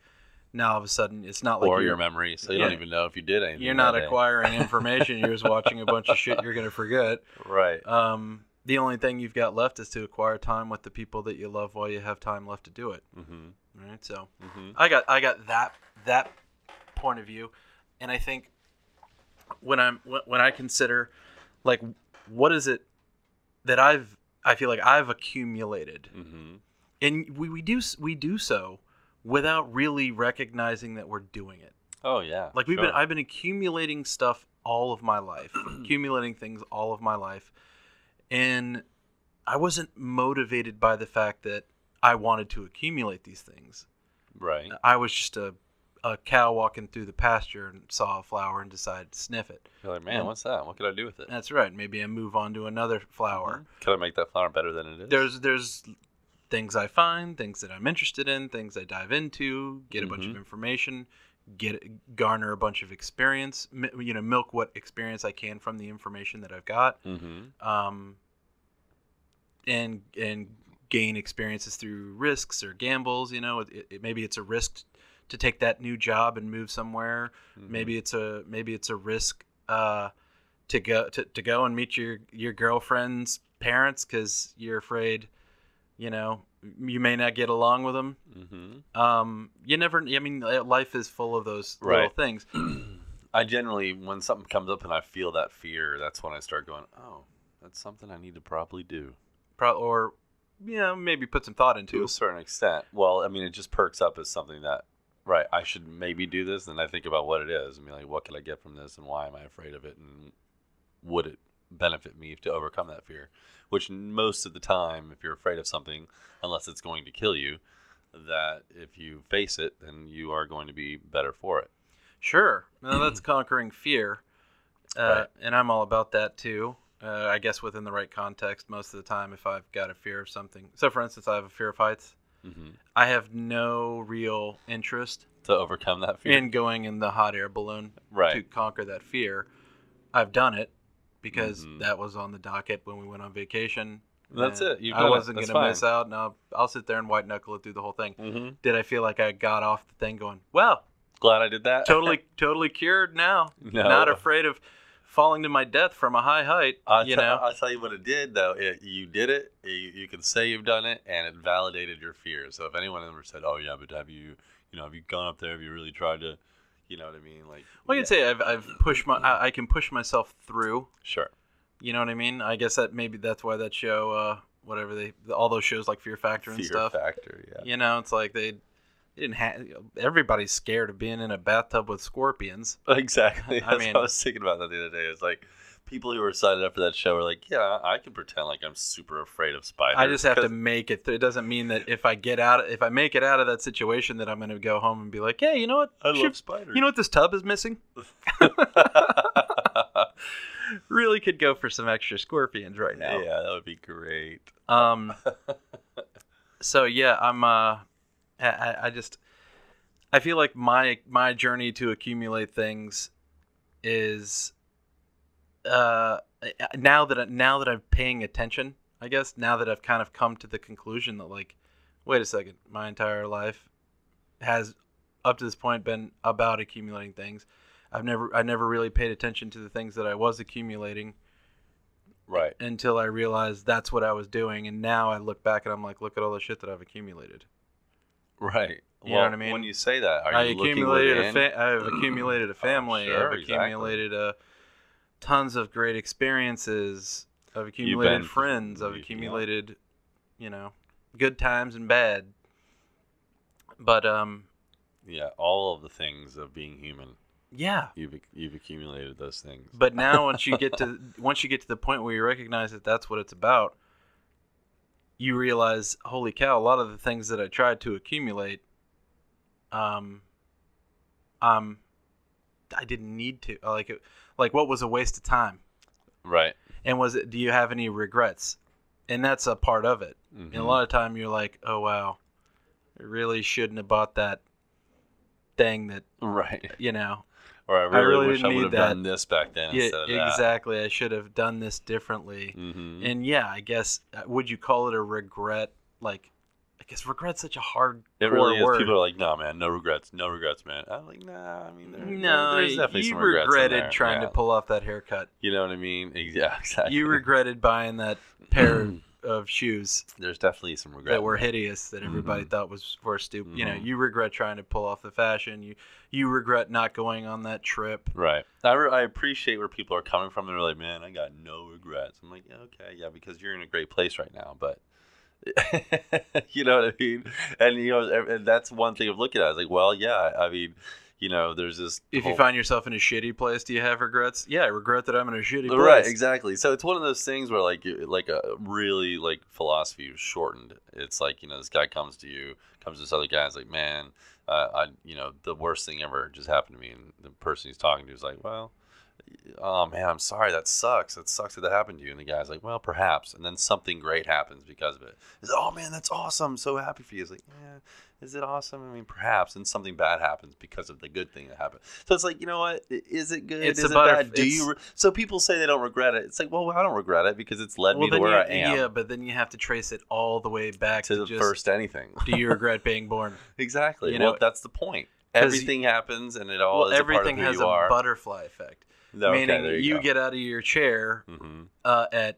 S5: now all of a sudden it's not like
S3: or
S5: you're,
S3: your memory, so you don't
S5: Yeah.
S3: even know if you did anything.
S5: you're not
S3: that day.
S5: acquiring information. You're just watching a bunch of shit you're gonna forget.
S3: Right.
S5: Um, the only thing you've got left is to acquire time with the people that you love while you have time left to do it.
S3: hmm
S5: Right. So
S3: hmm
S5: I got I got that that point of view, and I think when I'm when- when I consider like what is it that I've I feel like I've accumulated,
S3: hmm
S5: and we, we do s- we do so without really recognizing that we're doing it.
S3: Oh yeah.
S5: Like we've
S3: sure.
S5: been I've been accumulating stuff all of my life, accumulating things all of my life. And I wasn't motivated by the fact that I wanted to accumulate these things.
S3: right.
S5: I was just a a cow walking through the pasture and saw a flower and decided to sniff it.
S3: You're like, man,
S5: and-
S3: what's that? What could I do with it?
S5: That's right. Maybe I move on to another flower.
S3: Could I make that flower better than it is?
S5: There's there's things I find, things that I'm interested in, things I dive into, get a bunch of information, get garner a bunch of experience, mi- you know, milk what experience I can from the information that I've got,
S3: hmm
S5: um, and and gain experiences through risks or gambles. You know, it, it, maybe it's a risk to take that new job and move somewhere. Maybe it's a maybe it's a risk. Uh, to go to, to go and meet your your girlfriend's parents because you're afraid you know you may not get along with them
S3: hmm
S5: um you never i mean uh, life is full of those little
S3: Right.
S5: things
S3: I generally, when something comes up and I feel that fear, that's when I start going, oh, that's something I need to probably do.
S5: Pro- or you know maybe put some thought
S3: To
S5: into
S3: a certain extent. Well, I mean, it just perks up as something that, right, I should maybe do this. Then I think about what it is. I mean, like, what could I get from this and why am I afraid of it? And would it benefit me to overcome that fear? Which most of the time, if you're afraid of something, unless it's going to kill you, that if you face it, then you are going to be better for it.
S5: sure now that's conquering fear uh,
S3: Right.
S5: and i'm all about that too uh, i guess within the right context most of the time if i've got a fear of something so for instance i have a fear of heights
S3: hmm
S5: i have no real interest
S3: To overcome that fear.
S5: in going in the hot air balloon to
S3: right.
S5: conquer that fear. I've done it because
S3: Mhm.
S5: that was on the docket when we went on vacation.
S3: That's
S5: and
S3: it. You've
S5: I
S3: done it.
S5: wasn't
S3: That's
S5: gonna miss
S3: fine.
S5: out. No, I'll sit there and white knuckle it through the whole thing.
S3: hmm
S5: Did I feel like I got off the thing going, well,
S3: Glad I did that.
S5: totally, totally cured now.
S3: No.
S5: Not afraid of falling to my death from a high height.
S3: I'll
S5: you
S3: tell-
S5: know,
S3: I'll tell you what it did though. It, you did it. You, you can say you've done it, and it validated your fears. So if anyone ever said, "Oh yeah, but have you, you know, have you gone up there? Have you really tried to, you know what I mean?" Like,
S5: well, you
S3: yeah,
S5: can say I've, I've pushed my, I, I can push myself through.
S3: sure,
S5: You know what I mean? I guess that maybe that's why that show, uh, whatever they, all those shows like Fear Factor and
S3: fear
S5: stuff.
S3: factor. Yeah.
S5: You know, it's like they they didn't have. Everybody's scared of being in a bathtub with scorpions.
S3: Exactly.
S5: I
S3: That's
S5: mean-
S3: what I was thinking about that the other day. It's like people who were signed up for that show were like, "Yeah, I can pretend like I'm super afraid of spiders."
S5: I just have to
S3: 'cause-
S5: make it. Th- it doesn't mean that if I get out, if I make it out of that situation, that I'm going to go home and be like, "Hey, you know what?
S3: I
S5: Shoot,
S3: love spiders.
S5: you know what? This tub is missing." really could go for some extra scorpions right now.
S3: Yeah, that would be great.
S5: Um. so yeah, I'm. Uh, I- I, I just, I feel like my my journey to accumulate things, is, uh, now that I, now that I'm paying attention, I guess now that I've kind of come to the conclusion that like, wait a second, my entire life has up to this point been about accumulating things. I've never I never really paid attention to the things that I was accumulating
S3: Right.
S5: until I realized that's what I was doing. And now I look back and I'm like, look at all the shit that I've accumulated.
S3: Right.
S5: You know what I mean?
S3: When you say that, are
S5: I
S3: you looking
S5: accumulated a
S3: within? Oh,
S5: fa- I've accumulated a family.
S3: sure,
S5: I've
S3: exactly.
S5: accumulated uh tons of great experiences. I've accumulated
S3: been-
S5: friends. I've
S3: you- yeah.
S5: accumulated, you know, good times and bad. But um,
S3: yeah, all of the things of being human.
S5: yeah.
S3: You've ac- you've accumulated those things.
S5: But now once you get to once you get to the point where you recognize that that's what it's about, you realize, holy cow, a lot of the things that I tried to accumulate, um, um, I didn't need to. Like, it- like what was a waste of time?
S3: right.
S5: And was it? Do you have any regrets? And that's a part of it. And a
S3: Mhm.
S5: lot of time you're like, oh wow, I really shouldn't have bought that thing that
S3: Right.
S5: you know
S3: Or I really,
S5: really
S3: wish I
S5: didn't
S3: would
S5: need
S3: have done
S5: that.
S3: this back then
S5: yeah,
S3: instead of that.
S5: exactly. I should have done this differently.
S3: Mm-hmm.
S5: And yeah, I guess uh, would you call it a regret? Like, I guess regret's such a hard
S3: It really is.
S5: word.
S3: People are like, "No, man, no regrets, no regrets, man." I'm like, "Nah, I mean, there,
S5: no,
S3: there's definitely
S5: you
S3: some regrets in there.
S5: regretted trying
S3: Yeah.
S5: to pull off that haircut.
S3: You know what I mean? Ex- Yeah, exactly.
S5: You regretted buying that pair of shoes
S3: There's definitely some regret.
S5: that were hideous that everybody
S3: Mm-hmm.
S5: thought was were stupid. You know,
S3: Mhm.
S5: you regret trying to pull off the fashion. You you regret not going on that trip.
S3: Right. I, re- I appreciate where people are coming from. They're like, man, I got no regrets. I'm like, "Yeah, okay, yeah, because you're in a great place right now. But you know what I mean? And you know, and- and that's one thing of looking at. It. It's like, well, yeah, I mean, you know, there's this.
S5: If you
S3: whole-
S5: find yourself in a shitty place, do you have regrets? Yeah, I regret that I'm in a shitty place.
S3: Right, exactly. So it's one of those things where like you- like a really like philosophy is shortened. It's like you know this guy comes to you, comes to this other guy. It's like man, uh, I you know the worst thing ever just happened to me, and the person he's talking to is like, well, oh man, I'm sorry, that sucks. That sucks that that happened to you. And the guy's like, well, perhaps. And then something great happens because of it. He's like, oh man, that's awesome. I'm so happy for you. It's like, yeah, is it awesome? I mean, perhaps. And something bad happens because of the good thing that happened. So it's like, you know what? I- Is it good?
S5: It's
S3: is it
S5: about a-
S3: bad? Do
S5: it's-
S3: you? Re- so people say they don't regret it. It's like, well, I don't regret it because it's led
S5: Well,
S3: me to
S5: then
S3: where
S5: you,
S3: I am.
S5: yeah, but then you have to trace it all the way back
S3: To the
S5: just,
S3: first anything.
S5: do you regret being born?
S3: exactly.
S5: you
S3: well,
S5: know,
S3: that's the point.
S5: 'cause you-
S3: Everything happens, and it all
S5: well,
S3: is a part of
S5: everything
S3: who
S5: has
S3: you
S5: a
S3: are.
S5: butterfly effect,
S3: No, okay,
S5: meaning
S3: there
S5: you,
S3: go.
S5: get out of your chair
S3: Mhm.
S5: uh, at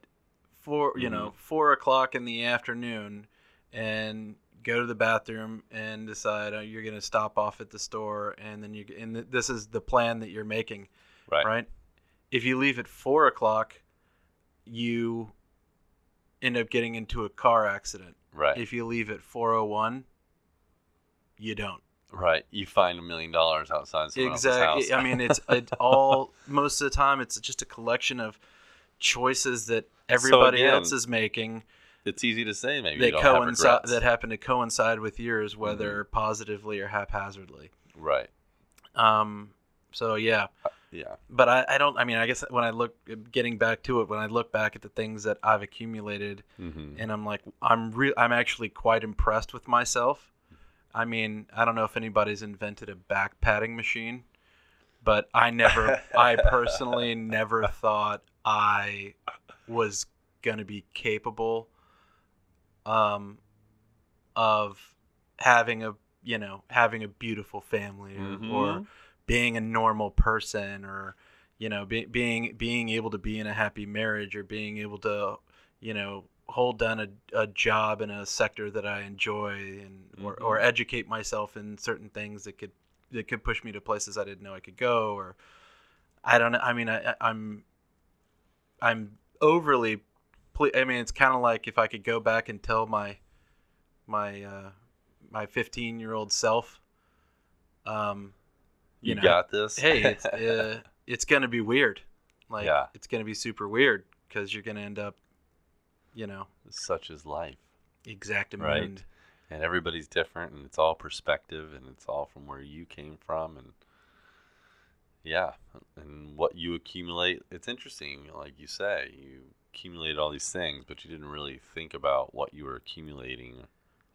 S5: four, you know,
S3: Mm-hmm.
S5: four o'clock in the afternoon, and go to the bathroom and decide oh, you're going to stop off at the store, and then you and th- this is the plan that you're making,
S3: Right.
S5: right? If you leave at four o'clock, you end up getting into a car accident.
S3: Right.
S5: If you leave at four o one, you don't.
S3: Right. You find a million dollars outside someone else's
S5: Exactly.
S3: house.
S5: I mean, it's it all most of the time. It's just a collection of choices that everybody
S3: again,
S5: else is making
S3: it's easy to say maybe
S5: that
S3: you don't
S5: coincide
S3: have regrets. Mm-hmm.
S5: that happen to coincide with yours, whether positively or haphazardly.
S3: right.
S5: Um. So yeah,
S3: Yeah.
S5: but I, I don't. I mean, I guess when I look getting back to it, when I look back at the things that I've accumulated,
S3: Mm-hmm.
S5: and I'm like, I'm real. I'm actually quite impressed with myself. I mean, I don't know if anybody's invented a back padding machine, but I never, I personally never thought I was gonna be capable, um, of having a you know having a beautiful family or, or
S3: Mhm.
S5: being a normal person or you know be, being being able to be in a happy marriage or being able to you know hold down a, a job in a sector that I enjoy and or, or educate myself in certain things that could that could push me to places I didn't know I could go or I don't know I mean I, I- I'm I'm overly ple- I mean it's kind of like if I could go back and tell my my uh my 15 year old self um
S3: You,
S5: you know,
S3: got this.
S5: hey, it's, uh, it's gonna be weird. Like,
S3: Yeah.
S5: it's gonna be super weird because you're gonna end up, you know,
S3: such is life,
S5: exact
S3: Right. and everybody's different, and it's all perspective, and it's all from where you came from, and yeah, and what you accumulate, it's interesting. Like you say, you accumulate all these things, but you didn't really think about what you were accumulating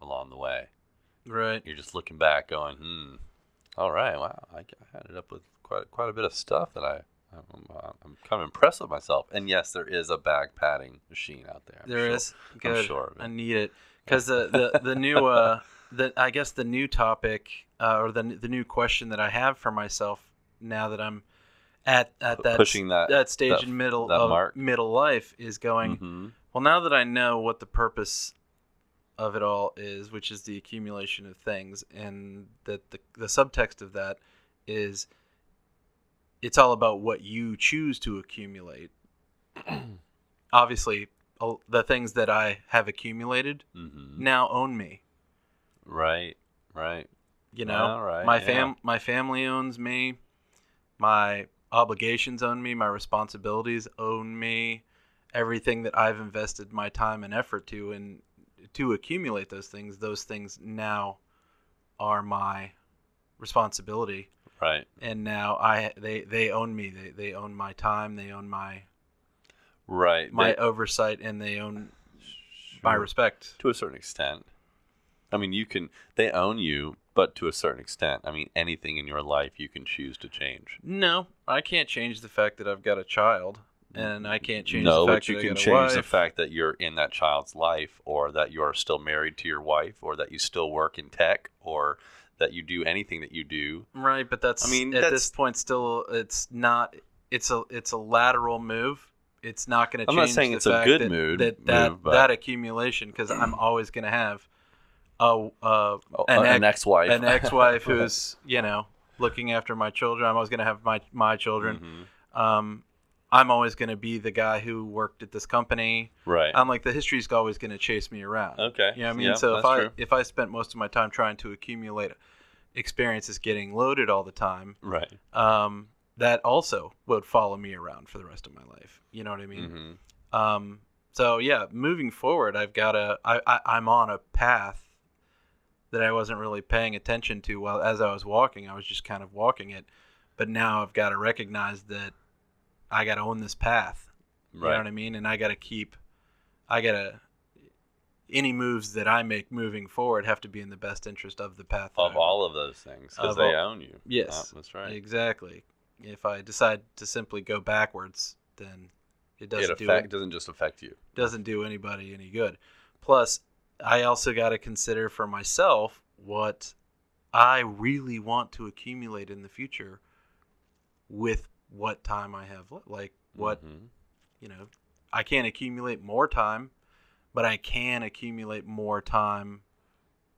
S3: along the way.
S5: Right.
S3: You're just looking back, going, "Hmm, all right, wow, I, I ended up with quite quite a bit of stuff that I." I'm, uh, I'm kind of impressed with myself, and yes, there is a bag padding machine out there. I'm
S5: There
S3: sure.
S5: is good.
S3: sure of it.
S5: I need it because the, the the new uh the I guess the new topic uh, or the the new question that I have for myself now that I'm at at
S3: P-
S5: that
S3: pushing that-
S5: that stage
S3: that-
S5: in middle
S3: that
S5: of
S3: mark.
S5: middle life is going.
S3: Mhm.
S5: Well, now that I know what the purpose of it all is, which is the accumulation of things, and that the, the subtext of that is it's all about what you choose to accumulate. Obviously, all- the things that I have accumulated
S3: Mhm.
S5: now own me.
S3: Right, right.
S5: You know,
S3: All right,
S5: my
S3: yeah.
S5: fam, my family owns me. My obligations own me. My responsibilities own me. Everything that I've invested my time and effort to and to accumulate those things, those things now are my responsibility.
S3: Right,
S5: And now I they they own me. They they own my time. They own my
S3: right.
S5: my
S3: They-
S5: oversight, and they own my
S3: Sure.
S5: respect.
S3: to a certain extent. I mean, you can. They own you, but to a certain extent. I mean, anything in your life you can choose to change.
S5: No, I can't change the fact that I've got a child, and I can't change.
S3: no,
S5: the
S3: but
S5: fact
S3: you
S5: that I
S3: can
S5: got a
S3: change the
S5: wife.
S3: fact that you're in that child's life, or that you are still married to your wife, or that you still work in tech, or that you do anything that you do.
S5: Right, but that's
S3: I
S5: I
S3: mean,
S5: mean at
S3: that's-
S5: this point still it's not it's a it's a lateral move. It's not going to
S3: I'm
S5: change
S3: not saying
S5: the
S3: it's a
S5: fact
S3: good
S5: that,
S3: mood-
S5: that that,
S3: move, but-
S5: that accumulation because I'm always going to have a uh,
S3: Oh,
S5: an,
S3: an
S5: ex,
S3: ex-wife.
S5: an ex-wife who's, you know, looking after my children. I'm always going to have my my children.
S3: Mhm.
S5: Um I'm always going to be the guy who worked at this company.
S3: Right.
S5: I'm like the history's always going to chase me around.
S3: Okay.
S5: Um, You know what I mean?
S3: Yeah,
S5: so if
S3: that's
S5: I
S3: true.
S5: if I spent most of my time trying to accumulate experiences getting loaded all the time,
S3: right.
S5: um, that also would follow me around for the rest of my life. Mm-hmm. You know what I mean?
S3: hmm
S5: Um, so yeah, moving forward, I've got a I, I I'm on a path that I wasn't really paying attention to while as I was walking. I was just kind of walking it, but now I've got to recognize that I got to own this path. You know
S3: Right.
S5: what I mean? And I got to keep, I got to, any moves that I make moving forward have to be in the best interest of the path. that
S3: Of
S5: I-
S3: all of those things, because
S5: Of
S3: they
S5: all-
S3: own you.
S5: Yes.
S3: Uh, that's right.
S5: Exactly. If I decide to simply go backwards, then it doesn't
S3: it
S5: do
S3: affect, doesn't just affect you.
S5: doesn't do anybody any good. Plus, I also got to consider for myself what I really want to accumulate in the future with what time I have. le- Like what
S3: Mhm.
S5: you know, I can't accumulate more time, but I can accumulate more time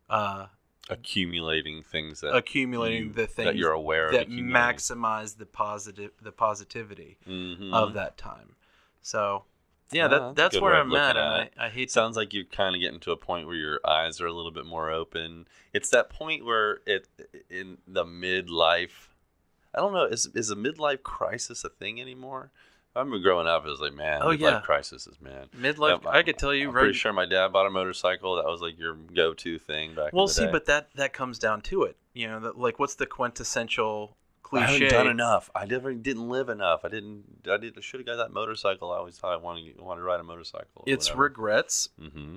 S5: uh,
S3: accumulating things that
S5: accumulating
S3: you-
S5: the things
S3: that you're aware
S5: that
S3: of accumulating.
S5: maximize the positive the positivity
S3: Mhm.
S5: of that time. So, yeah,
S3: Ah, that's a
S5: that, that's
S3: good
S5: where
S3: way of
S5: I'm at.
S3: looking
S5: and
S3: at
S5: I,
S3: it.
S5: I hate
S3: It sounds like you're kind of getting to a point where your eyes are a little bit more open. It's that point where it in the midlife. I don't know. Is is a midlife crisis a thing anymore? I remember growing up, it was like, man,
S5: Oh,
S3: midlife
S5: yeah.
S3: crisis, man.
S5: midlife.
S3: Yeah,
S5: I could tell you
S3: I'm
S5: right.
S3: pretty sure my dad bought a motorcycle. That was like your go-to thing back.
S5: we'll
S3: in the
S5: see,
S3: day.
S5: but that that comes down to it. You know, that, like what's the quintessential
S3: I
S5: cliche?
S3: haven't done enough. I never didn't live enough. I didn't. I did. I should have got that motorcycle. I always thought I wanted wanted to ride a motorcycle. or
S5: It's
S3: whatever.
S5: regrets,
S3: Mm-hmm.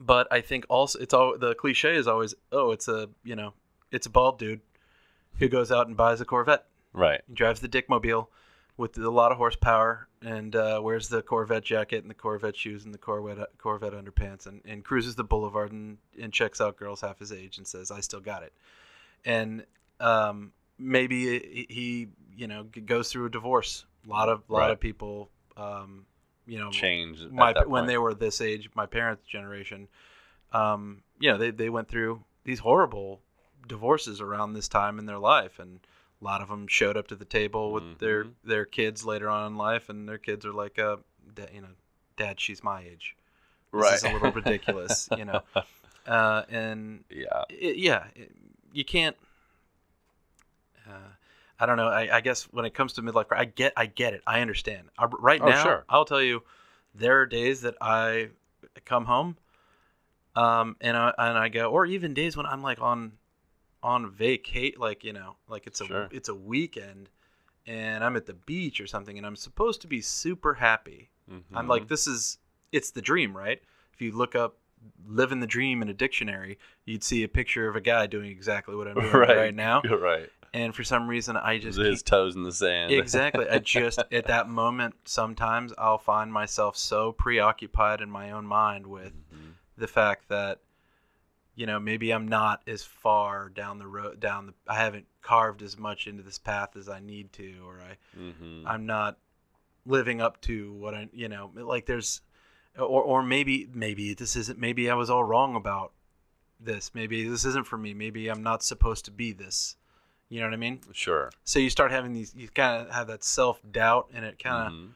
S5: but I think also it's all the cliche is always oh it's a you know it's a bald dude who goes out and buys a Corvette
S3: Right.
S5: He drives the Dickmobile with a lot of horsepower and uh, wears the Corvette jacket and the Corvette shoes and the Corvette Corvette underpants and, and cruises the boulevard and, and checks out girls half his age and says I still got it and um, maybe he- he you know g- goes through a divorce a lot of lot
S3: Right.
S5: of people um, you know
S3: Change at
S5: my
S3: that
S5: when
S3: point.
S5: they were this age, my parents' generation, um, you know, they they went through these horrible divorces around this time in their life, and a lot of them showed up to the table with their
S3: Mhm.
S5: their kids later on in life, and their kids are like, uh, da- you know, Dad, she's my age. This
S3: right.
S5: is a little ridiculous, you know, uh, and
S3: yeah.
S5: it, yeah, it, you can't. Uh, I don't know. I, I guess when it comes to midlife, cri- I get, I get it. I understand. I, right
S3: Oh,
S5: now,
S3: sure.
S5: I'll tell you, there are days that I come home, um, and I and I go, or even days when I'm like on, on vacate, like you know, like it's a
S3: Sure.
S5: it's a weekend, and I'm at the beach or something and I'm supposed to be super happy.
S3: Mm-hmm.
S5: I'm like, this is it's the dream, right? If you look up living the dream in a dictionary, you'd see a picture of a guy doing exactly what I'm doing right,
S3: Right.
S5: now.
S3: You're right.
S5: And for some reason I just
S3: His toes in the sand.
S5: Exactly. I just at that moment sometimes I'll find myself so preoccupied in my own mind with the fact that you know maybe I'm not as far down the road down the I haven't carved as much into this path as I need to or I
S3: hmm
S5: I'm not living up to what I you know like there's or or maybe maybe this isn't maybe I was all wrong about this maybe this isn't for me maybe I'm not supposed to be this you know what I mean
S3: Sure.
S5: so you start having these you kind of have that self-doubt and it kind of
S3: Mhm.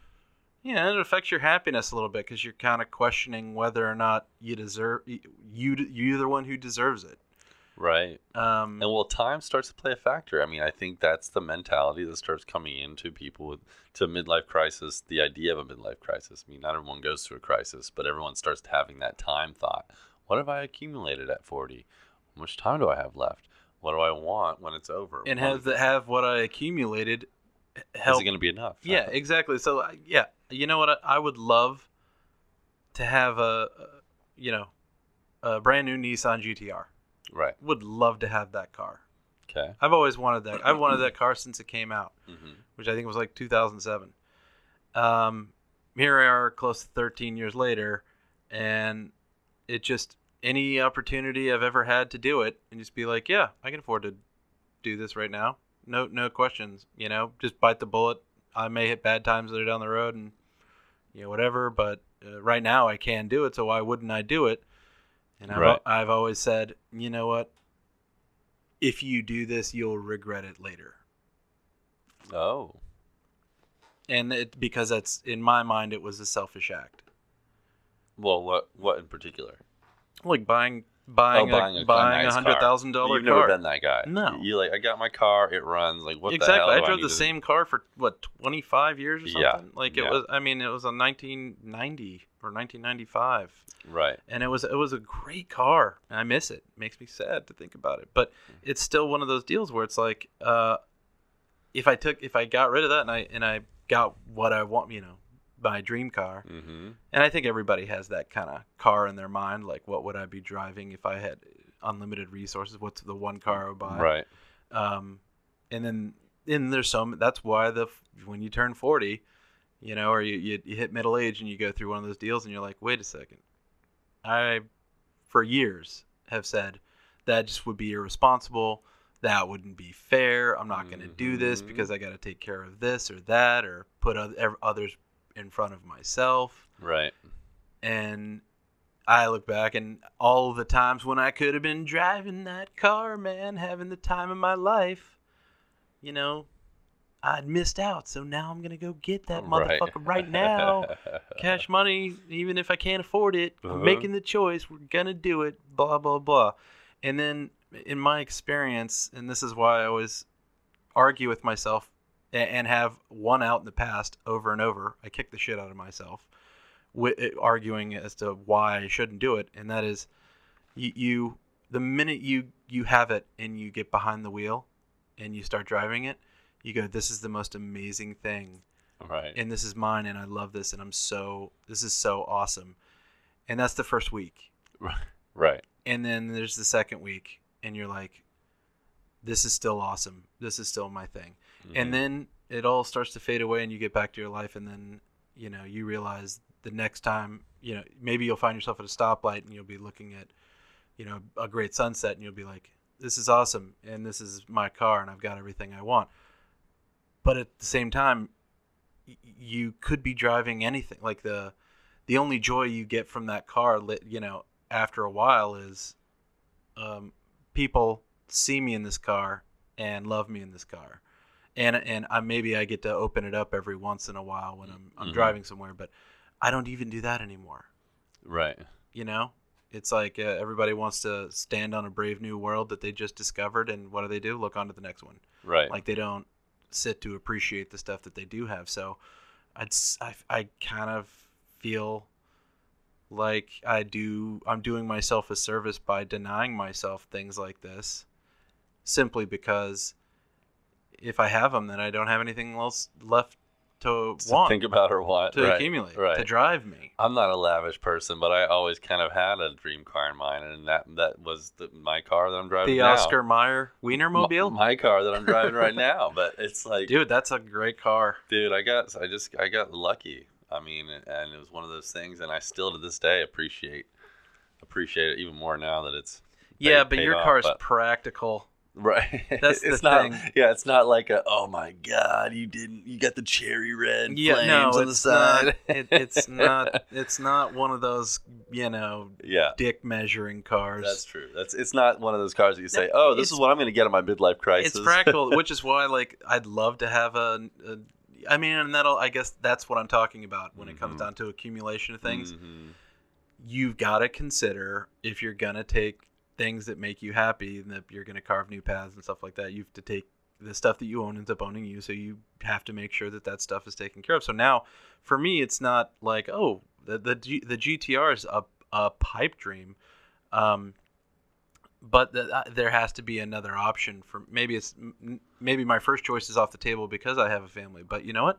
S5: yeah it affects your happiness a little bit because you're kind of questioning whether or not you deserve you you're the one who deserves it
S3: Right.
S5: um
S3: And well, time starts to play a factor. I mean, I think that's the mentality that starts coming into people with to midlife crisis. The idea of a midlife crisis. I mean, not everyone goes through a crisis, but everyone starts having that time thought. What have I accumulated at forty? How much time do I have left? What do I want when it's over?
S5: and
S3: What-
S5: have the, have what i accumulated h-
S3: is
S5: help
S3: it going to be enough?
S5: yeah exactly so I- yeah you know what i, I would love to have a, a you know a brand new nissan gtr
S3: right.
S5: would love to have that car
S3: Okay.
S5: i've always wanted that i've wanted that car since it came out
S3: hmm
S5: which I think was like 2007. Um, here we are, close to 13 years later, and it just any opportunity I've ever had to do it, and just be like, yeah, I can afford to do this right now. No, no questions. You know, just bite the bullet. I may hit bad times later down the road, and you know whatever. But uh, right now, I can do it. So why wouldn't I do it? And I've,
S3: Right.
S5: I've always said, you know what? If you do this, you'll regret it later
S3: Oh.
S5: and it, because that's in my mind it was a selfish act
S3: Well, what what in particular?
S5: like buying buying
S3: oh, buying
S5: a,
S3: a,
S5: buying a
S3: nice car.
S5: hundred thousand dollar
S3: You've
S5: car
S3: never been that guy.
S5: No.
S3: You like I got my car. It runs. Like what
S5: exactly
S3: the hell?
S5: i
S3: do
S5: drove
S3: need
S5: the
S3: to-
S5: same car for what 25 years or something
S3: Yeah,
S5: like it
S3: yeah.
S5: was i mean it was a 1990 or 1995
S3: Right.
S5: and it was it was a great car and i miss it makes me sad to think about it but
S3: Mm.
S5: it's still one of those deals where it's like uh if i took if i got rid of that and i and i got what i want you know my dream car
S3: Mm-hmm.
S5: And I think everybody has that kind of car in their mind. Like, what would I be driving if I had unlimited resources? What's the one car I would buy?
S3: Right.
S5: Um, and then, and there's some. That's why the when you turn forty, you know, or you, you you hit middle age and you go through one of those deals, and you're like, wait a second, I, for years, have said that just would be irresponsible. That wouldn't be fair. I'm not going to do this
S3: Mhm.
S5: because I got to take care of this or that or put oth- others in front of myself
S3: Right.
S5: and I look back and all the times when I could have been driving that car, man, having the time of my life, you know, I'd missed out. So now I'm gonna go get that
S3: Right.
S5: motherfucker right now. Cash money, even if I can't afford it, I'm
S3: Uh-huh.
S5: making the choice. We're gonna do it. Blah blah blah. And then, in my experience, and this is why I always argue with myself a- and have one out in the past over and over. I kick the shit out of myself wi- eh, arguing as to why I shouldn't do it, and that is, you, you the minute you you have it and you get behind the wheel, and you start driving it, you go, this is the most amazing thing,
S3: Right.
S5: and this is mine, and I love this, and I'm so this is so awesome, and that's the first week,
S3: right.
S5: and then there's the second week, and you're like, this is still awesome, this is still my thing,
S3: Mm-hmm.
S5: and then it all starts to fade away and you get back to your life and then you know you realize the next time you know maybe you'll find yourself at a stoplight and you'll be looking at you know a great sunset and you'll be like this is awesome and this is my car and i've got everything i want but at the same time y- you could be driving anything like the the only joy you get from that car lit you know after a while is um, people see me in this car and love me in this car and and I maybe I get to open it up every once in a while when I'm I'm
S3: Mhm.
S5: driving somewhere, but I don't even do that anymore.
S3: right.
S5: You know, it's like uh, everybody wants to stand on a brave new world that they just discovered, and what do they do? Look on to the next one.
S3: Right.
S5: Like they don't sit to appreciate the stuff that they do have. So, I'd s- I I kind of feel like I do I'm doing myself a service by denying myself things like this simply because if I have them, then I don't have anything else left to
S3: to
S5: want
S3: think about or want
S5: to
S3: right,
S5: accumulate
S3: Right.
S5: to drive me.
S3: I'm not a lavish person, but I always kind of had a dream car in mind, and that that was the, my car that I'm driving.
S5: The
S3: now.
S5: Oscar Mayer Wiener Mobile,
S3: M- my car that I'm driving right now. But it's like, dude,
S5: dude, that's a great car.
S3: I got, I just, I got lucky. I mean, and it was one of those things, and I still to this day appreciate, appreciate it even more now that it's
S5: Yeah,
S3: paid-
S5: but
S3: paid
S5: your
S3: off,
S5: car is
S3: but-
S5: practical.
S3: right.
S5: That's the
S3: it's not,
S5: thing.
S3: Yeah, it's not like a, oh my god, you didn't, you got the cherry red
S5: Yeah,
S3: flames
S5: no,
S3: on the
S5: it's
S3: side.
S5: not. It, it's not. It's not one of those you know
S3: yeah.
S5: dick measuring cars.
S3: That's true. That's it's not one of those cars that you say, "Oh, this
S5: it's-
S3: is what I'm going to get in my midlife crisis."
S5: it's practical, which is why like I'd love to have a. a I mean, and that'll. I guess that's what I'm talking about when it
S3: Mhm.
S5: comes down to accumulation of things.
S3: Mhm.
S5: You've got to consider if you're gonna take things that make you happy and that you're gonna carve new paths and stuff like that. You have to take the stuff that you own ends up owning you, so you have to make sure that that stuff is taken care of. So now, for me, it's not like oh the the, G, the GTR is a a pipe dream. Um, but the, uh, there has to be another option for maybe it's m- maybe my first choice is off the table because I have a family. But you know what?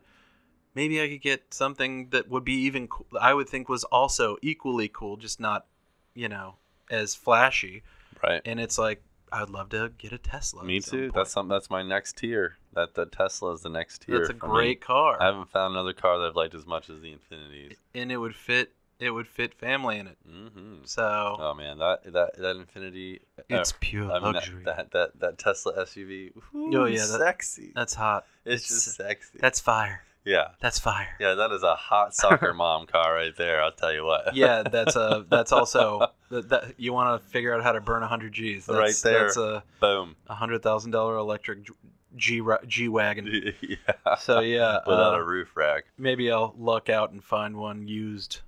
S5: Maybe I could get something that would be even cool, I would think was also equally cool, just not you know as flashy.
S3: Right.
S5: And it's like I would love to get a Tesla. at
S3: Me
S5: some
S3: too.
S5: point.
S3: That's something. That's my next tier. That the Tesla is the next tier.
S5: that's a
S3: for me.
S5: great car,
S3: I haven't found another car that I've liked as much as the Infiniti.
S5: and it would fit it would fit family in it.
S3: hmm
S5: So
S3: Oh man, that that that Infinity.
S5: it's pure
S3: I mean, that,
S5: luxury.
S3: that that that Tesla SUV.
S5: Oh, yeah, that-
S3: sexy.
S5: that's hot.
S3: it's just sexy.
S5: That's fire.
S3: yeah,
S5: That's fire.
S3: yeah. That is a hot soccer mom car right there. I'll tell you what.
S5: yeah, that's a that's also that, that you want to figure out how to burn 100 G's. That's,
S3: Right there.
S5: That's a
S3: Boom.
S5: a hundred thousand dollar electric G G wagon.
S3: yeah.
S5: So yeah,
S3: Without
S5: uh,
S3: a roof rack.
S5: maybe I'll luck out and find one used.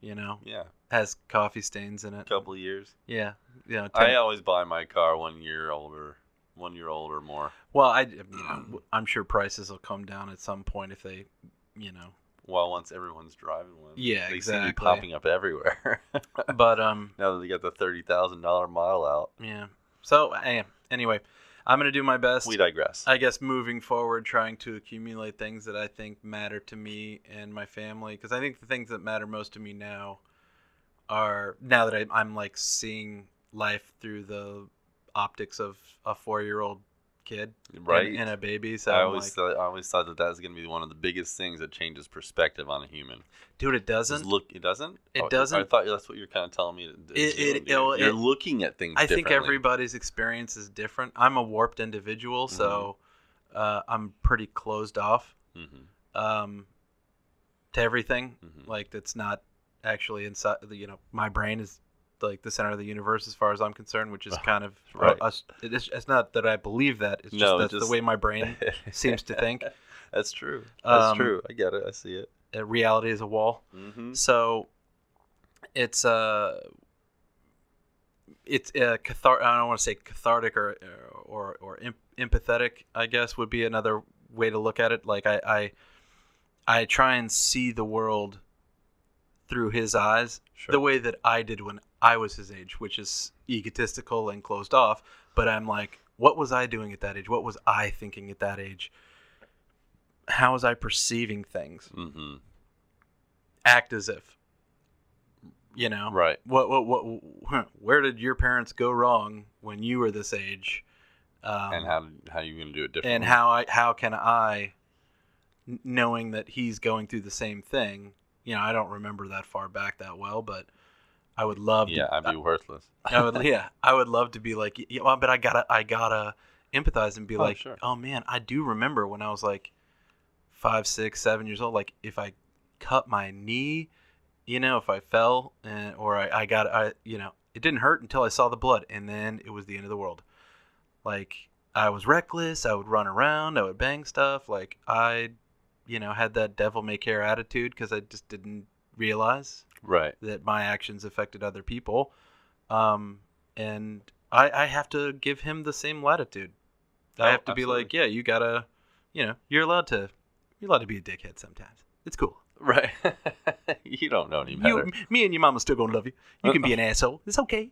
S5: You know,
S3: Yeah.
S5: has coffee stains in it.
S3: couple of years.
S5: Yeah, you know.
S3: I
S5: ten-
S3: always buy my car one year older, one year old or more.
S5: well, I you know, I'm sure prices will come down at some point if they, you know.
S3: Well, once everyone's driving one, they
S5: Yeah,
S3: seem to
S5: exactly.
S3: be popping up everywhere.
S5: But um,
S3: now that they got the thirty thousand dollar model out,
S5: yeah. So eh, anyway, I'm gonna do my best.
S3: we digress.
S5: I guess moving forward, trying to accumulate things that I think matter to me and my family, because I think the things that matter most to me now are now that I, I'm like seeing life through the optics of a four year old kid and-
S3: right?
S5: and, a baby. So
S3: I
S5: I'm
S3: always
S5: like,
S3: thought, I always thought that that was going to be one of the biggest things that changes perspective on a human.
S5: dude, it
S3: Just
S5: doesn't.
S3: look, it doesn't.
S5: It
S3: Oh, I
S5: doesn't-
S3: thought that's what you're kind of telling me. To, to
S5: It-
S3: do,
S5: it-
S3: dude.
S5: it'll-
S3: you're
S5: it-
S3: looking at things.
S5: I think
S3: differently.
S5: everybody's experience is different. I'm a warped individual, so
S3: Mm-hmm.
S5: uh, I'm pretty closed off
S3: Mhm,
S5: um, to everything.
S3: mhm.
S5: like that's not actually inside the you know my brain is like the center of the universe as far as i'm concerned which is kind of
S3: Right.
S5: us it's, it's not that i believe that it's just
S3: No, it
S5: that's
S3: just-
S5: the way my brain seems to think
S3: that's true. That's
S5: Um,
S3: true. I get it. I see it.
S5: Uh, reality is a wall
S3: Mm-hmm.
S5: so it's uh it's uh, cathar- I don't want to say cathartic or or or em- empathetic. I guess would be another way to look at it. Like I, I I try and see the world through his eyes,
S3: Sure.
S5: the way that I did when I was his age, which is egotistical and closed off. But I'm like, what was I doing at that age? What was I thinking at that age? How was I perceiving things?
S3: Mm-hmm.
S5: act as if you know
S3: Right.
S5: what what what huh, where did your parents go wrong when you were this age um,
S3: and how how you gonna do it differently?
S5: and how I how can I kn- knowing that he's going through the same thing you know I don't remember that far back that well but I would love
S3: yeah,
S5: to,
S3: I'd be worthless.
S5: I would yeah I would love to be like yeah, well, but I gotta I gotta empathize and be
S3: Oh,
S5: like
S3: sure.
S5: oh man I do remember when I was like five six seven years old like if I cut my knee you know if I fell and, or I, I got I you know it didn't hurt until I saw the blood and then it was the end of the world like I was reckless I would run around I would bang stuff like I you know had that devil may care attitude because I just didn't realize
S3: Right.
S5: that my actions affected other people. Um, and I, I have to give him the same latitude. I
S3: Oh,
S5: have to be like, yeah, you gotta, you know, you're allowed to, you're allowed to be a dickhead sometimes. It's cool.
S3: Right. you don't know any
S5: You,
S3: better.
S5: m- me and your mama's still gonna love you. You can be an asshole. It's okay.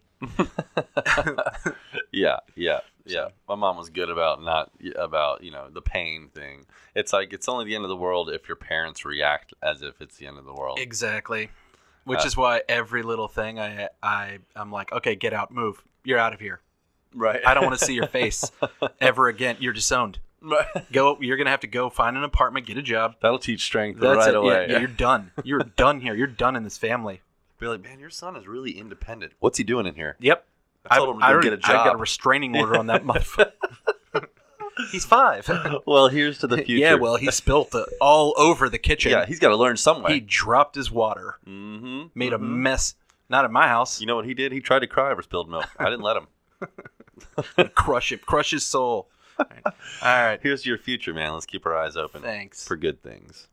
S3: Yeah, yeah, yeah. My mom was good about not about you know the pain thing. It's like it's only the end of the world if your parents react as if it's the end of the world.
S5: Exactly. Which
S3: Uh,
S5: is why every little thing I I I'm like, okay, get out, move. You're out of here.
S3: right.
S5: I don't want to see your face ever again. You're disowned.
S3: Right.
S5: Go. You're gonna have to go find an apartment, get a job.
S3: That'll teach strength
S5: That's
S3: right
S5: it. Yeah,
S3: away.
S5: yeah, you're done. You're done here. You're done in this family.
S3: Be like, man, your son is really independent. What's he doing in here?
S5: Yep.
S3: I told him to go
S5: already-
S3: get a
S5: I got a
S3: job.
S5: restraining order on that motherfucker. He's five.
S3: Well, here's to the future.
S5: yeah, well, he spilt it all over the kitchen.
S3: yeah, he's got to learn somewhere.
S5: he dropped his water,
S3: mm-hmm.
S5: made a mess. Not at my house.
S3: You know what he did? He tried to cry over spilled milk. I didn't let him.
S5: crush it, crush his soul. All right.
S3: Here's your future, man. Let's keep our eyes open
S5: Thanks.
S3: for good things.
S2: Oh,